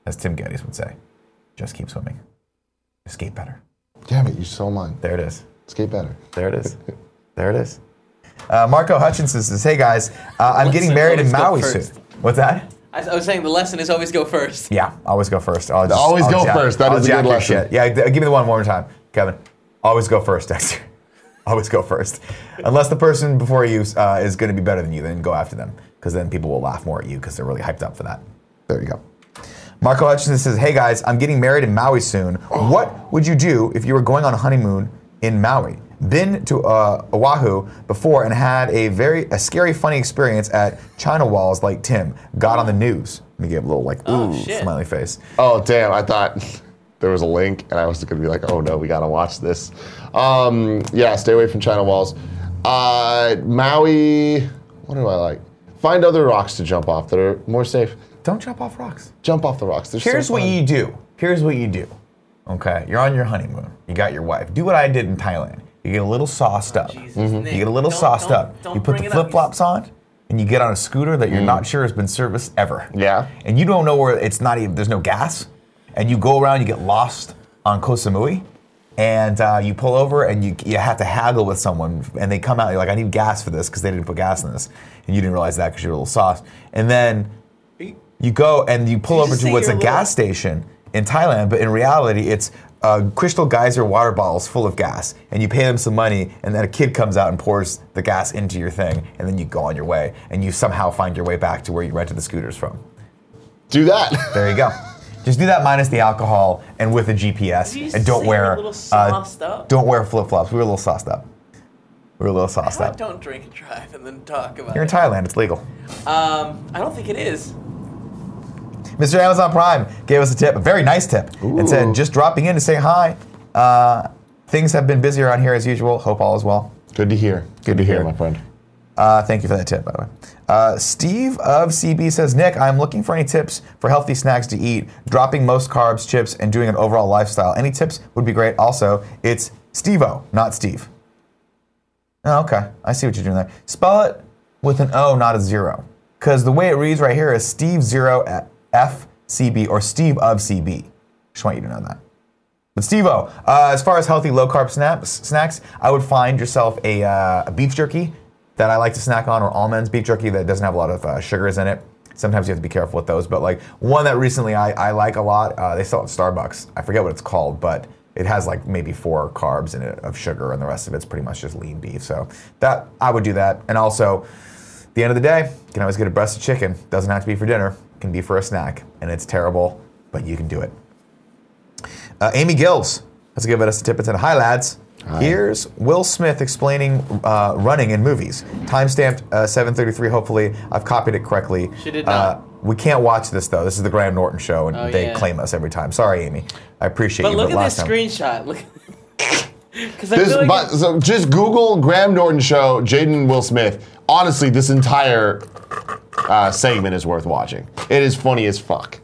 [SPEAKER 1] as Tim Geddes would say. Just keep swimming. Just skate better.
[SPEAKER 3] Damn it, you stole mine.
[SPEAKER 1] There it is.
[SPEAKER 3] Skate better.
[SPEAKER 1] There it is. There it is. Uh, Marco Hutchinson says, "Hey guys, uh, I'm getting
[SPEAKER 2] Listen,
[SPEAKER 1] married in
[SPEAKER 2] always go
[SPEAKER 1] Maui soon.
[SPEAKER 2] first.
[SPEAKER 1] What's that?
[SPEAKER 2] I, I was saying the lesson is always go first.
[SPEAKER 1] Yeah, always go first. I'll just-
[SPEAKER 3] Always
[SPEAKER 1] I'll
[SPEAKER 3] go
[SPEAKER 1] jack-
[SPEAKER 3] first. That
[SPEAKER 1] I'll
[SPEAKER 3] is a good
[SPEAKER 1] jack your
[SPEAKER 3] lesson.
[SPEAKER 1] shit. Yeah, th- give me the one more time, Kevin. Always go first, Dexter. always go first. Unless the person before you uh, is going to be better than you, then go after them because then people will laugh more at you because they're really hyped up for that. There you go. Marco Hutchinson says, "Hey guys, I'm getting married in Maui soon. What would you do if you were going on a honeymoon in Maui? Been to uh, Oahu before and had a very a scary, funny experience at China Walls like Tim. Got on the news. Let me give a little like
[SPEAKER 2] Oh,
[SPEAKER 1] ooh
[SPEAKER 2] shit.
[SPEAKER 1] smiley face.
[SPEAKER 3] Oh damn! I thought there was a link, and I was gonna be like, "Oh no, we gotta watch this." Um, yeah, stay away from China walls. Uh, Maui. What do I like? Find other rocks to jump off that are more safe.
[SPEAKER 1] Don't jump off rocks.
[SPEAKER 3] Jump off the rocks. They're so
[SPEAKER 1] Here's what
[SPEAKER 3] fun.
[SPEAKER 1] you do. Here's what you do. Okay, you're on your honeymoon. You got your wife. Do what I did in Thailand. You get a little sauced up. Mm-hmm.
[SPEAKER 2] Jesus,
[SPEAKER 1] You
[SPEAKER 2] Nick,
[SPEAKER 1] get a little
[SPEAKER 2] don't-
[SPEAKER 1] sauced
[SPEAKER 2] don't-
[SPEAKER 1] up.
[SPEAKER 2] don't
[SPEAKER 1] you put
[SPEAKER 2] bring
[SPEAKER 1] the
[SPEAKER 2] it up. Mm.
[SPEAKER 1] flip flops on, and you get on a scooter that you're not sure has been serviced ever.
[SPEAKER 3] Yeah.
[SPEAKER 1] And you don't know where it's not even. There's no gas, and you go around. You get lost on Koh Samui, and uh, you pull over, and you you have to haggle with someone, and they come out. You're like, I need gas for this because they didn't put gas in this, and you didn't realize that because you're a little sauced. And then you go and you pull
[SPEAKER 2] You
[SPEAKER 1] over
[SPEAKER 2] just
[SPEAKER 1] to
[SPEAKER 2] say
[SPEAKER 1] what's a
[SPEAKER 2] you're a
[SPEAKER 1] gas station in Thailand, but in reality, it's uh, crystal geyser water bottles full of gas, and you pay them some money, and then a kid comes out and pours the gas into your thing, and then you go on your way, and you somehow find your way back to where you rented the scooters from.
[SPEAKER 3] Do that.
[SPEAKER 1] There you go. Just do that minus the alcohol and with a GPS,
[SPEAKER 2] Did you
[SPEAKER 1] and
[SPEAKER 2] just
[SPEAKER 1] don't
[SPEAKER 2] say you're
[SPEAKER 1] wear uh,
[SPEAKER 2] a little sauced up?
[SPEAKER 1] don't wear flip flops. We were a little sauced up. We were a little sauced
[SPEAKER 2] I
[SPEAKER 1] up.
[SPEAKER 2] don't drink and drive and then talk about
[SPEAKER 1] You're in
[SPEAKER 2] it.
[SPEAKER 1] Thailand. It's legal.
[SPEAKER 2] um, I don't think it is.
[SPEAKER 1] Mr. Amazon Prime gave us a tip, a very nice tip, and said, just dropping in to say hi. Uh, things have been busy around here as usual. Hope all is well.
[SPEAKER 3] Good to hear. Good to hear, my friend.
[SPEAKER 1] Uh, thank you for that tip, by the way. Uh, Steve of CB says, Nick, I'm looking for any tips for healthy snacks to eat, dropping most carbs, chips, and doing an overall lifestyle. Any tips would be great. Also, it's Stevo, not Steve. Oh, okay. I see what you're doing there. Spell it with an O, not a zero. Because the way it reads right here is Steve Zero at FCB or Steve of CB. Just want you to know that. But Stevo, uh, as far as healthy low carb snaps, snacks, I would find yourself a, uh, a beef jerky that I like to snack on, or almonds beef jerky that doesn't have a lot of uh, sugars in it. Sometimes you have to be careful with those, but like one that recently I, I like a lot, uh, they sell it at Starbucks. I forget what it's called, but it has like maybe four carbs in it of sugar, and the rest of it's pretty much just lean beef. So that I would do that, and also at the end of the day, you can always get a breast of chicken. Doesn't have to be for dinner. Can be for a snack, and it's terrible, but you can do it. Uh, Amy Gills has given us a tip and said, Hi, lads. Here's Will Smith explaining uh, running in movies. Time stamped uh, 7:33. Hopefully, I've copied it correctly.
[SPEAKER 2] She did
[SPEAKER 1] Uh,
[SPEAKER 2] not.
[SPEAKER 1] we can't watch this though. This is the Graham Norton show, and
[SPEAKER 2] Oh,
[SPEAKER 1] they
[SPEAKER 2] yeah.
[SPEAKER 1] claim us every time. Sorry, Amy. I appreciate
[SPEAKER 2] But
[SPEAKER 1] you.
[SPEAKER 2] look
[SPEAKER 1] but
[SPEAKER 2] at
[SPEAKER 1] last
[SPEAKER 2] this
[SPEAKER 1] time,
[SPEAKER 2] screenshot. Look. Because I
[SPEAKER 3] This,
[SPEAKER 2] feel like
[SPEAKER 3] but,
[SPEAKER 2] it's-
[SPEAKER 3] so just Google Graham Norton show, Jaden Will Smith. Honestly, this entire uh, segment is worth watching. It is funny as fuck.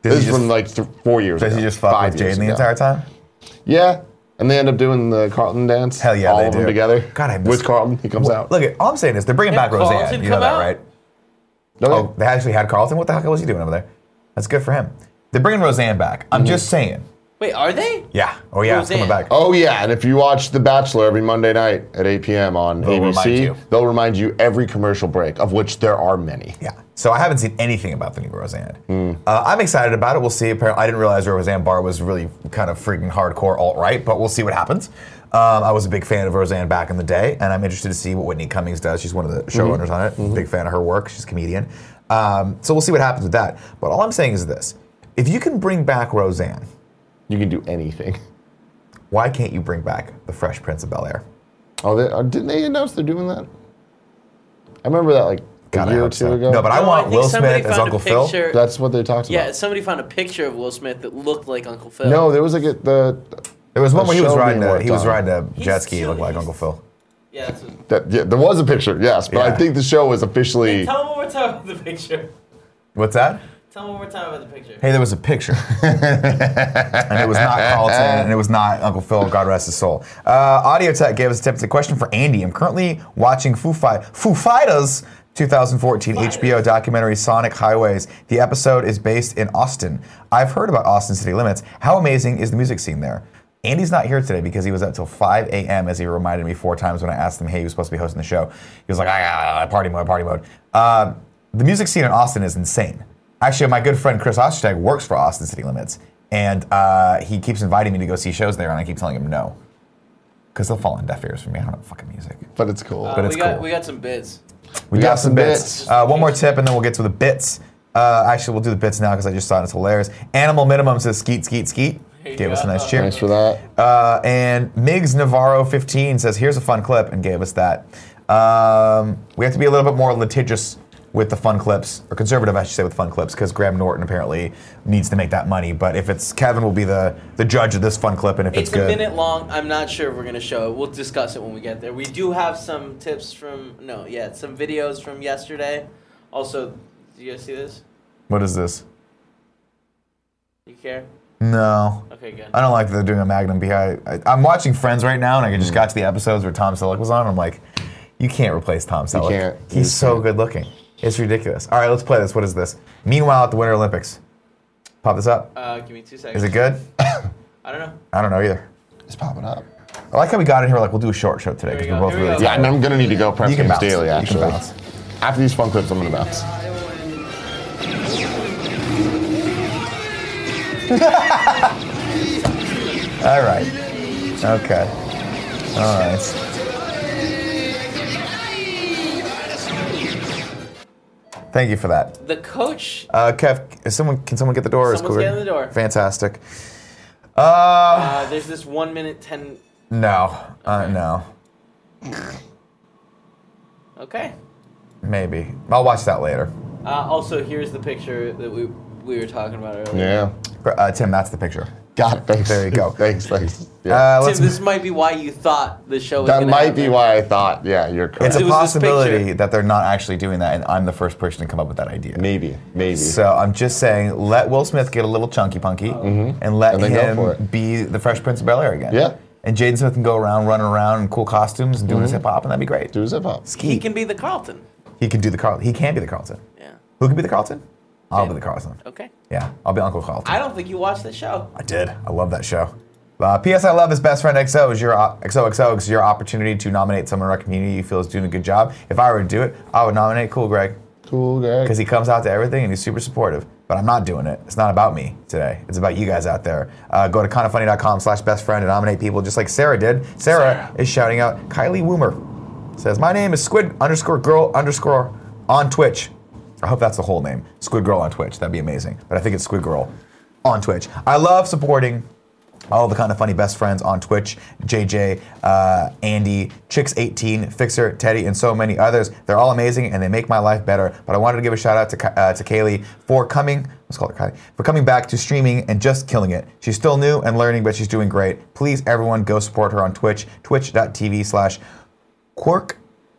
[SPEAKER 1] Does
[SPEAKER 3] this
[SPEAKER 1] he
[SPEAKER 3] is from
[SPEAKER 1] just-
[SPEAKER 3] like th- four years
[SPEAKER 1] Does
[SPEAKER 3] ago.
[SPEAKER 1] he just fuck
[SPEAKER 3] five
[SPEAKER 1] with Jaden
[SPEAKER 3] years
[SPEAKER 1] the
[SPEAKER 3] ago.
[SPEAKER 1] entire time?
[SPEAKER 3] Yeah, and they end up doing the Carlton dance.
[SPEAKER 1] Hell yeah,
[SPEAKER 3] all
[SPEAKER 1] they
[SPEAKER 3] of
[SPEAKER 1] do.
[SPEAKER 3] them together.
[SPEAKER 1] God, I miss-
[SPEAKER 3] with Carlton, he comes out.
[SPEAKER 1] Look, at, all I'm saying is they're bringing
[SPEAKER 2] Did
[SPEAKER 1] back Roseanne.
[SPEAKER 2] Carlton
[SPEAKER 1] You know
[SPEAKER 2] come
[SPEAKER 1] that,
[SPEAKER 2] out?
[SPEAKER 1] right?
[SPEAKER 3] No,
[SPEAKER 1] Oh, they actually had Carlton. What the heck was he doing over there? That's good for him. They're bringing Roseanne back. I'm just saying.
[SPEAKER 2] wait, are they?
[SPEAKER 1] Yeah. Oh yeah, it's coming
[SPEAKER 2] Roseanne.
[SPEAKER 1] back.
[SPEAKER 3] Oh yeah, and if you watch The Bachelor every Monday night at 8 p.m. on
[SPEAKER 1] remind
[SPEAKER 3] ABC,
[SPEAKER 1] you.
[SPEAKER 3] they'll remind you every commercial break, of which there are many.
[SPEAKER 1] Oh, Yeah. So I haven't seen anything about the new Roseanne. Uh, I'm excited about it. We'll see. Apparently, I didn't realize Roseanne Barr was really kind of freaking hardcore alt right, but we'll see what happens. Um, I was a big fan of Roseanne back in the day, and I'm interested to see what Whitney Cummings does. She's one of the showrunners on it. Big fan of her work. She's a comedian. Um, so we'll see what happens with that. But all I'm saying is this: if you can bring back Roseanne,
[SPEAKER 3] You can do anything.
[SPEAKER 1] why can't you bring back the Fresh Prince of Bel Air?
[SPEAKER 3] Oh, they, uh, didn't they announce they're doing that? I remember that like
[SPEAKER 1] God,
[SPEAKER 3] a
[SPEAKER 1] I
[SPEAKER 3] year or
[SPEAKER 1] hope
[SPEAKER 3] two
[SPEAKER 1] so.
[SPEAKER 3] ago.
[SPEAKER 1] No, but I
[SPEAKER 2] No,
[SPEAKER 1] want
[SPEAKER 2] think
[SPEAKER 1] Will
[SPEAKER 2] somebody
[SPEAKER 1] Smith as
[SPEAKER 2] found a
[SPEAKER 1] Uncle Phil.
[SPEAKER 2] picture-
[SPEAKER 3] that's what they talked
[SPEAKER 2] Yeah,
[SPEAKER 3] about.
[SPEAKER 2] somebody found a picture of Will Smith that looked like Uncle Phil.
[SPEAKER 3] No, there was like a, the
[SPEAKER 1] There was one where he was
[SPEAKER 3] show
[SPEAKER 1] riding
[SPEAKER 3] being
[SPEAKER 1] a,
[SPEAKER 3] worked
[SPEAKER 1] he was
[SPEAKER 3] on.
[SPEAKER 1] riding a
[SPEAKER 2] He's
[SPEAKER 1] jet ski,
[SPEAKER 2] cute.
[SPEAKER 1] looked like
[SPEAKER 2] He's-
[SPEAKER 1] Uncle Phil.
[SPEAKER 2] Yeah, that's what,
[SPEAKER 3] that yeah, there was a picture. Yes, but
[SPEAKER 1] Yeah.
[SPEAKER 3] I think the show was officially.
[SPEAKER 2] tell him one more time about the picture.
[SPEAKER 1] What's that?
[SPEAKER 2] Tell him one more time about the picture.
[SPEAKER 1] Hey, there was a picture. and it was not Carlton, and it was not Uncle Phil, God rest his soul. Uh, Audio Tech gave us a tip. It's a question for Andy. I'm currently watching Foo, Fi- Foo Fighters 2014 HBO documentary Sonic Highways. The episode is based in Austin. I've heard about Austin city limits. How amazing is the music scene there? Andy's not here today because he was up till 5 a.m. as he reminded me four times when I asked him, hey, he was supposed to be hosting the show. He was like, ah, ah, ah, party mode, party mode. Uh, the music scene in Austin is insane. Actually, my good friend Chris Ostertag works for Austin City Limits, and uh, he keeps inviting me to go see shows there, and I keep telling him no. Because they'll fall on deaf ears for me. I don't know fucking music.
[SPEAKER 3] But it's cool.
[SPEAKER 2] Uh,
[SPEAKER 1] but it's
[SPEAKER 2] we got
[SPEAKER 1] cool.
[SPEAKER 2] we got some bids.
[SPEAKER 1] We,
[SPEAKER 3] We
[SPEAKER 1] got,
[SPEAKER 3] got
[SPEAKER 1] some
[SPEAKER 3] some
[SPEAKER 1] bits.
[SPEAKER 3] bits.
[SPEAKER 1] Uh, one more tip, and then we'll get to the bits. Uh, actually, we'll do the bits now because I just saw it. It's hilarious. Animal Minimum says skeet, skeet, skeet.
[SPEAKER 2] There you
[SPEAKER 1] Gave us a
[SPEAKER 2] go.
[SPEAKER 1] nice cheer.
[SPEAKER 3] Thanks for that.
[SPEAKER 1] Uh, and Migs Navarro 15 says, "Here's a fun clip," and gave us that. Um, we have to be a little bit more litigious with the fun clips, or conservative, I should say, with fun clips, because Graham Norton apparently needs to make that money. But if it's Kevin, will be the the judge of this fun clip, and if it's,
[SPEAKER 2] It's, a
[SPEAKER 1] good,
[SPEAKER 2] minute long. I'm not sure if we're gonna show it. We'll discuss it when we get there. We do have some tips from no, yeah, some videos from yesterday. Also, do you guys see this?
[SPEAKER 1] what is this?
[SPEAKER 2] You care?
[SPEAKER 1] No.
[SPEAKER 2] Okay, good.
[SPEAKER 1] I don't like that they're doing a Magnum behind. I, I'm watching Friends right now, and I just
[SPEAKER 3] Mm.
[SPEAKER 1] got to the episodes where Tom Selleck was on. And I'm like, you can't replace Tom Selleck.
[SPEAKER 3] can't. You
[SPEAKER 1] He's so
[SPEAKER 3] can't.
[SPEAKER 1] good looking. It's ridiculous. All right, let's play this. What is this? Meanwhile, at the Winter Olympics. Pop this up.
[SPEAKER 2] Uh, give me two seconds.
[SPEAKER 1] Is it good?
[SPEAKER 2] I don't know.
[SPEAKER 1] I don't know either.
[SPEAKER 3] It's popping up.
[SPEAKER 1] I like how we got in here. We're like, we'll do a short show today
[SPEAKER 2] Here we
[SPEAKER 1] because we're
[SPEAKER 2] go,
[SPEAKER 1] both
[SPEAKER 2] here we
[SPEAKER 1] really.
[SPEAKER 2] go.
[SPEAKER 3] Yeah, and I'm gonna need to go prep
[SPEAKER 1] You can bounce.
[SPEAKER 3] games daily.
[SPEAKER 1] You can
[SPEAKER 3] Actually,
[SPEAKER 1] bounce.
[SPEAKER 3] after these fun clips, I'm gonna bounce.
[SPEAKER 1] All right. Okay. All right. Thank you for that.
[SPEAKER 2] The coach.
[SPEAKER 1] Uh, Kev, is someone can someone get the door? Is
[SPEAKER 2] Someone's
[SPEAKER 1] clear?
[SPEAKER 2] getting the door.
[SPEAKER 1] Fantastic. Uh,
[SPEAKER 2] Uh, there's this one minute ten.
[SPEAKER 1] no, uh,
[SPEAKER 2] Okay.
[SPEAKER 1] no,
[SPEAKER 2] Okay.
[SPEAKER 1] maybe. I'll watch that later.
[SPEAKER 2] Uh, also, here's the picture that we we were talking about earlier.
[SPEAKER 3] Yeah,
[SPEAKER 1] Uh, Tim, that's the picture.
[SPEAKER 3] got it. Thanks.
[SPEAKER 1] There you go.
[SPEAKER 3] thanks. Thanks. Yeah.
[SPEAKER 1] Uh, let's.
[SPEAKER 2] Tim, this might be why you thought the show was.
[SPEAKER 3] that
[SPEAKER 2] gonna
[SPEAKER 3] might be
[SPEAKER 2] happen.
[SPEAKER 3] why I thought. Yeah, you're correct.
[SPEAKER 1] it's a
[SPEAKER 2] It was this
[SPEAKER 1] possibility
[SPEAKER 2] picture.
[SPEAKER 1] that they're not actually doing that, and I'm the first person to come up with that idea.
[SPEAKER 3] maybe. Maybe.
[SPEAKER 1] So I'm just saying, let Will Smith get a little chunky punky,
[SPEAKER 2] Oh. Mm-hmm.
[SPEAKER 1] and let
[SPEAKER 3] And then go for
[SPEAKER 1] him
[SPEAKER 3] it.
[SPEAKER 1] be the Fresh Prince of Bel Air again.
[SPEAKER 3] Yeah.
[SPEAKER 1] And Jaden Smith can go around running around in cool costumes and doing
[SPEAKER 3] Mm-hmm.
[SPEAKER 1] his hip hop, and that'd be great.
[SPEAKER 3] Do a zip up.
[SPEAKER 1] Ski.
[SPEAKER 2] He can be the Carlton.
[SPEAKER 1] He can do the Carlton. He can be the Carlton.
[SPEAKER 2] Yeah.
[SPEAKER 1] Who can be the Carlton? I'll be
[SPEAKER 2] Jaden.
[SPEAKER 1] the Carlton.
[SPEAKER 2] Okay.
[SPEAKER 1] Yeah, I'll be Uncle Carlton.
[SPEAKER 2] I don't think you watched the show.
[SPEAKER 1] I did. I love that show. Uh, P.S. I love is best friend XO is your uh, o- XOXO is your opportunity to nominate someone in our community you feel is doing a good job. If I were to do it, I would nominate Cool Greg
[SPEAKER 3] Cool guy.
[SPEAKER 1] because he comes out to everything and he's super supportive. But I'm not doing it. It's not about me today. It's about you guys out there. Uh, go to kindoffunny.com slash best friend and nominate people just like Sarah did. Sarah, is shouting out Kylie Woomer. Says, my name is Squid underscore girl underscore on Twitch. I hope that's the whole name. Squid Girl on Twitch. That'd be amazing. But I think it's Squid Girl on Twitch. I love supporting all the kind of funny best friends on Twitch, JJ, uh, Andy, Chicks18, Fixer, Teddy, and so many others. They're all amazing and they make my life better. But I wanted to give a shout out to, Ki- uh, to Kaylee for coming, let's call her Kylie, for coming back to streaming and just killing it. She's still new and learning, but she's doing great. Please, everyone, go support her on Twitch, twitch.tv slash Quirk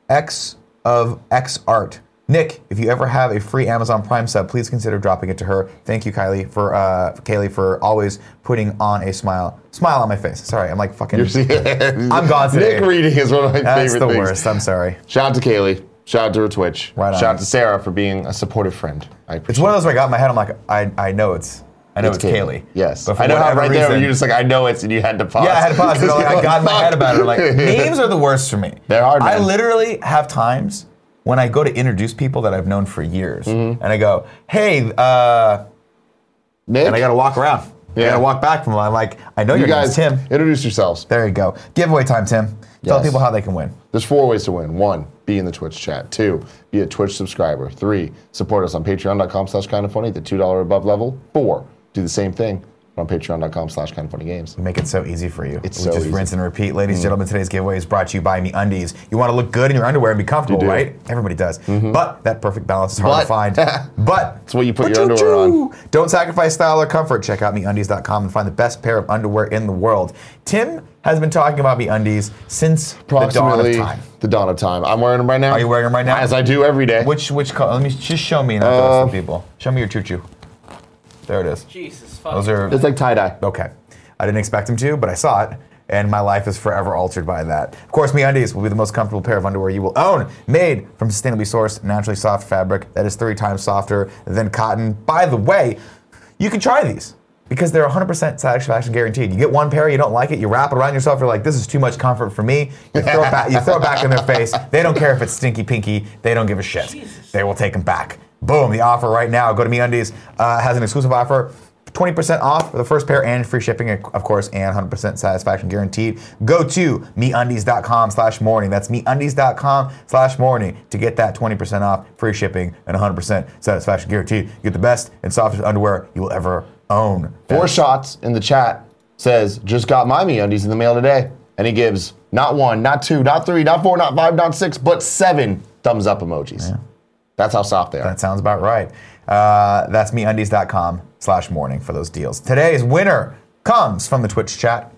[SPEAKER 1] X of X Art. Nick, if you ever have a free Amazon Prime sub, please consider dropping it to her. Thank you, Kylie, for uh, Kaylee for always putting on a smile smile on my face. Sorry, I'm like fucking.
[SPEAKER 3] You're seeing-
[SPEAKER 1] I'm gone today.
[SPEAKER 3] Nick reading is one of my
[SPEAKER 1] that's
[SPEAKER 3] favorite
[SPEAKER 1] the
[SPEAKER 3] things.
[SPEAKER 1] worst. I'm sorry.
[SPEAKER 3] Shout out to Kaylee. Shout out to her Twitch.
[SPEAKER 1] Right on.
[SPEAKER 3] Shout out to Sarah for being a supportive friend. I
[SPEAKER 1] It's
[SPEAKER 3] appreciate
[SPEAKER 1] one of those where I got in my head. I'm like, I, I know it's I know it's, Kaylee.
[SPEAKER 3] Yes.
[SPEAKER 1] but for
[SPEAKER 3] I know how
[SPEAKER 1] whatever
[SPEAKER 3] right there
[SPEAKER 1] reason-
[SPEAKER 3] you're just like, I know it's, and you had to pause.
[SPEAKER 1] Yeah, I had to pause. and I'm like, I got in my head about it. I'm like, names are the worst for me.
[SPEAKER 3] They're hard,
[SPEAKER 1] I
[SPEAKER 3] man.
[SPEAKER 1] literally have times when I go to introduce people that I've known for years,
[SPEAKER 3] Mm-hmm.
[SPEAKER 1] and I go, "Hey," uh,
[SPEAKER 3] Nick,
[SPEAKER 1] and I got to walk around. I
[SPEAKER 3] Yeah.
[SPEAKER 1] got to walk back from. them. I'm like, I know
[SPEAKER 3] you
[SPEAKER 1] your
[SPEAKER 3] guys,
[SPEAKER 1] name's Tim.
[SPEAKER 3] introduce yourselves.
[SPEAKER 1] There you go. Giveaway time, Tim. Tell
[SPEAKER 3] Yes.
[SPEAKER 1] people how they can win.
[SPEAKER 3] There's four ways to win. One, be in the Twitch chat. Two, be a Twitch subscriber. Three, support us on patreon.com slash kind of funny, the $2 or above level. Four, do the same thing on patreon.com slash kind of funny games.
[SPEAKER 1] Make it so easy for you.
[SPEAKER 3] It's
[SPEAKER 1] we
[SPEAKER 3] so
[SPEAKER 1] just
[SPEAKER 3] easy. Mm.
[SPEAKER 1] rinse and repeat. Ladies and gentlemen, today's giveaway is brought to you by Me Undies. You want to look good in your underwear and be comfortable,
[SPEAKER 3] do. Mm-hmm.
[SPEAKER 1] right? Everybody does. But that perfect balance is hard to
[SPEAKER 3] But-
[SPEAKER 1] find. but it's
[SPEAKER 3] what you put your underwear on.
[SPEAKER 1] Don't sacrifice style or comfort. Check out MeUndies.com and find the best pair of underwear in the world. Tim has been talking about Me Undies since the dawn
[SPEAKER 3] Approximately
[SPEAKER 1] of time.
[SPEAKER 3] the dawn of time. I'm wearing them right now.
[SPEAKER 1] Are you wearing 'em right now?
[SPEAKER 3] As I do every day.
[SPEAKER 1] Which which color? Let me just show me and I'll
[SPEAKER 3] Uh,
[SPEAKER 1] tell some people. Show me your choo choo. There it is.
[SPEAKER 2] Jesus fuck.
[SPEAKER 1] Those are
[SPEAKER 3] It's like tie dye.
[SPEAKER 1] Okay. I didn't expect him to, but I saw it, and my life is forever altered by that. Of course, MeUndies will be the most comfortable pair of underwear you will own, made from sustainably sourced, naturally soft fabric that is three times softer than cotton. By the way, you can try these because they're 100% satisfaction guaranteed. You get one pair, you don't like it, you wrap it around yourself, you're like, this is too much comfort for me. You throw it back, you throw it back in their face. They don't care if it's stinky pinky, they don't give a shit.
[SPEAKER 2] Jesus.
[SPEAKER 1] They will take them back. Boom, the offer right now. Go to MeUndies, uh, has an exclusive offer. 20% off for the first pair and free shipping, of course, and 100% satisfaction guaranteed. Go to MeUndies.com slash morning. That's MeUndies.com slash morning to get that 20% off, free shipping, and 100% satisfaction guaranteed. You get the best and softest underwear you will ever own.
[SPEAKER 3] Four shots in the chat says, just got my MeUndies in the mail today. And he gives not one, not two, not three, not four, not five, not six, but seven thumbs up emojis. That's how soft they are.
[SPEAKER 1] That sounds about right. Uh, that's meundies.com slash morning for those deals. Today's winner comes from the Twitch chat.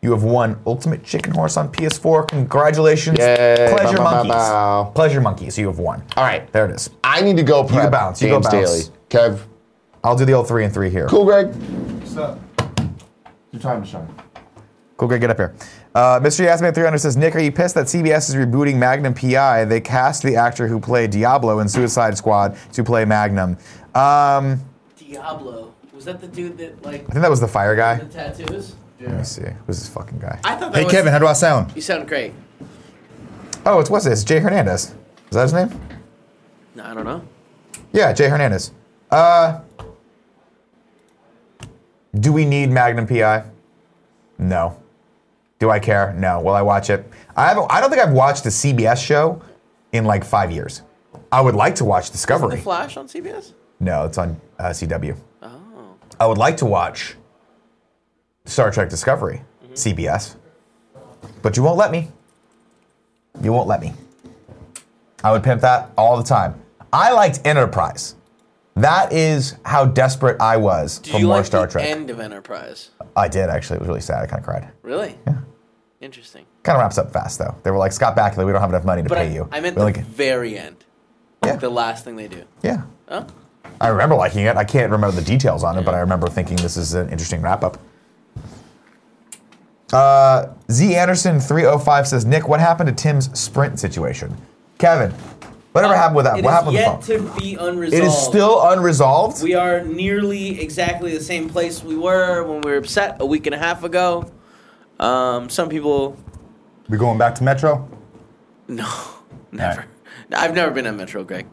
[SPEAKER 1] You have won Ultimate Chicken Horse on PS4. Congratulations.
[SPEAKER 3] Yay.
[SPEAKER 1] Pleasure
[SPEAKER 3] Bow, bow,
[SPEAKER 1] Monkeys.
[SPEAKER 3] bow.
[SPEAKER 1] Pleasure Monkeys, you have won.
[SPEAKER 3] All right.
[SPEAKER 1] There it is.
[SPEAKER 3] I need to go prep
[SPEAKER 1] bounce, you go
[SPEAKER 3] games
[SPEAKER 1] bounce.
[SPEAKER 3] daily. Kev,
[SPEAKER 1] I'll do the old three and three here.
[SPEAKER 3] cool, Greg.
[SPEAKER 5] What's up?
[SPEAKER 3] Your time to shine.
[SPEAKER 1] Cool, great, get up here. Uh, Mr. Yasman300 says, Nick, are you pissed that CBS is rebooting Magnum PI? They cast the actor who played Diablo in Suicide Squad to play Magnum. Um,
[SPEAKER 2] Diablo. Was that the dude that like
[SPEAKER 1] I think that was the fire guy.
[SPEAKER 2] the tattoos?
[SPEAKER 1] Let me see. Who's this fucking guy?
[SPEAKER 2] I thought that
[SPEAKER 5] Hey
[SPEAKER 2] was
[SPEAKER 5] Kevin, how do I sound?
[SPEAKER 2] You sound great.
[SPEAKER 1] Oh, it's what's this? Jay Hernandez. Is that his name?
[SPEAKER 2] No, I don't know.
[SPEAKER 1] Yeah, Jay Hernandez. Uh, do we need Magnum PI? No. Do I care? No. Will I watch it? I haven't. I don't think I've watched a CBS show in like five years. I would like to watch
[SPEAKER 2] Isn't the
[SPEAKER 1] Discovery.
[SPEAKER 2] Flash on CBS?
[SPEAKER 1] No, it's on uh, CW.
[SPEAKER 2] Oh.
[SPEAKER 1] I would like to watch Star Trek Discovery,
[SPEAKER 2] Mm-hmm.
[SPEAKER 1] CBS, but you won't let me. You won't let me. I would pimp that all the time. I liked Enterprise. That is how desperate I was
[SPEAKER 2] Did
[SPEAKER 1] for
[SPEAKER 2] you
[SPEAKER 1] more
[SPEAKER 2] like
[SPEAKER 1] Star
[SPEAKER 2] the
[SPEAKER 1] Trek.
[SPEAKER 2] end of Enterprise?
[SPEAKER 1] I did actually. It was really sad. I kind of cried.
[SPEAKER 2] Really? Yeah. Interesting.
[SPEAKER 1] Kind of wraps up fast though. They were like Scott Bakula, we don't have enough money to
[SPEAKER 2] But
[SPEAKER 1] pay
[SPEAKER 2] I,
[SPEAKER 1] you.
[SPEAKER 2] I meant
[SPEAKER 1] We're
[SPEAKER 2] the
[SPEAKER 1] like,
[SPEAKER 2] very end.
[SPEAKER 1] yeah,
[SPEAKER 2] The last thing they do.
[SPEAKER 1] yeah.
[SPEAKER 2] Oh.
[SPEAKER 1] I remember liking it. I can't remember the details on it, but I remember thinking this is an interesting wrap up. Uh, Z Anderson three oh five says Nick, what happened to Tim's sprint situation? Kevin, whatever happened with that?
[SPEAKER 2] Uh, It
[SPEAKER 1] what
[SPEAKER 2] is
[SPEAKER 1] happened with the
[SPEAKER 2] yet
[SPEAKER 1] phone?
[SPEAKER 2] to be unresolved.
[SPEAKER 1] it is still unresolved.
[SPEAKER 2] We are nearly exactly the same place we were when we were upset a week and a half ago. Um, some people,
[SPEAKER 5] We're going back to Metro.
[SPEAKER 2] no, never. I've never been on Metro, Greg.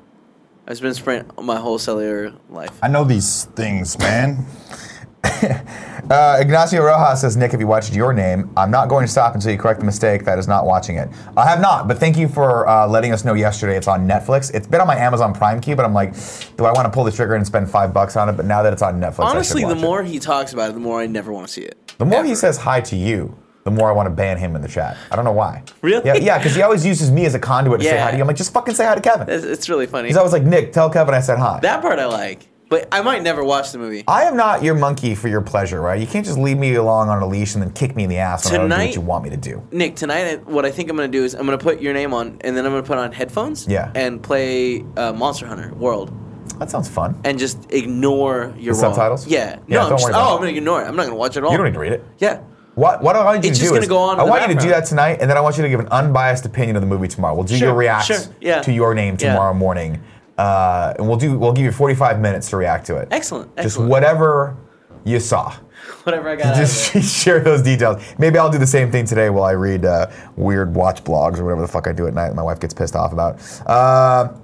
[SPEAKER 2] I've been Sprint my whole cellular life.
[SPEAKER 5] I know these things, man.
[SPEAKER 1] Uh, Ignacio Rojas says Nick, have you watched your name? I'm not going to stop until you correct the mistake. That is not watching it. I have not, but thank you for uh, letting us know yesterday. It's on Netflix. It's been on my Amazon Prime queue, but I'm like, do I want to pull the trigger and spend five bucks on it? But now that it's on Netflix, I should
[SPEAKER 2] Honestly, the
[SPEAKER 1] watch it.
[SPEAKER 2] more he talks about it, the more I never want to see it.
[SPEAKER 1] The more he
[SPEAKER 2] Ever.
[SPEAKER 1] says hi to you, the more I want to ban him in the chat. I don't know why.
[SPEAKER 2] Really?
[SPEAKER 1] Yeah, yeah, because he always uses me as a conduit to say
[SPEAKER 2] Yeah.
[SPEAKER 1] hi to you. I'm like, just fucking say hi to Kevin.
[SPEAKER 2] It's, it's really funny.
[SPEAKER 1] He's always like, Nick, tell Kevin I said hi.
[SPEAKER 2] that part I like, but I might never watch the movie.
[SPEAKER 1] I am not your monkey for your pleasure, right? You can't just leave me along on a leash and then kick me in the ass when I don't do
[SPEAKER 2] Tonight-
[SPEAKER 1] what you want me to do.
[SPEAKER 2] Nick, tonight, I- what I think I'm going to do is I'm going to put your name on, and then I'm going to put on headphones.
[SPEAKER 1] Yeah.
[SPEAKER 2] And play uh, Monster Hunter World,
[SPEAKER 1] That sounds fun.
[SPEAKER 2] and just ignore your
[SPEAKER 1] The
[SPEAKER 2] wrong-
[SPEAKER 1] subtitles?
[SPEAKER 2] Yeah.
[SPEAKER 1] Yeah,
[SPEAKER 2] No, I'm
[SPEAKER 1] don't
[SPEAKER 2] just,
[SPEAKER 1] worry about
[SPEAKER 2] oh,
[SPEAKER 1] it.
[SPEAKER 2] I'm going to ignore it. I'm not going to watch it at all.
[SPEAKER 1] You don't need to read it.
[SPEAKER 2] Yeah.
[SPEAKER 1] What, what I want you
[SPEAKER 2] It's
[SPEAKER 1] to
[SPEAKER 2] just
[SPEAKER 1] do
[SPEAKER 2] gonna
[SPEAKER 1] is
[SPEAKER 2] go on in
[SPEAKER 1] I
[SPEAKER 2] the
[SPEAKER 1] want you to do
[SPEAKER 2] background.
[SPEAKER 1] that tonight, and then I want you to give an unbiased opinion of the movie tomorrow. We'll do
[SPEAKER 2] Sure,
[SPEAKER 1] your reacts
[SPEAKER 2] sure, yeah.
[SPEAKER 1] to your name
[SPEAKER 2] Yeah.
[SPEAKER 1] tomorrow morning, uh, and we'll do. We'll give you 45 minutes to react to it.
[SPEAKER 2] Excellent.
[SPEAKER 1] Just
[SPEAKER 2] excellent.
[SPEAKER 1] whatever you saw.
[SPEAKER 2] whatever I got. out of
[SPEAKER 1] just
[SPEAKER 2] it.
[SPEAKER 1] share those details. Maybe I'll do the same thing today while I read uh, weird watch blogs or whatever the fuck I do at night. And my wife gets pissed off about. Uh,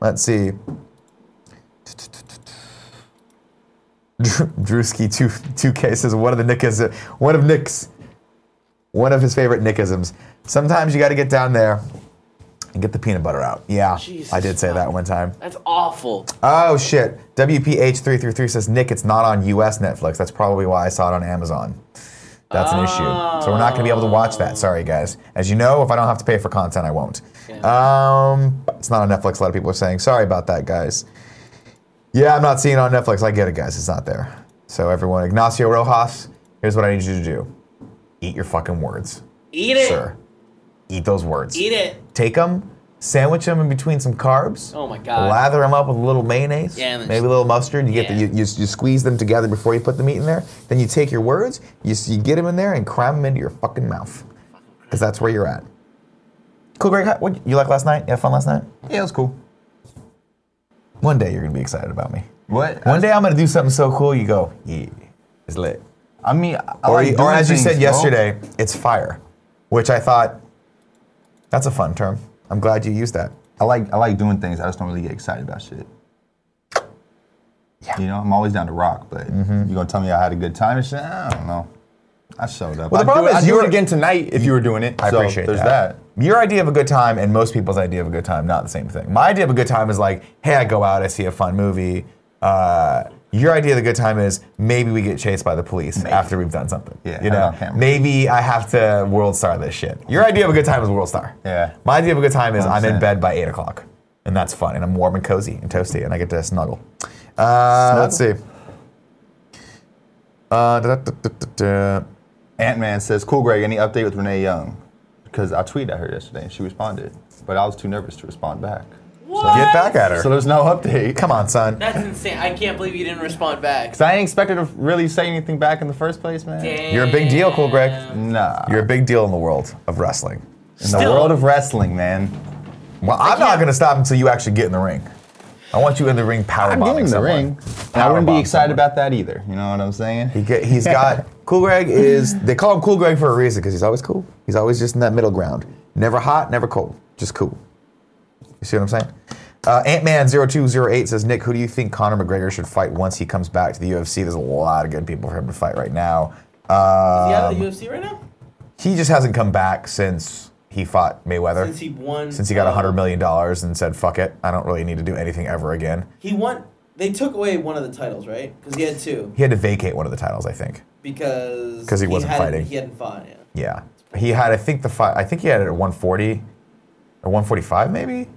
[SPEAKER 1] let's see. Drew- Drewski two two cases. One of the Nickism, one of Nick's, one of his favorite Nickisms. Sometimes you got to get down there and get the peanut butter out. Yeah, I did
[SPEAKER 2] Jesus
[SPEAKER 1] say that
[SPEAKER 2] fuck.
[SPEAKER 1] one time.
[SPEAKER 2] That's awful.
[SPEAKER 1] Oh shit! WPH333 says Nick, it's not on U.S. Netflix. That's probably why I saw it on Amazon. That's an issue. So we're not going to be able to watch that. Sorry, guys. As you know, if I don't have to pay for content, I won't. Um, it's not on Netflix. A lot of people are saying sorry about that, guys. Yeah, I'm not seeing it on Netflix. I get it, guys. It's not there. So everyone, Ignacio Rojas, here's what I need you to do: eat your fucking words,
[SPEAKER 2] Eat it.
[SPEAKER 1] sir. Eat those words.
[SPEAKER 2] Eat it.
[SPEAKER 1] Take them, sandwich them in between some carbs.
[SPEAKER 2] Oh my God.
[SPEAKER 1] Lather them up with a little mayonnaise,
[SPEAKER 2] Yeah, and then
[SPEAKER 1] maybe a little mustard. You get the,
[SPEAKER 2] Yeah.
[SPEAKER 1] you, you, you squeeze them together before you put the meat in there. Then you take your words, you, s- you get them in there and cram them into your fucking mouth, because that's where you're at. Cool, Greg. how- What you like last night? You had fun last night?
[SPEAKER 5] Yeah, it was cool.
[SPEAKER 1] One day you're gonna be excited about me.
[SPEAKER 5] What?
[SPEAKER 1] One day I'm gonna do something so cool you go, yeah, it's lit.
[SPEAKER 5] I mean, I
[SPEAKER 1] Or,
[SPEAKER 5] like
[SPEAKER 1] or
[SPEAKER 5] doing
[SPEAKER 1] as you said
[SPEAKER 5] things, bro.
[SPEAKER 1] yesterday, it's fire, which I thought that's a fun term. I'm glad you used that.
[SPEAKER 5] I like I like doing things. I just don't really get excited about shit.
[SPEAKER 1] Yeah. Mm-hmm.
[SPEAKER 5] You know, I'm always down to rock, but you gonna tell me I had a good time and shit? I don't know. I showed
[SPEAKER 1] Well,
[SPEAKER 5] up.
[SPEAKER 1] the
[SPEAKER 5] I'd
[SPEAKER 1] problem
[SPEAKER 5] do it,
[SPEAKER 1] is
[SPEAKER 5] I'd
[SPEAKER 1] you
[SPEAKER 5] do
[SPEAKER 1] were-
[SPEAKER 5] it again tonight if you were doing it.
[SPEAKER 1] I
[SPEAKER 5] so
[SPEAKER 1] appreciate
[SPEAKER 5] there's
[SPEAKER 1] that. Your idea of a good time and most people's idea of a good time, not the same thing. My idea of a good time is like, hey, I go out, I see a fun movie. Uh, your idea of the good time is maybe we get chased by the police after we've done something.
[SPEAKER 5] Yeah,
[SPEAKER 1] you
[SPEAKER 5] I'm
[SPEAKER 1] know,
[SPEAKER 5] on camera.
[SPEAKER 1] maybe I have to world star this shit. Your idea of a good time is world star.
[SPEAKER 5] Yeah.
[SPEAKER 1] My idea of a good time is i am in
[SPEAKER 5] 100%.
[SPEAKER 1] bed by eight o'clock, and that's fun, and I'm warm and cozy and toasty, and I get to snuggle. Uh, Let's see. Uh, da- da- da- da- da.
[SPEAKER 5] Ant Man says, "Cool, Greg. Any update with Renee Young?" Because I tweeted at her yesterday and she responded, but I was too nervous to respond back.
[SPEAKER 1] Get back at her.
[SPEAKER 5] So there's no update.
[SPEAKER 1] Come on, son.
[SPEAKER 2] That's insane. I can't believe you didn't respond back.
[SPEAKER 5] Cause I ain't expected to really say anything back in the first place, man.
[SPEAKER 1] You're a big deal, Cool Greg.
[SPEAKER 5] Nah.
[SPEAKER 1] You're a big deal in the world of wrestling.
[SPEAKER 5] in the
[SPEAKER 2] Still.
[SPEAKER 5] world of wrestling, man.
[SPEAKER 1] Well, I'm not
[SPEAKER 2] can't-
[SPEAKER 1] going to stop until you actually get in the ring. I want you in the ring power
[SPEAKER 5] I'm getting the ring. I wouldn't be excited about that either. You know what I'm saying?
[SPEAKER 1] He get, he's got Cool Greg is they call him Cool Greg for a reason because he's always cool. He's always just in that middle ground, never hot, never cold, just cool. You see what I'm saying? Uh, Ant Man 0208 says Nick, who do you think Conor McGregor should fight once he comes back to the UFC? There's a lot of good people for him to fight right now. Uh,
[SPEAKER 2] Is he out of the UFC right now?
[SPEAKER 1] he just hasn't come back since he fought Mayweeher.
[SPEAKER 2] Since he won.
[SPEAKER 1] since he got
[SPEAKER 2] uh,
[SPEAKER 1] $100 million and said, fuck it, I don't really need to do anything ever again.
[SPEAKER 2] He won. They took away one of the titles, right? Because he had two.
[SPEAKER 1] He had to vacate one of the titles, I think.
[SPEAKER 2] Because.
[SPEAKER 1] 'Cause he wasn't
[SPEAKER 2] hadn't-
[SPEAKER 1] fighting.
[SPEAKER 2] He hadn't fought, yeah.
[SPEAKER 1] Yeah. He had, I think the fight, I think he had it at 140 or 145 maybe?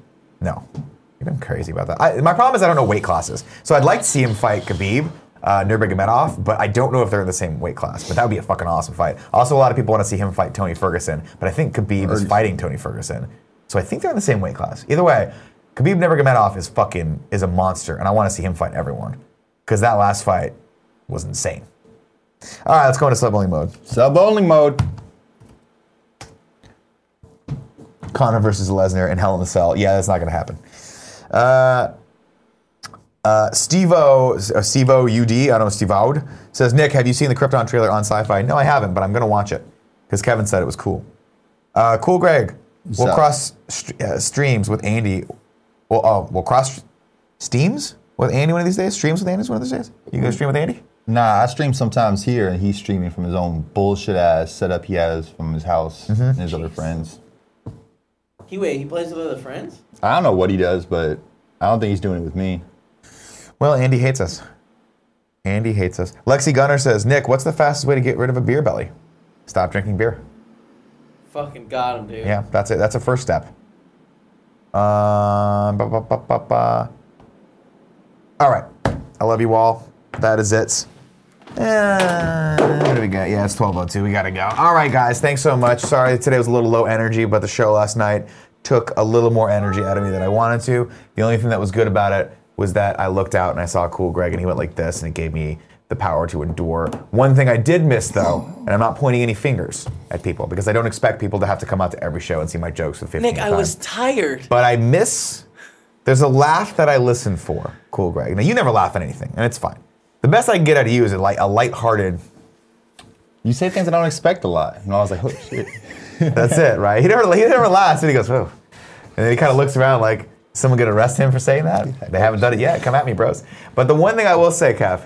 [SPEAKER 1] No. You've been crazy about that. I, my problem is I don't know weight classes. So I'd like to see him fight Khabib, uh, Nurmagomedov, but I don't know if they're in the same weight class. But that would be a fucking awesome fight. Also, a lot of people want to see him fight Tony Ferguson, but I think Khabib is fighting Tony Ferguson. So I think they're in the same weight class. Either way, Khabib Nurmagomedov is fucking, is a monster, and I want to see him fight everyone. Because that last fight was insane. All right, let's go into sub-only mode.
[SPEAKER 5] Sub only mode.
[SPEAKER 1] Connor versus Lesnar in Hell in a Cell. Yeah, that's not going to happen. Uh, uh, Stevo, uh, Stevo UD, I don't know, Stevoud, says, Nick, have you seen the Krypton trailer on sci fi? No, I haven't, but I'm going to watch it because Kevin said it was cool. Uh, cool, Greg. We'll
[SPEAKER 5] So-
[SPEAKER 1] cross st- uh, streams with Andy. Well, oh, we'll cross steams with Andy one of these days? Streams with Andy one of these days? You go stream with Andy?
[SPEAKER 5] Nah, I stream sometimes here, and he's streaming from his own bullshit ass setup he has from his house and his other friends.
[SPEAKER 2] He wait. He plays with other friends.
[SPEAKER 5] I don't know what he does, but I don't think he's doing it with me.
[SPEAKER 1] Well, Andy hates us. Andy hates us. Lexi Gunner says, Nick, what's the fastest way to get rid of a beer belly? Stop drinking beer.
[SPEAKER 2] Fucking got him, dude.
[SPEAKER 1] Yeah, that's it. That's a first step. Um, ba, ba, ba, ba, ba. All right. I love you all. That is it. Uh, what do we got? Yeah, it's 12.02. We got to go. All right, guys. Thanks so much. Sorry today was a little low energy, but the show last night took a little more energy out of me than I wanted to. The only thing that was good about it was that I looked out and I saw Cool Greg and he went like this and it gave me the power to endure. One thing I did miss though, and I'm not pointing any fingers at people because I don't expect people to have to come out to every show and see my jokes for 15
[SPEAKER 2] Nick, I
[SPEAKER 1] times.
[SPEAKER 2] was tired.
[SPEAKER 1] But I miss. There's a laugh that I listen for. Cool, Greg. Now you never laugh at anything, and it's fine. The best I can get out of you is a like a lighthearted.
[SPEAKER 5] You say things I don't expect a lot, and I was like, oh shit.
[SPEAKER 1] That's it, right? He never he never laughs, and he goes, "Whoa," and then he kind of looks around like someone gonna arrest him for saying that. They haven't done it yet. Come at me, bros. But the one thing I will say, Kev,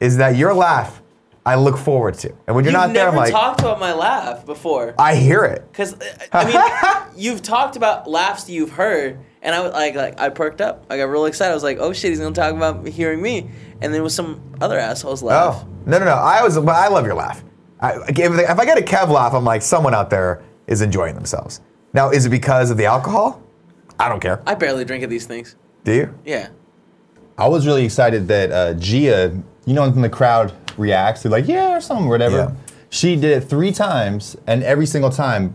[SPEAKER 1] is that your laugh I look forward to, and when you're
[SPEAKER 2] You've
[SPEAKER 1] not there,
[SPEAKER 2] never
[SPEAKER 1] I'm like,
[SPEAKER 2] talked about my laugh before.
[SPEAKER 1] I hear it.
[SPEAKER 2] Cause uh, I mean, you've talked about laughs you've heard, and I was like, like I perked up. I got real excited. I was like, oh shit, he's gonna talk about hearing me. And then was some other asshole's laugh.
[SPEAKER 1] Oh no no no! I was but I love your laugh. I, if, if I get a Kev laugh, I'm like someone out there is enjoying themselves. Now, is it because of the alcohol? I don't care.
[SPEAKER 2] I barely drink at these things.
[SPEAKER 1] Do you?
[SPEAKER 2] Yeah.
[SPEAKER 5] I was really excited that uh, Gia, you know, when the crowd reacts, they're like, yeah, or something, whatever.
[SPEAKER 1] Yeah.
[SPEAKER 5] She did it three times, and every single time,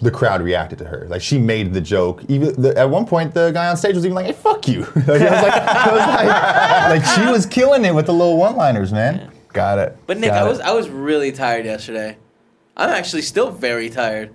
[SPEAKER 5] the crowd reacted to her. Like she made the joke. Even the, at one point, the guy on stage was even like, "Hey, fuck you!" like, I was like, I was like, like she was killing it with the little one-liners, man.
[SPEAKER 1] Got it.
[SPEAKER 2] But Nick,
[SPEAKER 1] Got
[SPEAKER 2] I
[SPEAKER 1] it.
[SPEAKER 2] was I was really tired yesterday. I'm actually still very tired.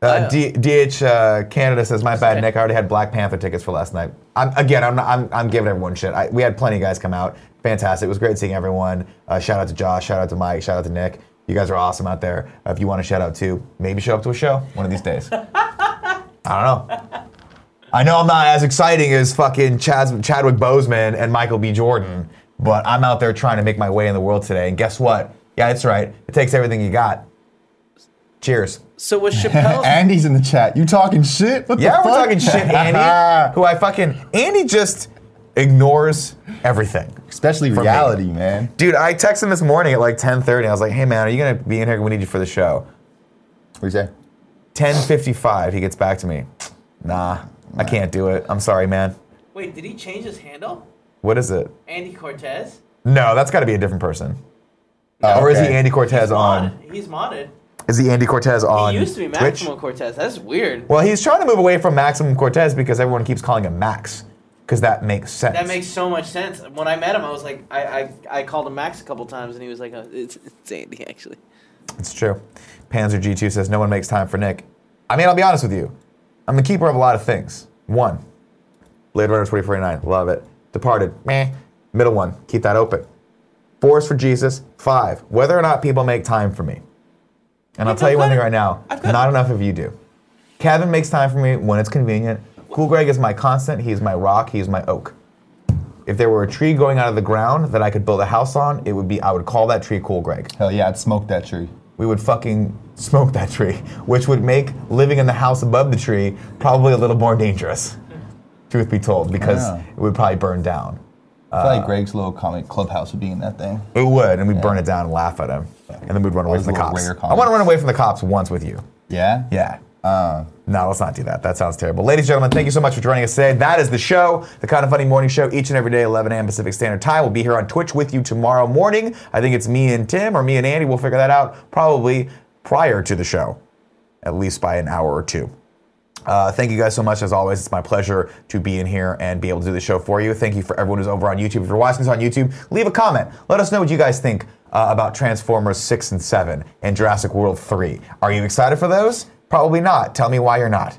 [SPEAKER 1] Uh, D- DH uh, Canada says, "My bad, Nick. I already had Black Panther tickets for last night. I'm, again, I'm, not, I'm I'm giving everyone shit. I, we had plenty of guys come out. Fantastic. It was great seeing everyone. Uh, shout out to Josh. Shout out to Mike. Shout out to Nick. You guys are awesome out there. Uh, if you want to shout out too, maybe show up to a show one of these days. I don't know. I know I'm not as exciting as fucking Chaz, Chadwick Boseman and Michael B. Jordan, but I'm out there trying to make my way in the world today. And guess what? Yeah, that's right. It takes everything you got. Cheers.
[SPEAKER 2] So was Chappelle
[SPEAKER 5] Oh. Andy's in the chat. You talking shit? What the
[SPEAKER 1] Yeah, we're
[SPEAKER 5] fuck?
[SPEAKER 1] talking shit, Andy. who I fucking Andy just ignores everything.
[SPEAKER 5] Especially
[SPEAKER 1] me.
[SPEAKER 5] reality, man.
[SPEAKER 1] Dude, I texted him this morning at like 10:30. I was like, "Hey man, are you gonna be in here? We need you for the show."
[SPEAKER 5] What you say?
[SPEAKER 1] 10:55, he gets back to me. Nah, I can't do it. I'm sorry, man.
[SPEAKER 2] Wait, did he change his handle?
[SPEAKER 1] What is it?
[SPEAKER 2] Andy Cortez?
[SPEAKER 1] No, that's got to be a different person. Uh,
[SPEAKER 5] Oh,
[SPEAKER 1] Or is he
[SPEAKER 5] okay.
[SPEAKER 1] Andy Cortez on?
[SPEAKER 2] He's modded.
[SPEAKER 1] Is the Andy Cortez on
[SPEAKER 2] He used to be
[SPEAKER 1] Twitch?
[SPEAKER 2] Maximo Cortez. That's weird.
[SPEAKER 1] Well, he's trying to move away from Maximum Cortez because everyone keeps calling him Max because that makes sense.
[SPEAKER 2] That makes so much sense. When I met him, I was like, I, I, I called him Max a couple times, and he was like, oh, it's, it's Andy actually.
[SPEAKER 1] It's true. Panzer G2 says no one makes time for Nick. I mean, I'll be honest with you. I'm the keeper of a lot of things. One, Blade Runner 2049, love it. Departed, meh. Middle one, keep that open. Force for Jesus, five. Whether or not people make time for me. And I'll
[SPEAKER 2] I've
[SPEAKER 1] tell you one
[SPEAKER 2] got
[SPEAKER 1] thing
[SPEAKER 2] it.
[SPEAKER 1] right now,
[SPEAKER 2] I've got
[SPEAKER 1] not
[SPEAKER 2] it.
[SPEAKER 1] enough of you do. Kevin makes time for me when it's convenient. Cool Greg is my constant, he's my rock, he's my oak. If there were a tree going out of the ground that I could build a house on, it would be I would call that tree Cool Greg
[SPEAKER 5] Hell yeah, I'd smoke that tree.
[SPEAKER 1] we would fucking smoke that tree, which would make living in the house above the tree probably a little more dangerous, truth be told, because
[SPEAKER 5] Yeah.
[SPEAKER 1] it would probably burn down.
[SPEAKER 5] I
[SPEAKER 1] Uh,
[SPEAKER 5] feel like Greg's little comic clubhouse would be in that thing.
[SPEAKER 1] It would, and we'd burn it down and laugh at him. And then we'd run away
[SPEAKER 5] Those
[SPEAKER 1] from the
[SPEAKER 5] little
[SPEAKER 1] cops. I
[SPEAKER 5] rare
[SPEAKER 1] want
[SPEAKER 5] comments.
[SPEAKER 1] to run away from the cops once with you.
[SPEAKER 5] Yeah?
[SPEAKER 1] Yeah. Uh, no, let's not do that. That sounds terrible. Ladies and gentlemen, thank you so much for joining us today. That is the show, the Kind of Funny Morning Show, each and every day, 11 a.m. Pacific Standard Time. We'll be here on Twitch with you tomorrow morning. I think it's me and Tim or me and Andy. We'll figure that out probably prior to the show, at least by an hour or two. Uh, thank you guys so much. As always, it's my pleasure to be in here and be able to do the show for you. Thank you for everyone who's over on YouTube. If you're watching this on YouTube, leave a comment. Let us know what you guys think uh, about Transformers 6 and 7 and Jurassic World 3. Are you excited for those? Probably not. Tell me why you're not.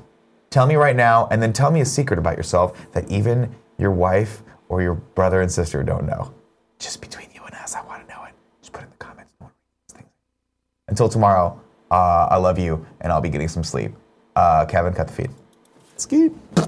[SPEAKER 1] Tell me right now, and then tell me a secret about yourself that even your wife or your brother and sister don't know. Just between you and us, I want to know it. Just put it in the comments. No one reads things. Until tomorrow, uh, I love you, and I'll be getting some sleep. Uh, Kevin, cut the feed. Skip.